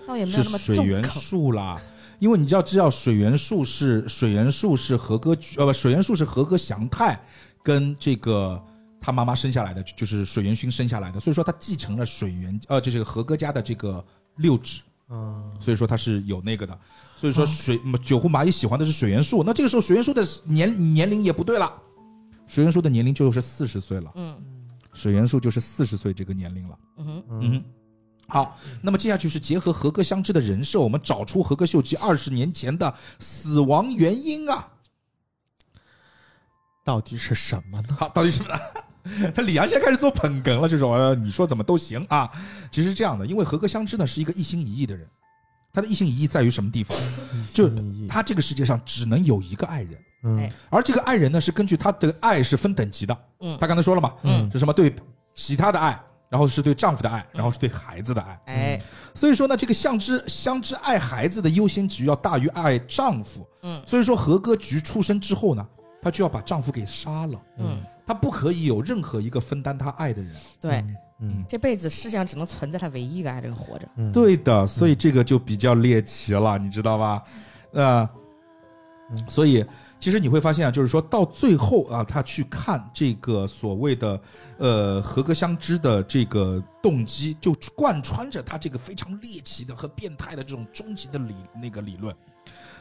Speaker 1: 倒也没有
Speaker 2: 是
Speaker 1: 那么
Speaker 2: 水
Speaker 1: 重
Speaker 2: 元
Speaker 1: 口。
Speaker 2: 素啦。因为你要知道，水元素是水元素是和歌菊呃不，水元素是和歌祥太跟这个他妈妈生下来的，就是水元薰生下来的，所以说他继承了水元呃，这是个和歌家的这个六指，
Speaker 4: 嗯，
Speaker 2: 所以说他是有那个的。所以说水、嗯九户麻衣喜欢的是水元素，那这个时候水元素的年年龄也不对了，水元素的年龄就是四十岁了，
Speaker 1: 嗯
Speaker 2: 水元素就是四十岁这个年龄了。
Speaker 1: 嗯哼，
Speaker 2: 嗯，好，那么接下去是结合和歌相知的人设，我们找出和歌秀吉二十年前的死亡原因啊！
Speaker 4: 到底是什么呢？
Speaker 2: 好，到底是什么？ 李阳现在开始做捧哏了，这种呃你说怎么都行啊。其实是这样的，因为和歌相知呢是一个一心一意的人，他的一心一意在于什么地方？就
Speaker 1: 嗯
Speaker 4: 你
Speaker 2: 他这个世界上只能有一个爱人，
Speaker 4: 嗯
Speaker 1: 哎
Speaker 2: 而这个爱人呢是根据他的爱是分等级的。
Speaker 1: 嗯
Speaker 2: 他刚才说了嘛，
Speaker 1: 嗯，
Speaker 2: 是什么对其他的爱，然后是对丈夫的爱，然后是对孩子的爱。
Speaker 1: 哎，
Speaker 2: 所以说呢，这个相知相知爱孩子的优先级要大于爱丈夫。
Speaker 1: 嗯
Speaker 2: 所以说和歌菊出生之后呢，她就要把丈夫给杀了，
Speaker 1: 嗯，
Speaker 2: 她不可以有任何一个分担她爱的人。
Speaker 1: 对，
Speaker 4: 嗯
Speaker 1: 这辈子世界上只能存在他唯一一个爱人活着。
Speaker 4: 嗯，
Speaker 2: 对的，所以这个就比较猎奇了，你知道吧？呃，
Speaker 4: 嗯
Speaker 2: 所以其实你会发现啊，就是说到最后啊，他去看这个所谓的呃和歌相知的这个动机，就贯穿着他这个非常猎奇的和变态的这种终极的理那个理论。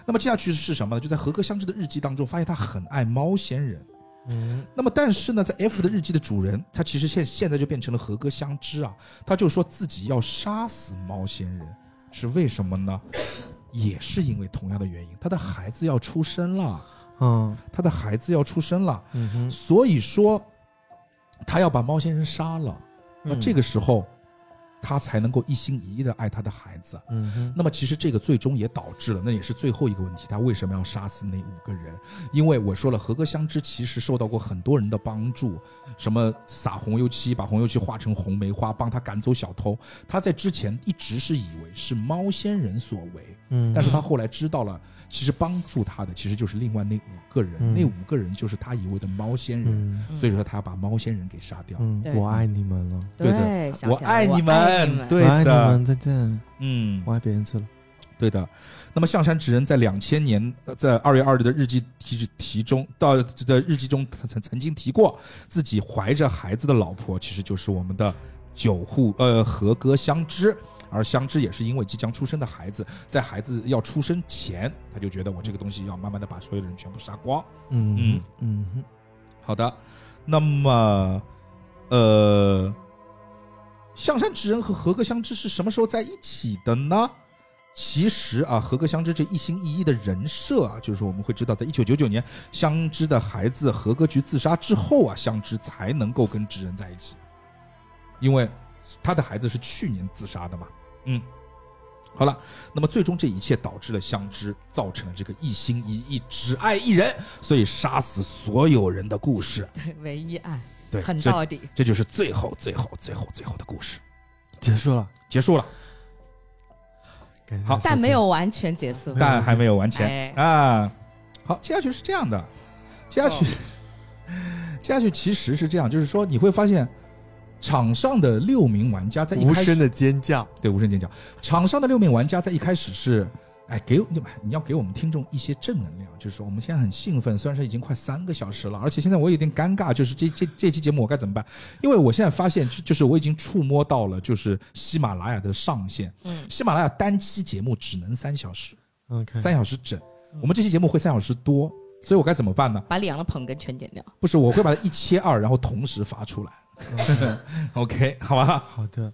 Speaker 2: 那么接下去是什么呢？就在和歌相知的日记当中，发现他很爱猫仙人。
Speaker 4: 嗯
Speaker 2: 那么，但是呢，在 F 的日记的主人，他其实现现在就变成了和歌相知啊，他就说自己要杀死猫仙人，是为什么呢？也是因为同样的原因，他的孩子要出生了，
Speaker 4: 嗯
Speaker 2: 他的孩子要出生了，
Speaker 4: 嗯哼，
Speaker 2: 所以说他要把猫仙人杀了。那
Speaker 4: 嗯
Speaker 2: 这个时候，他才能够一心一意的爱他的孩子。
Speaker 4: 嗯哼，
Speaker 2: 那么其实这个最终也导致了，那也是最后一个问题，他为什么要杀死那五个人？因为我说了，和歌相知其实受到过很多人的帮助，什么撒红油漆，把红油漆化成红梅花，帮他赶走小偷。他在之前一直是以为是猫仙人所为，
Speaker 4: 嗯
Speaker 2: 但是他后来知道了，其实帮助他的其实就是另外那五个人，
Speaker 4: 嗯
Speaker 2: 那五个人就是他以为的猫仙人，
Speaker 4: 嗯
Speaker 2: 所以说他要把猫仙人给杀掉。
Speaker 4: 嗯
Speaker 1: 对，
Speaker 4: 我爱你们了，
Speaker 2: 对的
Speaker 1: 对，想
Speaker 2: 我
Speaker 1: 起来
Speaker 2: 爱
Speaker 1: 了我
Speaker 2: 你
Speaker 1: 爱
Speaker 2: 们，
Speaker 4: 我
Speaker 2: 对
Speaker 4: 爱你
Speaker 2: 的，
Speaker 4: 们，再见，
Speaker 2: 嗯
Speaker 4: 我爱别人去了。
Speaker 2: 对的，那么象山直人在两千年呃在二月二日的日记提提中，到在日记中曾曾经提过，自己怀着孩子的老婆其实就是我们的九户呃和歌香知，而香知也是因为即将出生的孩子，在孩子要出生前，他就觉得我这个东西要慢慢的把所有的人全部杀光。
Speaker 4: 嗯
Speaker 2: 嗯
Speaker 4: 嗯哼，
Speaker 2: 好的，那么呃，象山直人和和歌相知是什么时候在一起的呢？其实啊，和歌相知这一心一意的人设啊，就是我们会知道，在一九九九年相知的孩子和歌菊自杀之后啊，相知才能够跟直人在一起，因为他的孩子是去年自杀的嘛。嗯，好了，那么最终这一切导致了相知造成了这个一心一意只爱一人，所以杀死所有人的故事。
Speaker 1: 对，唯一爱。
Speaker 2: 对，
Speaker 1: 很
Speaker 2: 这
Speaker 1: 到 底。
Speaker 2: 这就是最后最后最后最后的故事，
Speaker 4: 结束了，
Speaker 2: 结束了，
Speaker 4: 感谢
Speaker 2: 好
Speaker 4: 大家
Speaker 1: 但
Speaker 4: 收
Speaker 1: 没
Speaker 4: 听
Speaker 1: 有完全结束。
Speaker 2: 但还没有完全
Speaker 1: 嗯哎，
Speaker 2: 啊。好，接下去是这样的，接下去， 接下去其实是这样，就是说你会发现，场上的六名玩家在一
Speaker 4: 无
Speaker 2: 开始
Speaker 4: 声的尖叫，
Speaker 2: 对无声尖叫，场上的六名玩家在一开始是。哎，给你你要给我们听众一些正能量，就是说我们现在很兴奋，虽然是已经快三个小时了，而且现在我有点尴尬，就是这这这期节目我该怎么办？因为我现在发现，就就是我已经触摸到了就是喜马拉雅的上限，
Speaker 1: 嗯，
Speaker 2: 喜马拉雅单期节目只能三小时，
Speaker 4: 嗯，看
Speaker 2: 三小时整
Speaker 1: 嗯。
Speaker 2: 我们这期节目会三小时多，所以我该怎么办呢？
Speaker 1: 把李阳的捧哏全剪掉。
Speaker 2: 不是，我会把它一切二，然后同时发出来。OK，好吧。
Speaker 4: 好的，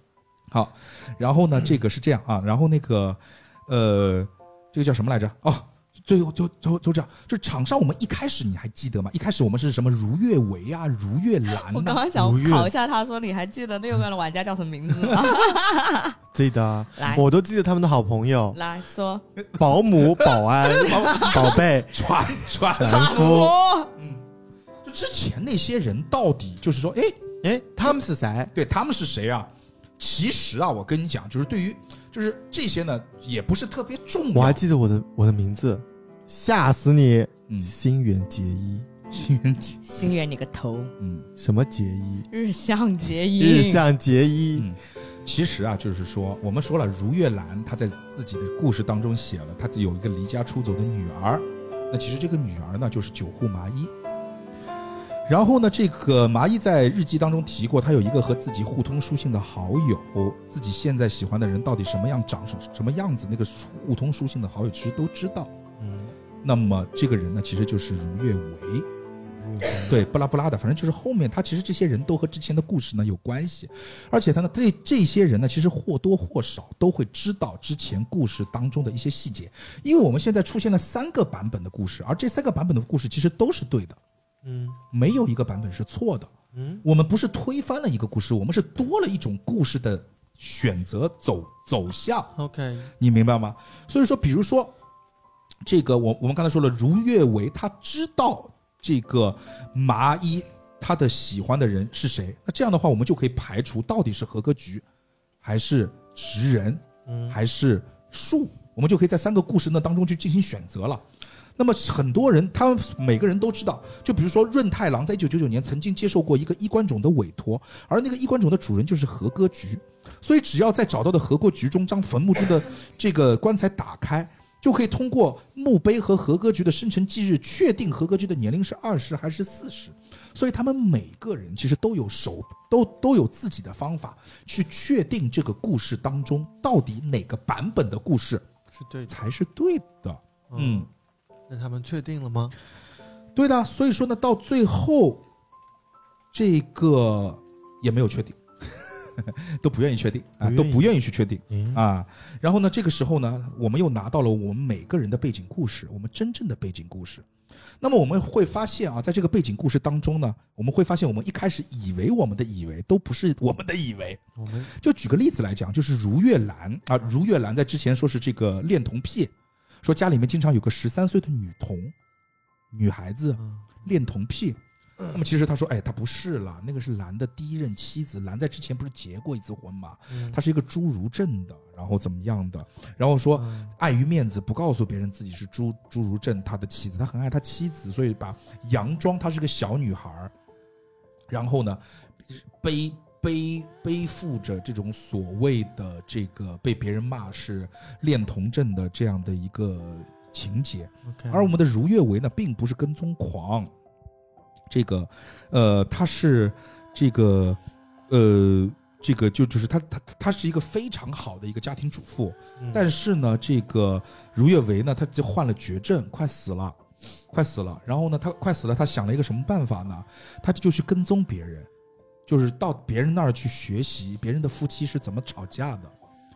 Speaker 2: 好，然后呢，这个是这样啊，然后那个，呃，这个叫什么来着？哦。最后就就就这样，就场上我们一开始你还记得吗？一开始我们是什么如月维啊，如月兰
Speaker 1: 我
Speaker 2: 呐、
Speaker 1: 刚刚
Speaker 4: 如
Speaker 1: 想
Speaker 4: 愿
Speaker 1: 考一下他，说你还记得那个玩家叫什么名字 吗？
Speaker 4: 记得啊
Speaker 1: 来，
Speaker 4: 我都记得他们的好朋友
Speaker 1: 来说，
Speaker 4: 保姆、保安、宝贝、
Speaker 2: 传传，
Speaker 4: 船夫。
Speaker 1: 说
Speaker 2: 嗯就之前那些人到底就是说，哎，
Speaker 4: 哎，他们是谁？
Speaker 2: 对他们是谁啊？其实啊，我跟你讲，就是对于就是这些呢，也不是特别重
Speaker 4: 我还
Speaker 2: 要。
Speaker 4: 记得我的我的名字，吓死你！
Speaker 2: 嗯，
Speaker 4: 新垣结衣，
Speaker 2: 新人节，
Speaker 1: 心愿你个头，
Speaker 2: 嗯
Speaker 4: 什么结衣？
Speaker 1: 日向结衣，
Speaker 4: 日向结衣，
Speaker 2: 嗯，其实啊，就是说，我们说了，如月兰她在自己的故事当中写了，她自己有一个离家出走的女儿，那其实这个女儿呢，就是九户麻衣。然后呢，这个麻衣在日记当中提过，她有一个和自己互通书信的好友，自己现在喜欢的人到底什么样长什什么样子，那个书互通书信的好友其实都知道。
Speaker 4: 嗯，
Speaker 2: 那么这个人呢，其实就是如月维，对，布拉布拉的，反正就是后面他其实这些人都和之前的故事呢有关系，而且他呢，这这些人呢，其实或多或少都会知道之前故事当中的一些细节，因为我们现在出现了三个版本的故事，而这三个版本的故事其实都是对的，
Speaker 4: 嗯
Speaker 2: 没有一个版本是错的。
Speaker 4: 嗯，
Speaker 2: 我们不是推翻了一个故事，我们是多了一种故事的选择走走向。
Speaker 4: 嗯，OK，
Speaker 2: 你明白吗？所以说，比如说，这个我我们刚才说了，如月为他知道这个麻衣他的喜欢的人是谁，那这样的话，我们就可以排除到底是和歌菊，还是直人，
Speaker 4: 嗯，
Speaker 2: 还是树，我们就可以在三个故事呢当中去进行选择了。那么很多人，他们每个人都知道，就比如说润太郎在一九九九年曾经接受过一个衣冠冢的委托，而那个衣冠冢的主人就是和歌菊，所以只要在找到的和歌菊中将坟墓中的这个棺材打开，就可以通过墓碑和和歌菊的生辰忌日确定和歌菊的年龄是二十还是四十。所以他们每个人其实都有手都都有自己的方法去确定这个故事当中到底哪个版本的故事
Speaker 4: 是对的，
Speaker 2: 才是对的。嗯，
Speaker 4: 那他们确定了吗？
Speaker 2: 对的，啊所以说呢，到最后这个也没有确定， 都不愿意确定
Speaker 4: 不
Speaker 2: 啊，
Speaker 4: 愿意
Speaker 2: 都不愿意去确定
Speaker 4: 嗯，
Speaker 2: 啊。然后呢，这个时候呢，我们又拿到了我们每个人的背景故事，我们真正的背景故事。那么我们会发现啊，在这个背景故事当中呢，我们会发现我们一开始以为我们的以为都不是我们的以为，
Speaker 4: 我们
Speaker 2: 就举个例子来讲，就是如月兰啊，如月兰在之前说是这个恋童癖，说家里面经常有个十三岁的女童，女孩子
Speaker 4: 嗯
Speaker 2: 恋童癖。那么其实他说，哎，他不是啦，那个是兰的第一任妻子，兰在之前不是结过一次婚嘛，
Speaker 4: 嗯
Speaker 2: 她是一个侏儒症的，然后怎么样的，然后说
Speaker 4: 嗯
Speaker 2: 碍于面子不告诉别人自己是侏侏儒症他的妻子，他很爱他妻子，所以把佯装她是个小女孩儿，然后呢，背背背负着这种所谓的这个被别人骂是恋童症的这样的一个情节，
Speaker 4: ，OK，
Speaker 2: 而我们的如月为呢，并不是跟踪狂，这个，呃，他是这个，呃，这个就就是他他他是一个非常好的一个家庭主妇，
Speaker 4: 嗯
Speaker 2: 但是呢，这个如月为呢，他就患了绝症，快死了，快死了。然后呢，他快死了，他想了一个什么办法呢？他就去跟踪别人，就是到别人那儿去学习别人的夫妻是怎么吵架的，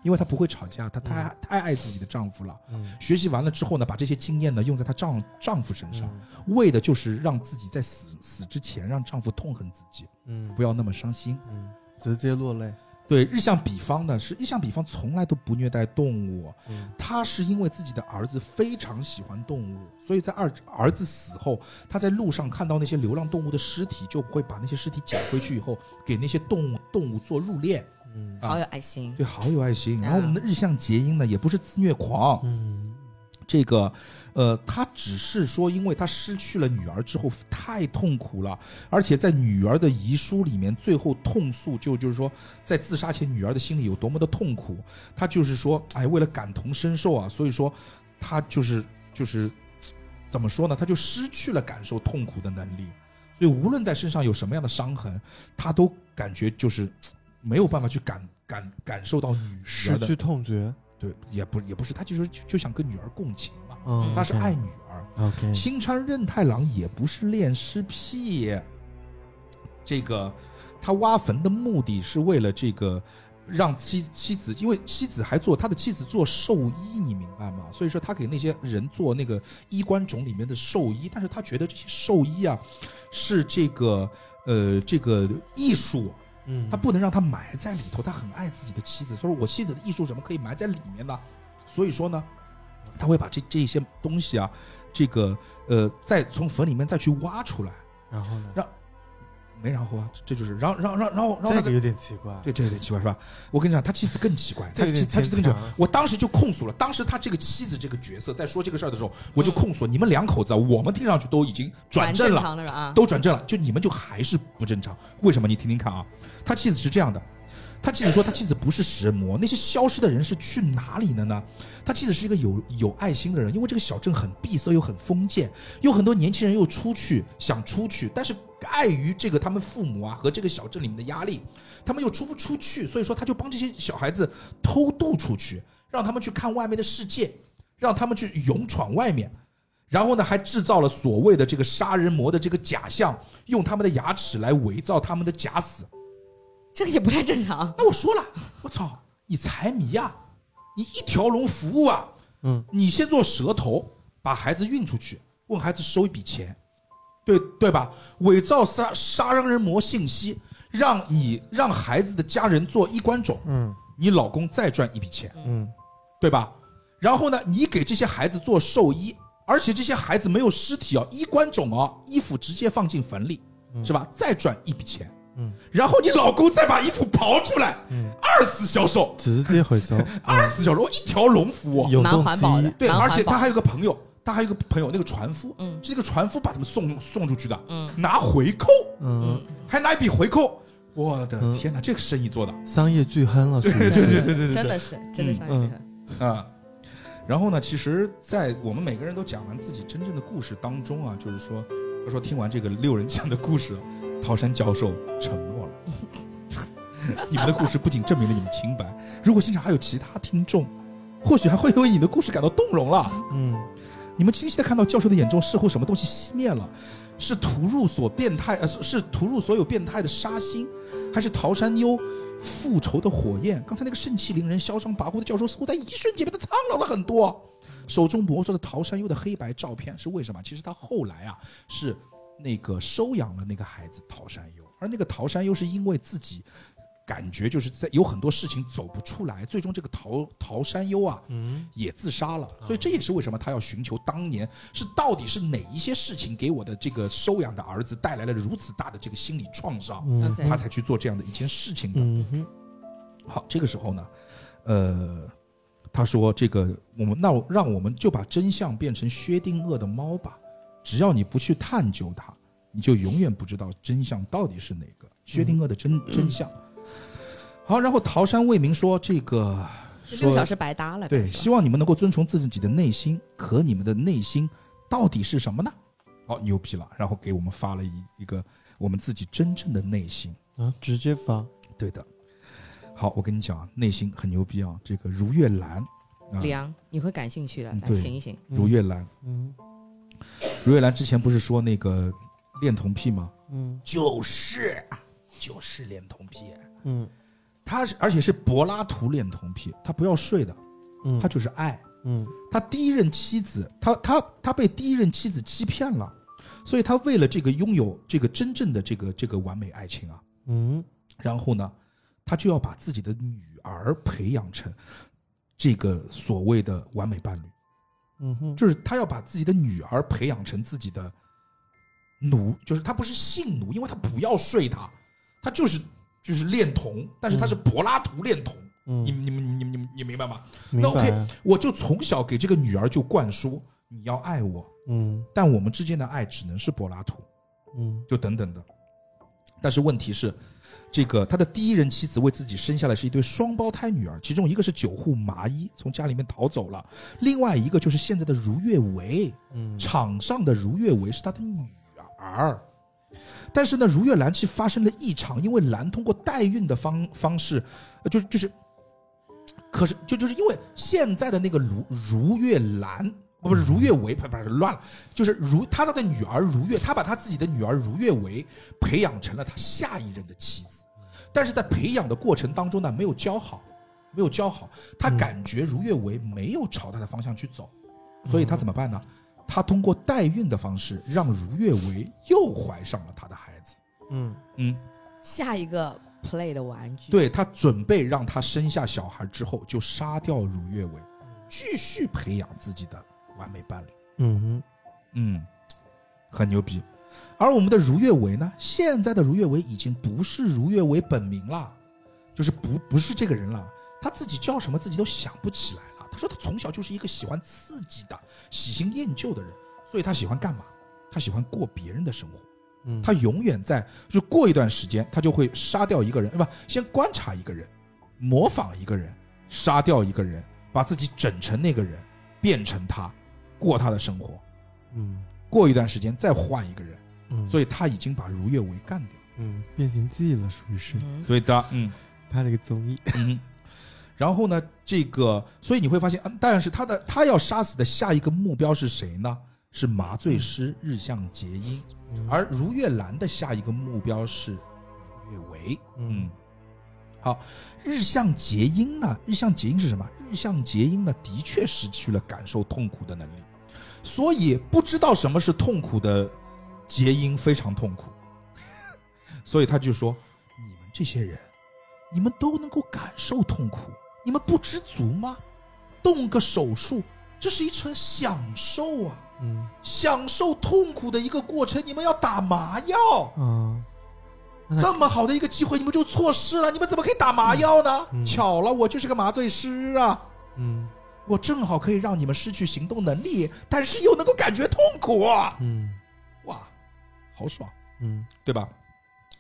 Speaker 2: 因为她不会吵架，她太、太爱自己的丈夫了。
Speaker 4: 嗯
Speaker 2: 学习完了之后呢，把这些经验呢用在她丈丈夫身上，
Speaker 4: 嗯
Speaker 2: 为的就是让自己在死死之前让丈夫痛恨自己，
Speaker 4: 嗯
Speaker 2: 不要那么伤心。
Speaker 4: 嗯，直接落泪，
Speaker 2: 对日向比方呢，是日向比方从来都不虐待动物，
Speaker 4: 嗯
Speaker 2: 他是因为自己的儿子非常喜欢动物，所以在二儿子死后，他在路上看到那些流浪动物的尸体，就会把那些尸体捡回去以后，给那些动物动物做入殓，
Speaker 4: 嗯
Speaker 2: 啊
Speaker 1: 好有爱心。
Speaker 2: 对，好有爱心。然后我们的日向结英呢，也不是自虐狂，
Speaker 4: 嗯
Speaker 2: 这个，呃，他只是说，因为他失去了女儿之后太痛苦了，而且在女儿的遗书里面，最后痛诉就就是说，在自杀前女儿的心里有多么的痛苦，他就是说，哎，为了感同身受啊，所以说，他就是 就是怎么说呢，他就失去了感受痛苦的能力，所以无论在身上有什么样的伤痕，他都感觉就是没有办法去感感感受到女儿
Speaker 4: 失
Speaker 2: 的
Speaker 4: 去，痛觉，
Speaker 2: 对，也不也不是，他就是就就想跟女儿共情嘛。
Speaker 4: 嗯，
Speaker 2: 他是爱女儿。
Speaker 4: ，OK，
Speaker 2: 新川任太郎也不是恋尸癖，这个他挖坟的目的是为了这个让妻妻子，因为妻子还做他的妻子做寿衣，你明白吗？所以说他给那些人做那个衣冠冢里面的寿衣，但是他觉得这些寿衣啊是这个呃这个艺术，
Speaker 4: 嗯，
Speaker 2: 他不能让他埋在里头，他很爱自己的妻子，所以说我妻子的艺术怎么可以埋在里面呢？所以说呢，他会把这这些东西啊，这个呃，再从坟里面再去挖出来，
Speaker 4: 然后呢
Speaker 2: 让？没然后啊，这这就是让让让让我让
Speaker 4: 这
Speaker 2: 他
Speaker 4: 个
Speaker 2: 跟
Speaker 4: 有点奇怪，
Speaker 2: 对这有点奇怪是吧？我跟你讲，他妻子更奇怪，
Speaker 4: 这
Speaker 2: 他
Speaker 4: 个有
Speaker 2: 妻
Speaker 4: 点
Speaker 2: 他妻子
Speaker 4: 牵
Speaker 2: 更奇
Speaker 4: 强
Speaker 2: 怪。。我当时就控诉了，当时他这个妻子这个角色在说这个事儿的时候，我就控诉你们两口子啊，我们听上去都已经转
Speaker 1: 蛮
Speaker 2: 正
Speaker 1: 正
Speaker 2: 了，
Speaker 1: 常的人啊，
Speaker 2: 都转正了，就你们就还是不正常。为什么？你听听看啊，他妻子是这样的，他妻子说他妻子不是食人魔，那些消失的人是去哪里了呢？他妻子是一个有有爱心的人，因为这个小镇很闭塞又很封建，有很多年轻人又出去想出去，但是碍于这个他们父母啊和这个小镇里面的压力，他们又出不出去，所以说他就帮这些小孩子偷渡出去，让他们去看外面的世界，让他们去勇闯外面。然后呢，还制造了所谓的这个杀人魔的这个假象，用他们的牙齿来伪造他们的假死。
Speaker 1: 这个也不太正常。
Speaker 2: 那我说了，我操，你财迷呀、你一条龙服务啊！
Speaker 4: 嗯，
Speaker 2: 你先做蛇头，把孩子运出去，问孩子收一笔钱，对对吧？伪造杀杀人魔信息，让你让孩子的家人做衣冠冢，
Speaker 4: 嗯
Speaker 2: 你老公再赚一笔钱，
Speaker 4: 嗯
Speaker 2: 对吧？然后呢，你给这些孩子做寿衣，而且这些孩子没有尸体啊，衣冠冢啊，衣服直接放进坟里，
Speaker 4: 嗯
Speaker 2: 是吧？再赚一笔钱，
Speaker 4: 嗯
Speaker 2: 然后你老公再把衣服刨出来，
Speaker 4: 嗯，
Speaker 2: 二次销售，
Speaker 4: 直接回 收，
Speaker 2: 二次销售，一条龙服务。
Speaker 4: 有
Speaker 1: 蛮
Speaker 4: 动
Speaker 1: 环保的
Speaker 4: 机，
Speaker 2: 对，
Speaker 1: 蛮环
Speaker 2: 而且他
Speaker 1: 保
Speaker 2: 还有个朋友，他还有个朋友，那个船夫，
Speaker 1: 嗯
Speaker 2: 是那个船夫把他们送送出去的，
Speaker 1: 嗯
Speaker 2: 拿回扣，
Speaker 4: 嗯，
Speaker 2: 还拿一笔回扣。我的
Speaker 4: 嗯
Speaker 2: 天哪，这个生意做的，
Speaker 4: 商业巨亨了，对对
Speaker 2: 对对对
Speaker 1: 真的是，真的商业
Speaker 4: 嗯
Speaker 1: 结合。
Speaker 2: 啊。然后呢，其实，在我们每个人都讲完自己真正的故事当中啊，就是说，他说听完这个六人讲的故事，桃山教授沉默了。 你们的故事不仅证明了你们清白，如果现场还有其他听众，或许还会为你的故事感到动容了。
Speaker 4: 嗯，
Speaker 2: 你们清晰的看到教授的眼中似乎什么东西熄灭了，是屠入所变态，呃，是是屠入所有变态的杀心，还是桃山优复仇的火焰？刚才那个盛气凌人、嚣张跋扈的教授，似乎在一瞬间变得苍老了很多。手中摩挲的桃山优的黑白照片是为什么？其实他后来啊，是那个收养了那个孩子桃山优，而那个桃山优是因为自己。感觉就是在有很多事情走不出来，最终这个桃桃山优啊，
Speaker 4: 嗯
Speaker 2: 也自杀了，所以这也是为什么他要寻求当年是到底是哪一些事情给我的这个收养的儿子带来了如此大的这个心理创伤，
Speaker 4: 嗯
Speaker 1: OK
Speaker 2: 他才去做这样的一件事情的。
Speaker 4: 嗯哼，
Speaker 2: 好，这个时候呢，呃，他说这个我们那我让我们就把真相变成薛定谔的猫吧，只要你不去探究它，你就永远不知道真相到底是哪个薛定谔的真、真相。
Speaker 1: 嗯
Speaker 2: 好，然后桃山未明说这个。
Speaker 1: 这六
Speaker 2: 说
Speaker 1: 小时白搭了，
Speaker 2: 对，
Speaker 1: 是吧
Speaker 2: 希望你们能够遵从自己的内心，可你们的内心到底是什么呢？哦，牛逼了！然后给我们发了一一个我们自己真正的内心。
Speaker 4: 啊，直接发，
Speaker 2: 对的，好，我跟你讲啊，内心很牛逼啊！这个如月兰啊，
Speaker 1: 李阳，你会感兴趣的，
Speaker 2: 嗯
Speaker 1: 来
Speaker 2: 对
Speaker 1: 醒一醒。
Speaker 2: 如月兰，
Speaker 4: 嗯
Speaker 2: 如月兰之前不是说那个恋童癖吗？
Speaker 4: 嗯
Speaker 2: 就是，啊就是恋童癖。
Speaker 4: 嗯
Speaker 2: 他是而且是柏拉图恋童癖，他不要睡的，
Speaker 4: 嗯，
Speaker 2: 他就是爱。
Speaker 4: 嗯
Speaker 2: 他第一任妻子，他他他被第一任妻子欺骗了，所以他为了这个拥有这个真正的这个这个完美爱情啊，
Speaker 4: 嗯
Speaker 2: 然后呢，他就要把自己的女儿培养成这个所谓的完美伴侣，
Speaker 4: 嗯哼，
Speaker 2: 就是他要把自己的女儿培养成自己的奴，就是他不是性奴，因为他不要睡他，他就是就是恋童，但是他是柏拉图恋童，你
Speaker 4: 嗯，
Speaker 2: 你们你们你们你明白吗？
Speaker 4: 明
Speaker 2: 那 OK
Speaker 4: 白啊，
Speaker 2: 我就从小给这个女儿就灌输你要爱我，
Speaker 4: 嗯
Speaker 2: 但我们之间的爱只能是柏拉图，
Speaker 4: 嗯
Speaker 2: 就等等的。但是问题是，这个他的第一任妻子为自己生下来是一对双胞胎女儿，其中一个是九户麻衣，从家里面逃走了；另外一个就是现在的如月唯，
Speaker 4: 嗯
Speaker 2: 场上的如月唯是他的女儿。但是呢，如月兰其发生了异常，因为兰通过代孕的方方式，呃，就就是，可是就就是因为现在的那个如如月兰。不是如月唯，不是不是乱了，就是如他的女儿如月，他把他自己的女儿如月唯培养成了他下一任的妻子，但是在培养的过程当中呢，没有教好，没有教好，他
Speaker 4: 嗯
Speaker 2: 感觉如月唯没有朝他的方向去走，所以
Speaker 4: 嗯
Speaker 2: 他怎么办呢？他通过代孕的方式，让如月唯又怀上了他的孩子。
Speaker 4: 嗯
Speaker 2: 嗯，
Speaker 1: 下一个 play 的玩具，，
Speaker 2: 对他准备让他生下小孩之后，就杀掉如月唯，继续培养自己的完美伴侣。
Speaker 4: 嗯哼，
Speaker 2: 嗯，很牛逼。而我们的如月唯呢，现在的如月唯已经不是如月唯本名了，就是不不是这个人了。他自己叫什么自己都想不起来了。他说他从小就是一个喜欢刺激的、喜新厌旧的人，所以他喜欢干嘛？他喜欢过别人的生活。
Speaker 4: 嗯
Speaker 2: 他永远在，就是过一段时间，他就会杀掉一个人，不，先观察一个人，模仿一个人，杀掉一个人，把自己整成那个人，变成他，过他的生活。
Speaker 4: 嗯
Speaker 2: 过一段时间再换一个人，
Speaker 4: 嗯，
Speaker 2: 所
Speaker 4: 以
Speaker 2: 以他已经把如月为干掉。
Speaker 4: 嗯变形记了，属于是
Speaker 1: 嗯，
Speaker 2: 对的，嗯
Speaker 4: 拍了个综艺，
Speaker 2: 嗯。然后呢，这个，所以你会发现，嗯，但是他的他要杀死的下一个目标是谁呢？是麻醉师日向结衣，
Speaker 4: 嗯
Speaker 2: 而如月兰的下一个目标是如月唯。嗯
Speaker 4: 嗯，
Speaker 2: 好，日向结英呢？日向结英是什么？日向结英呢，的确失去了感受痛苦的能力，所以不知道什么是痛苦的结英非常痛苦， 所以他就说：“你们这些人，你们都能够感受痛苦，你们不知足吗？动个手术，这是一场享受啊，
Speaker 4: 嗯
Speaker 2: 享受痛苦的一个过程，你们要打麻药。”
Speaker 4: 啊，那
Speaker 2: 这么好的一个机会，你们就错失了，你们怎么可以打麻药呢？
Speaker 4: 嗯嗯
Speaker 2: 巧了，我就是个麻醉师啊，
Speaker 4: 嗯
Speaker 2: 我正好可以让你们失去行动能力，但是又能够感觉痛苦，啊
Speaker 4: 嗯
Speaker 2: 哇，好爽，
Speaker 4: 嗯
Speaker 2: 对吧？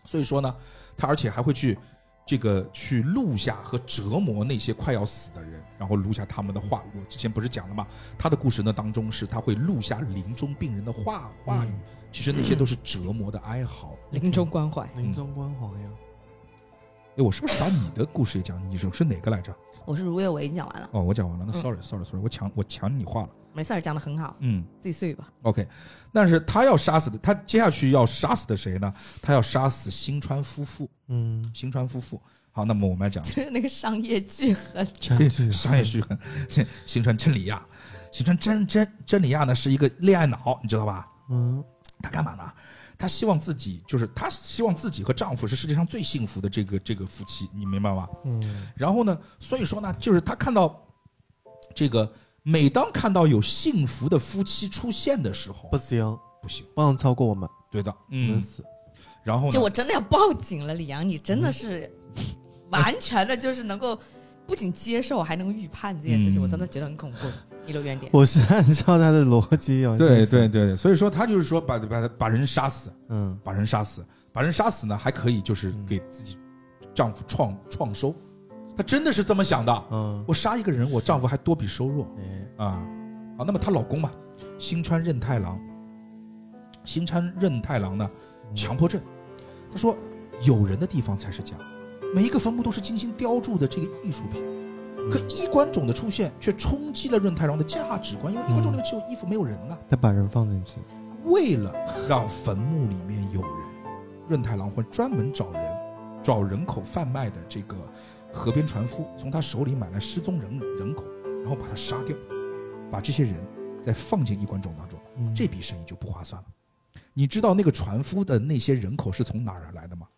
Speaker 2: 所以说呢，他而且还会去这个去录下和折磨那些快要死的人，然后录下他们的话。我之前不是讲了吗？他的故事呢当中是他会录下临终病人的话话语，
Speaker 4: 嗯
Speaker 2: 其实那些都是折磨的哀嚎。
Speaker 1: 临终关怀。
Speaker 4: 临终关怀呀，
Speaker 2: 哎，我是不是把你的故事也讲？你说是哪个来着？
Speaker 1: 我是如月我已经讲完了，
Speaker 2: 哦，我讲完了，那
Speaker 1: 嗯
Speaker 2: sorry sorry sorry，我抢我抢你话了。
Speaker 1: 没事儿，讲的很好，
Speaker 2: 嗯
Speaker 1: 自己碎吧。
Speaker 2: ，OK，但是他要杀死的，他接下去要杀死的谁呢？他要杀死新川夫妇。
Speaker 4: 嗯，
Speaker 2: 新川夫妇，好，那么我们来讲
Speaker 1: 就是那个商业巨很
Speaker 4: 真是
Speaker 2: 商业剧痕。新新川真理亚，新川真真真理亚呢是一个恋爱脑，你知道吧？
Speaker 4: 嗯
Speaker 2: 她干嘛呢？她希望自己就是她希望自己和丈夫是世界上最幸福的这个这个夫妻，你明白吗？
Speaker 4: 嗯
Speaker 2: 然后呢，所以说呢，就是他看到这个，每当看到有幸福的夫妻出现的时候，
Speaker 4: 不行，
Speaker 2: 不行，
Speaker 4: 不能超过我们，
Speaker 2: 对的，
Speaker 4: 我们
Speaker 2: 嗯。
Speaker 4: 死，
Speaker 2: 然后
Speaker 1: 就
Speaker 2: 呢
Speaker 1: 我，真的要报警了，李阳，你
Speaker 2: 嗯
Speaker 1: 真的是完全的，就是能够不仅接受，还能够预判这件事情，
Speaker 2: 嗯
Speaker 1: 我真的觉得很恐怖。你离我远点。
Speaker 4: 我是按照他的逻辑有
Speaker 2: 对对对，对，所以说他就是说把把把人杀死，
Speaker 4: 嗯
Speaker 2: 把人杀死，把人杀死呢，还可以就是给自己丈夫创创收，他真的是这么想的。
Speaker 4: 嗯，
Speaker 2: 我杀一个人，我丈夫还多笔收入
Speaker 4: 哎，
Speaker 2: 啊。好，那么她老公嘛，新川任太郎，新川任太郎呢，强迫症。他说，有人的地方才是家，每一个坟墓都是精心雕铸的这个艺术品。可衣冠冢的出现却冲击了任太郎的价值观，因为衣冠冢里面只有衣服没有人啊。
Speaker 4: 他把人放进去，
Speaker 2: 为了让坟墓里面有人，润太郎会专门找人，找人口贩卖的这个河边船夫，从他手里买来失踪人人口，然后把他杀掉，把这些人再放进衣冠冢当中，
Speaker 4: 嗯
Speaker 2: 这笔生意就不划算了。你知道那个船夫的那些人口是从哪儿来的吗？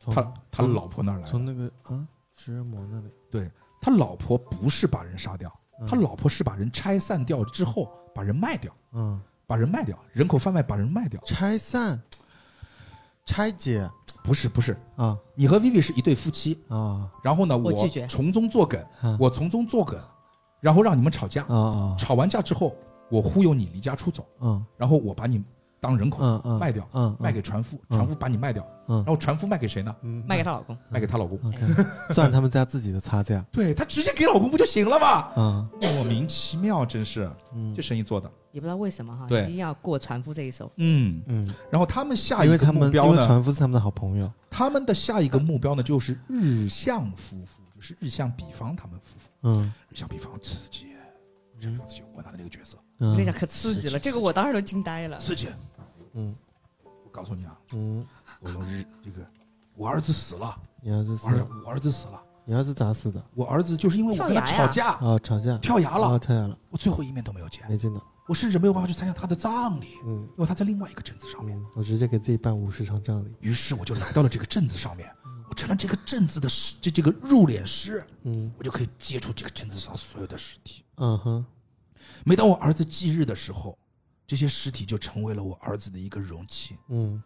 Speaker 4: 从
Speaker 2: 他他老婆那儿来的
Speaker 4: 从那个啊食人魔那里，
Speaker 2: 他老婆不是把人杀掉，
Speaker 4: 嗯
Speaker 2: 他老婆是把人拆散掉之后把人卖掉，
Speaker 4: 嗯
Speaker 2: 把人卖掉，人口贩卖把人卖掉。
Speaker 4: 拆散拆解
Speaker 2: 不是不是，
Speaker 4: 啊
Speaker 2: 你和 Vivi 是一对夫妻，
Speaker 4: 啊
Speaker 2: 然后呢，
Speaker 1: 我
Speaker 2: 我
Speaker 1: 拒绝
Speaker 2: 从中作梗，
Speaker 4: 啊
Speaker 2: 我从中作梗，然后让你们吵架
Speaker 4: 啊，啊
Speaker 2: 吵完架之后，我忽悠你离家出走，
Speaker 4: 嗯
Speaker 2: 然后我把你当人口
Speaker 4: 嗯嗯
Speaker 2: 卖掉，
Speaker 4: 嗯
Speaker 2: 卖给船夫，
Speaker 4: 嗯
Speaker 2: 船夫把你卖掉，
Speaker 4: 嗯
Speaker 2: 然后船夫卖给谁呢？
Speaker 4: 嗯
Speaker 1: 卖给她老公。
Speaker 2: 卖给她老公，
Speaker 4: OK 赚他们家自己的差价
Speaker 2: 对她直接给老公不就行了吗？
Speaker 4: 啊
Speaker 2: 莫名其妙，真是
Speaker 4: 嗯
Speaker 2: 这生意做的，
Speaker 1: 也不知道为什么哈，
Speaker 2: 对
Speaker 1: 一定要过船夫这一手。
Speaker 2: 嗯。
Speaker 4: 嗯，
Speaker 2: 然后他们下
Speaker 4: 因
Speaker 2: 一
Speaker 4: 为
Speaker 2: 个
Speaker 4: 他
Speaker 2: 目
Speaker 4: 们因
Speaker 2: 标
Speaker 4: 为
Speaker 2: 呢？
Speaker 4: 船夫是他们的好朋友，
Speaker 2: 他们的下一个目标呢，就是日向夫妇，就是日向比方他们夫妇。
Speaker 4: 嗯
Speaker 2: 日向比方刺激，日向刺激，我拿的那个角色
Speaker 1: 我跟你
Speaker 4: 嗯
Speaker 1: 讲，可刺激
Speaker 2: 刺激
Speaker 1: 了，这个我当时都惊呆了。
Speaker 2: 刺激。
Speaker 4: 嗯
Speaker 2: 我告诉你啊，
Speaker 4: 嗯，
Speaker 2: 我用日这个，我儿子死了，
Speaker 4: 你儿子死
Speaker 2: 我儿
Speaker 4: 了，
Speaker 2: 我儿子死了，
Speaker 4: 你儿子咋死的？
Speaker 2: 我儿子就是因为我跟他
Speaker 1: 跳崖
Speaker 2: 吵
Speaker 1: 呀
Speaker 2: 架
Speaker 4: 啊，吵架
Speaker 2: 跳崖了
Speaker 4: 啊，，跳崖了，
Speaker 2: 我最后一面都没有见，
Speaker 4: 没劲的，
Speaker 2: 我甚至没有办法去参加他的葬礼，
Speaker 4: 嗯。
Speaker 2: 因为他在另外一个镇子上面。
Speaker 4: 嗯，我直接给自己办五十场葬礼。
Speaker 2: 于是我就来到了这个镇子上面，我成了这个镇子的尸这这个入殓师，
Speaker 4: 嗯
Speaker 2: 我就可以接触这个镇子上所有的尸体。
Speaker 4: 嗯哼，
Speaker 2: 每当我儿子忌日的时候，这些尸体就成为了我儿子的一个容器，
Speaker 4: 嗯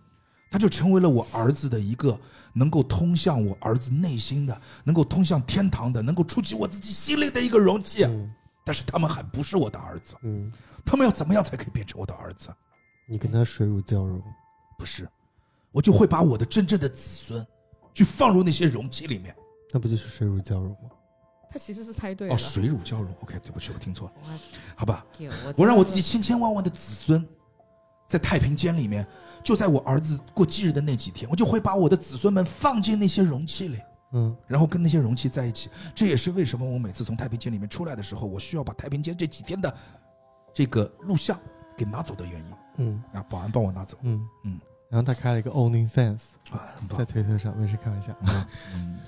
Speaker 2: 它就成为了我儿子的一个能够通向我儿子内心的、能够通向天堂的、能够触及我自己心灵的一个容器。
Speaker 4: 嗯
Speaker 2: 但是他们还不是我的儿子，
Speaker 4: 嗯，
Speaker 2: 他们要怎么样才可以变成我的儿子？嗯
Speaker 4: 你跟他水乳交融。
Speaker 2: 不是，我就会把我的真正的子孙去放入那些容器里面。
Speaker 4: 那不就是水乳交融吗？
Speaker 1: 他其实是猜对
Speaker 2: 哦，水乳交融。OK，对不起，我听错了，
Speaker 1: 我
Speaker 2: 好吧。
Speaker 1: 给我
Speaker 2: 我让我自己千千万万的子孙，在太平间里面，就在我儿子过忌日的那几天，我就会把我的子孙们放进那些容器里，
Speaker 4: 嗯
Speaker 2: 然后跟那些容器在一起。这也是为什么我每次从太平间里面出来的时候，我需要把太平间这几天的这个录像给拿走的原因。
Speaker 4: 嗯
Speaker 2: 啊，保安帮我拿走，
Speaker 4: 嗯
Speaker 2: 嗯。
Speaker 4: 然后他开了一个 OnlyFans
Speaker 2: 啊，很
Speaker 4: 在
Speaker 2: 棒。
Speaker 4: 推特上，没事开玩笑。
Speaker 2: 嗯，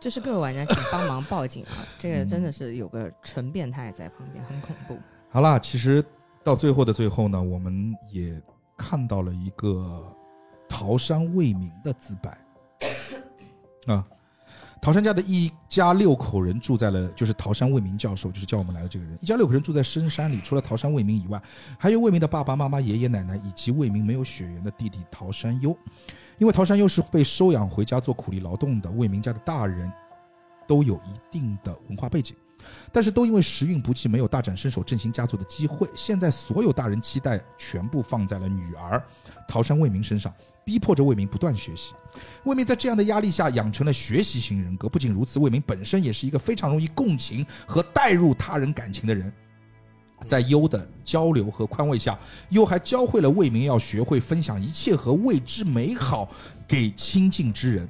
Speaker 1: 就是各位玩家，请帮忙报警啊！这个真的是有个纯变态在旁边，很恐怖。
Speaker 2: 好啦，其实到最后的最后呢，我们也看到了一个桃山未明的自白啊。桃山家的一家六口人住在了，就是桃山未明教授，就是叫我们来的这个人。一家六口人住在深山里，除了桃山未明以外，还有未明的爸爸妈妈、爷爷奶奶以及未明没有血缘的弟弟桃山优。因为桃山优是被收养回家做苦力劳动的，未明家的大人都有一定的文化背景。但是都因为时运不济，没有大展身手、振兴家族的机会。现在所有大人期待全部放在了女儿桃山未明身上，逼迫着未明不断学习。未明在这样的压力下养成了学习型人格。不仅如此，未明本身也是一个非常容易共情和带入他人感情的人。在优的交流和宽慰下，优还教会了未明要学会分享一切和未知美好给亲近之人。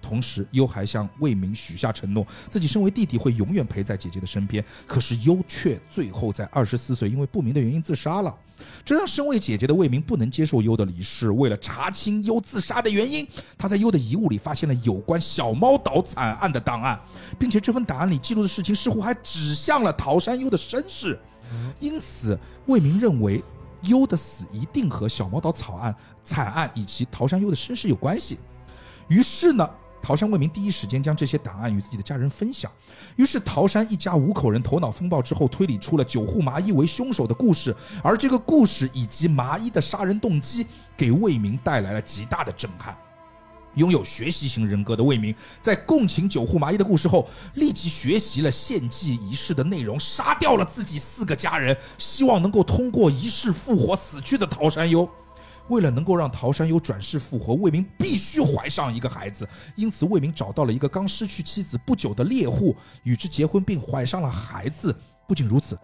Speaker 2: 同时，优还向魏明许下承诺，自己身为弟弟会永远陪在姐姐的身边。可是优却最后在二十四岁因为不明的原因自杀了，这让身为姐姐的魏明不能接受优的离世。为了查清优自杀的原因，他在优的遗物里发现了有关小猫岛惨案的档案，并且这份档案里记录的事情似乎还指向了桃山优的身世。因此，魏明认为优的死一定和小猫岛惨案、惨案以及桃山优的身世有关系。于是呢，桃山未明第一时间将这些档案与自己的家人分享。于是桃山一家五口人头脑风暴之后，推理出了九户麻衣为凶手的故事，而这个故事以及麻衣的杀人动机，给魏明带来了极大的震撼。拥有学习型人格的魏明，在共情九户麻衣的故事后，立即学习了献祭仪式的内容，杀掉了自己四个家人，希望能够通过仪式复活死去的桃山优。为了能够让桃山优转世复活，魏明必须怀上一个孩子，因此魏明找到了一个刚失去妻子不久的猎户，与之结婚并怀上了孩子。不仅如此，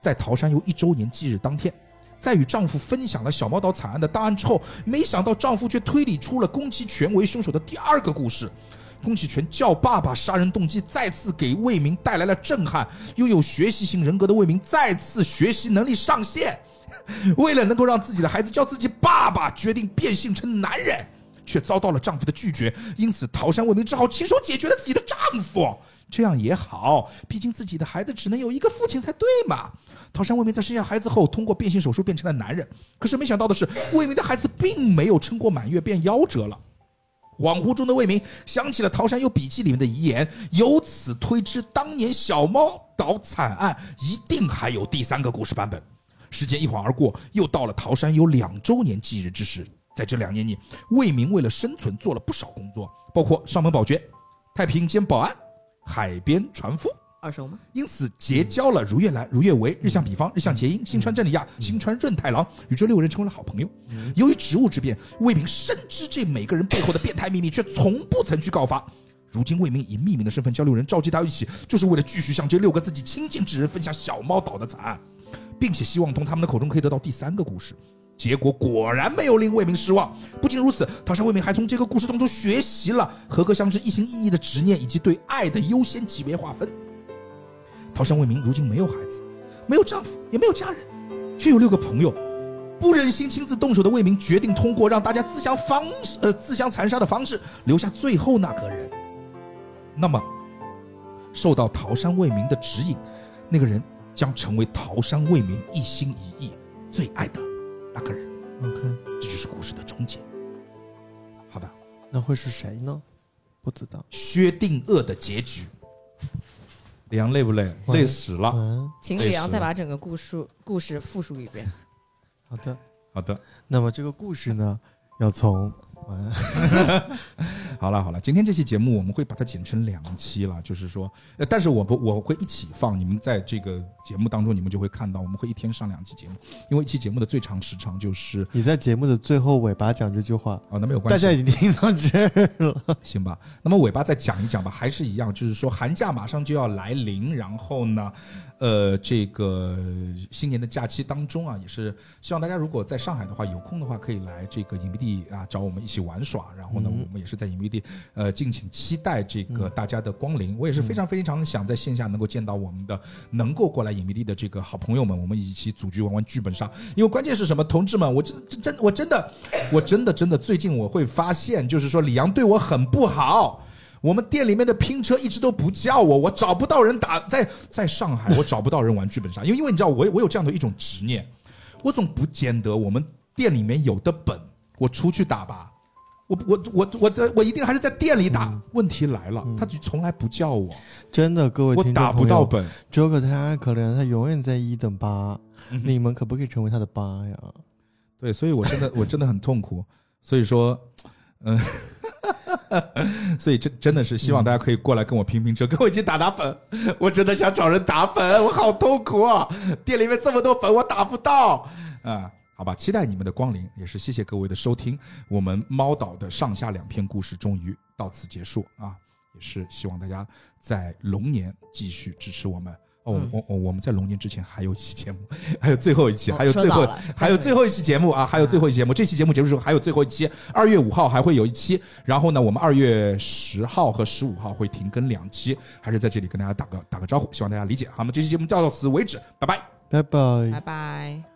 Speaker 2: 在桃山优一周年忌日当天，在与丈夫分享了小猫岛惨案的档案之后，没想到丈夫却推理出了宫崎全为凶手的第二个故事。宫崎全叫爸爸杀人动机再次给魏明带来了震撼，拥有学习型人格的魏明再次学习能力上线。 为了能够让自己的孩子叫自己爸爸，决定变性成男人，却遭到了丈夫的拒绝，因此桃山未明只好亲手解决了自己的丈夫。这样也好，毕竟自己的孩子只能有一个父亲才对嘛。桃山未明在生下孩子后，通过变性手术变成了男人，可是没想到的是，未明的孩子并没有撑过满月便夭折了。恍惚中的魏明想起了《桃山有笔记》里面的遗言，由此推知当年小猫岛惨案一定还有第三个故事版本。时间一晃而过，又到了桃山有两周年忌日之时。在这两年里，魏明为了生存做了不少工作，包括上门保洁、太平间保安、海边船夫，
Speaker 1: 耳熟吗？
Speaker 2: 因此结交了如月兰、如月唯、日向比方、日向结英、新川真里亚、新川润太郎，与这六人成为了好朋友。由于职务之便，魏明深知这每个人背后的变态秘密，却从不曾去告发。如今，魏明以匿名的身份将六人召集到一起，就是为了继续向这六个自己亲近之人分享小猫岛的惨案，并且希望从他们的口中可以得到第三个故事。结果果然没有令魏明失望。不仅如此，桃山魏明还从这个故事当中学习了和歌相知一心一意的执念以及对爱的优先级别划分。桃山未明如今没有孩子，没有丈夫，也没有家人，却有六个朋友。不忍心亲自动手的魏明决定通过让大家自相方呃自相残杀的方式留下最后那个人。那么，受到桃山未明的指引，那个人将成为桃山未明一心一意最爱的那个人。
Speaker 4: OK，
Speaker 2: 这就是故事的终结。好的，
Speaker 4: 那会是谁呢？不知道。
Speaker 2: 薛定谔的结局。梁累不累？累死了。
Speaker 4: 嗯，
Speaker 1: 请
Speaker 2: 对
Speaker 1: 李阳
Speaker 2: 是
Speaker 1: 再
Speaker 2: 的
Speaker 1: 把整个故事故事复述一遍。
Speaker 4: 好的。
Speaker 2: 好的，
Speaker 4: 那么这个故事呢，要从晚安。
Speaker 2: 好了好了，今天这期节目我们会把它剪成两期了，就是说，呃，但是我不我会一起放，你们在这个节目当中你们就会看到，我们会一天上两期节目，因为一期节目的最长时长就是
Speaker 4: 你在节目的最后尾巴讲这句话，
Speaker 2: 啊、那没有关
Speaker 4: 大
Speaker 2: 系
Speaker 4: 家，已经听到这 儿了。
Speaker 2: 行吧？那么尾巴再讲一讲吧，还是一样，就是说寒假马上就要来临，然后呢，呃，这个新年的假期当中啊，也是希望大家如果在上海的话，有空的话可以来这个影迷地啊找我们一起玩耍。然后呢，
Speaker 4: 嗯
Speaker 2: 我们也是在影迷地呃敬请期待这个大家的光临。我也是
Speaker 4: 嗯
Speaker 2: 非常非常地想在线下能够见到我们的能够过来影迷地的这个好朋友们，我们一起组局玩玩剧本杀。因为关键是什么，同志们，我真真真我真的我真的真的最近我会发现，就是说李阳对我很不好。我们店里面的拼车一直都不叫我，我找不到人打在在上海，我找不到人玩剧本杀，因为因为你知道我我有这样的一种执念，我总不见得我们店里面有的本，我出去打吧，我我我我的我一定还是在店里打。
Speaker 4: 嗯
Speaker 2: 问题来了，他就从来不叫我，
Speaker 4: 真的，各位
Speaker 2: 我
Speaker 4: 听众
Speaker 2: 打不
Speaker 4: 朋
Speaker 2: 到
Speaker 4: 友
Speaker 2: 本，
Speaker 4: Joker 太可怜了，他永远在一等八。
Speaker 2: 嗯哼
Speaker 4: 你们可不可以成为他的八呀？
Speaker 2: 对，所以我真的我真的很痛苦，所以说，嗯， 所以真真的是希望大家可以过来跟我拼拼车，跟我一起打打本，我真的想找人打本，我好痛苦啊！店里面这么多本，我打不到啊、好吧，期待你们的光临，也是谢谢各位的收听。我们猫岛的上下两篇故事终于到此结束啊，也是希望大家在龙年继续支持我们。哦，我
Speaker 1: 嗯
Speaker 2: 我我我们在龙年之前还有一期节目，还有最后一期，
Speaker 1: 哦
Speaker 2: 还有
Speaker 1: 说
Speaker 2: 最
Speaker 1: 早
Speaker 2: 后
Speaker 1: 了说
Speaker 2: 还有
Speaker 1: 早
Speaker 2: 最后一期节目啊，还有最后一期节目。这期节目结束之后还有最后一期，二月五号还会有一期，然后呢，我们二月十号和十五号会停更两期，还是在这里跟大家打个打个招呼，希望大家理解。好，那么这期节目到此为止，拜拜。
Speaker 4: 拜拜
Speaker 1: 拜拜。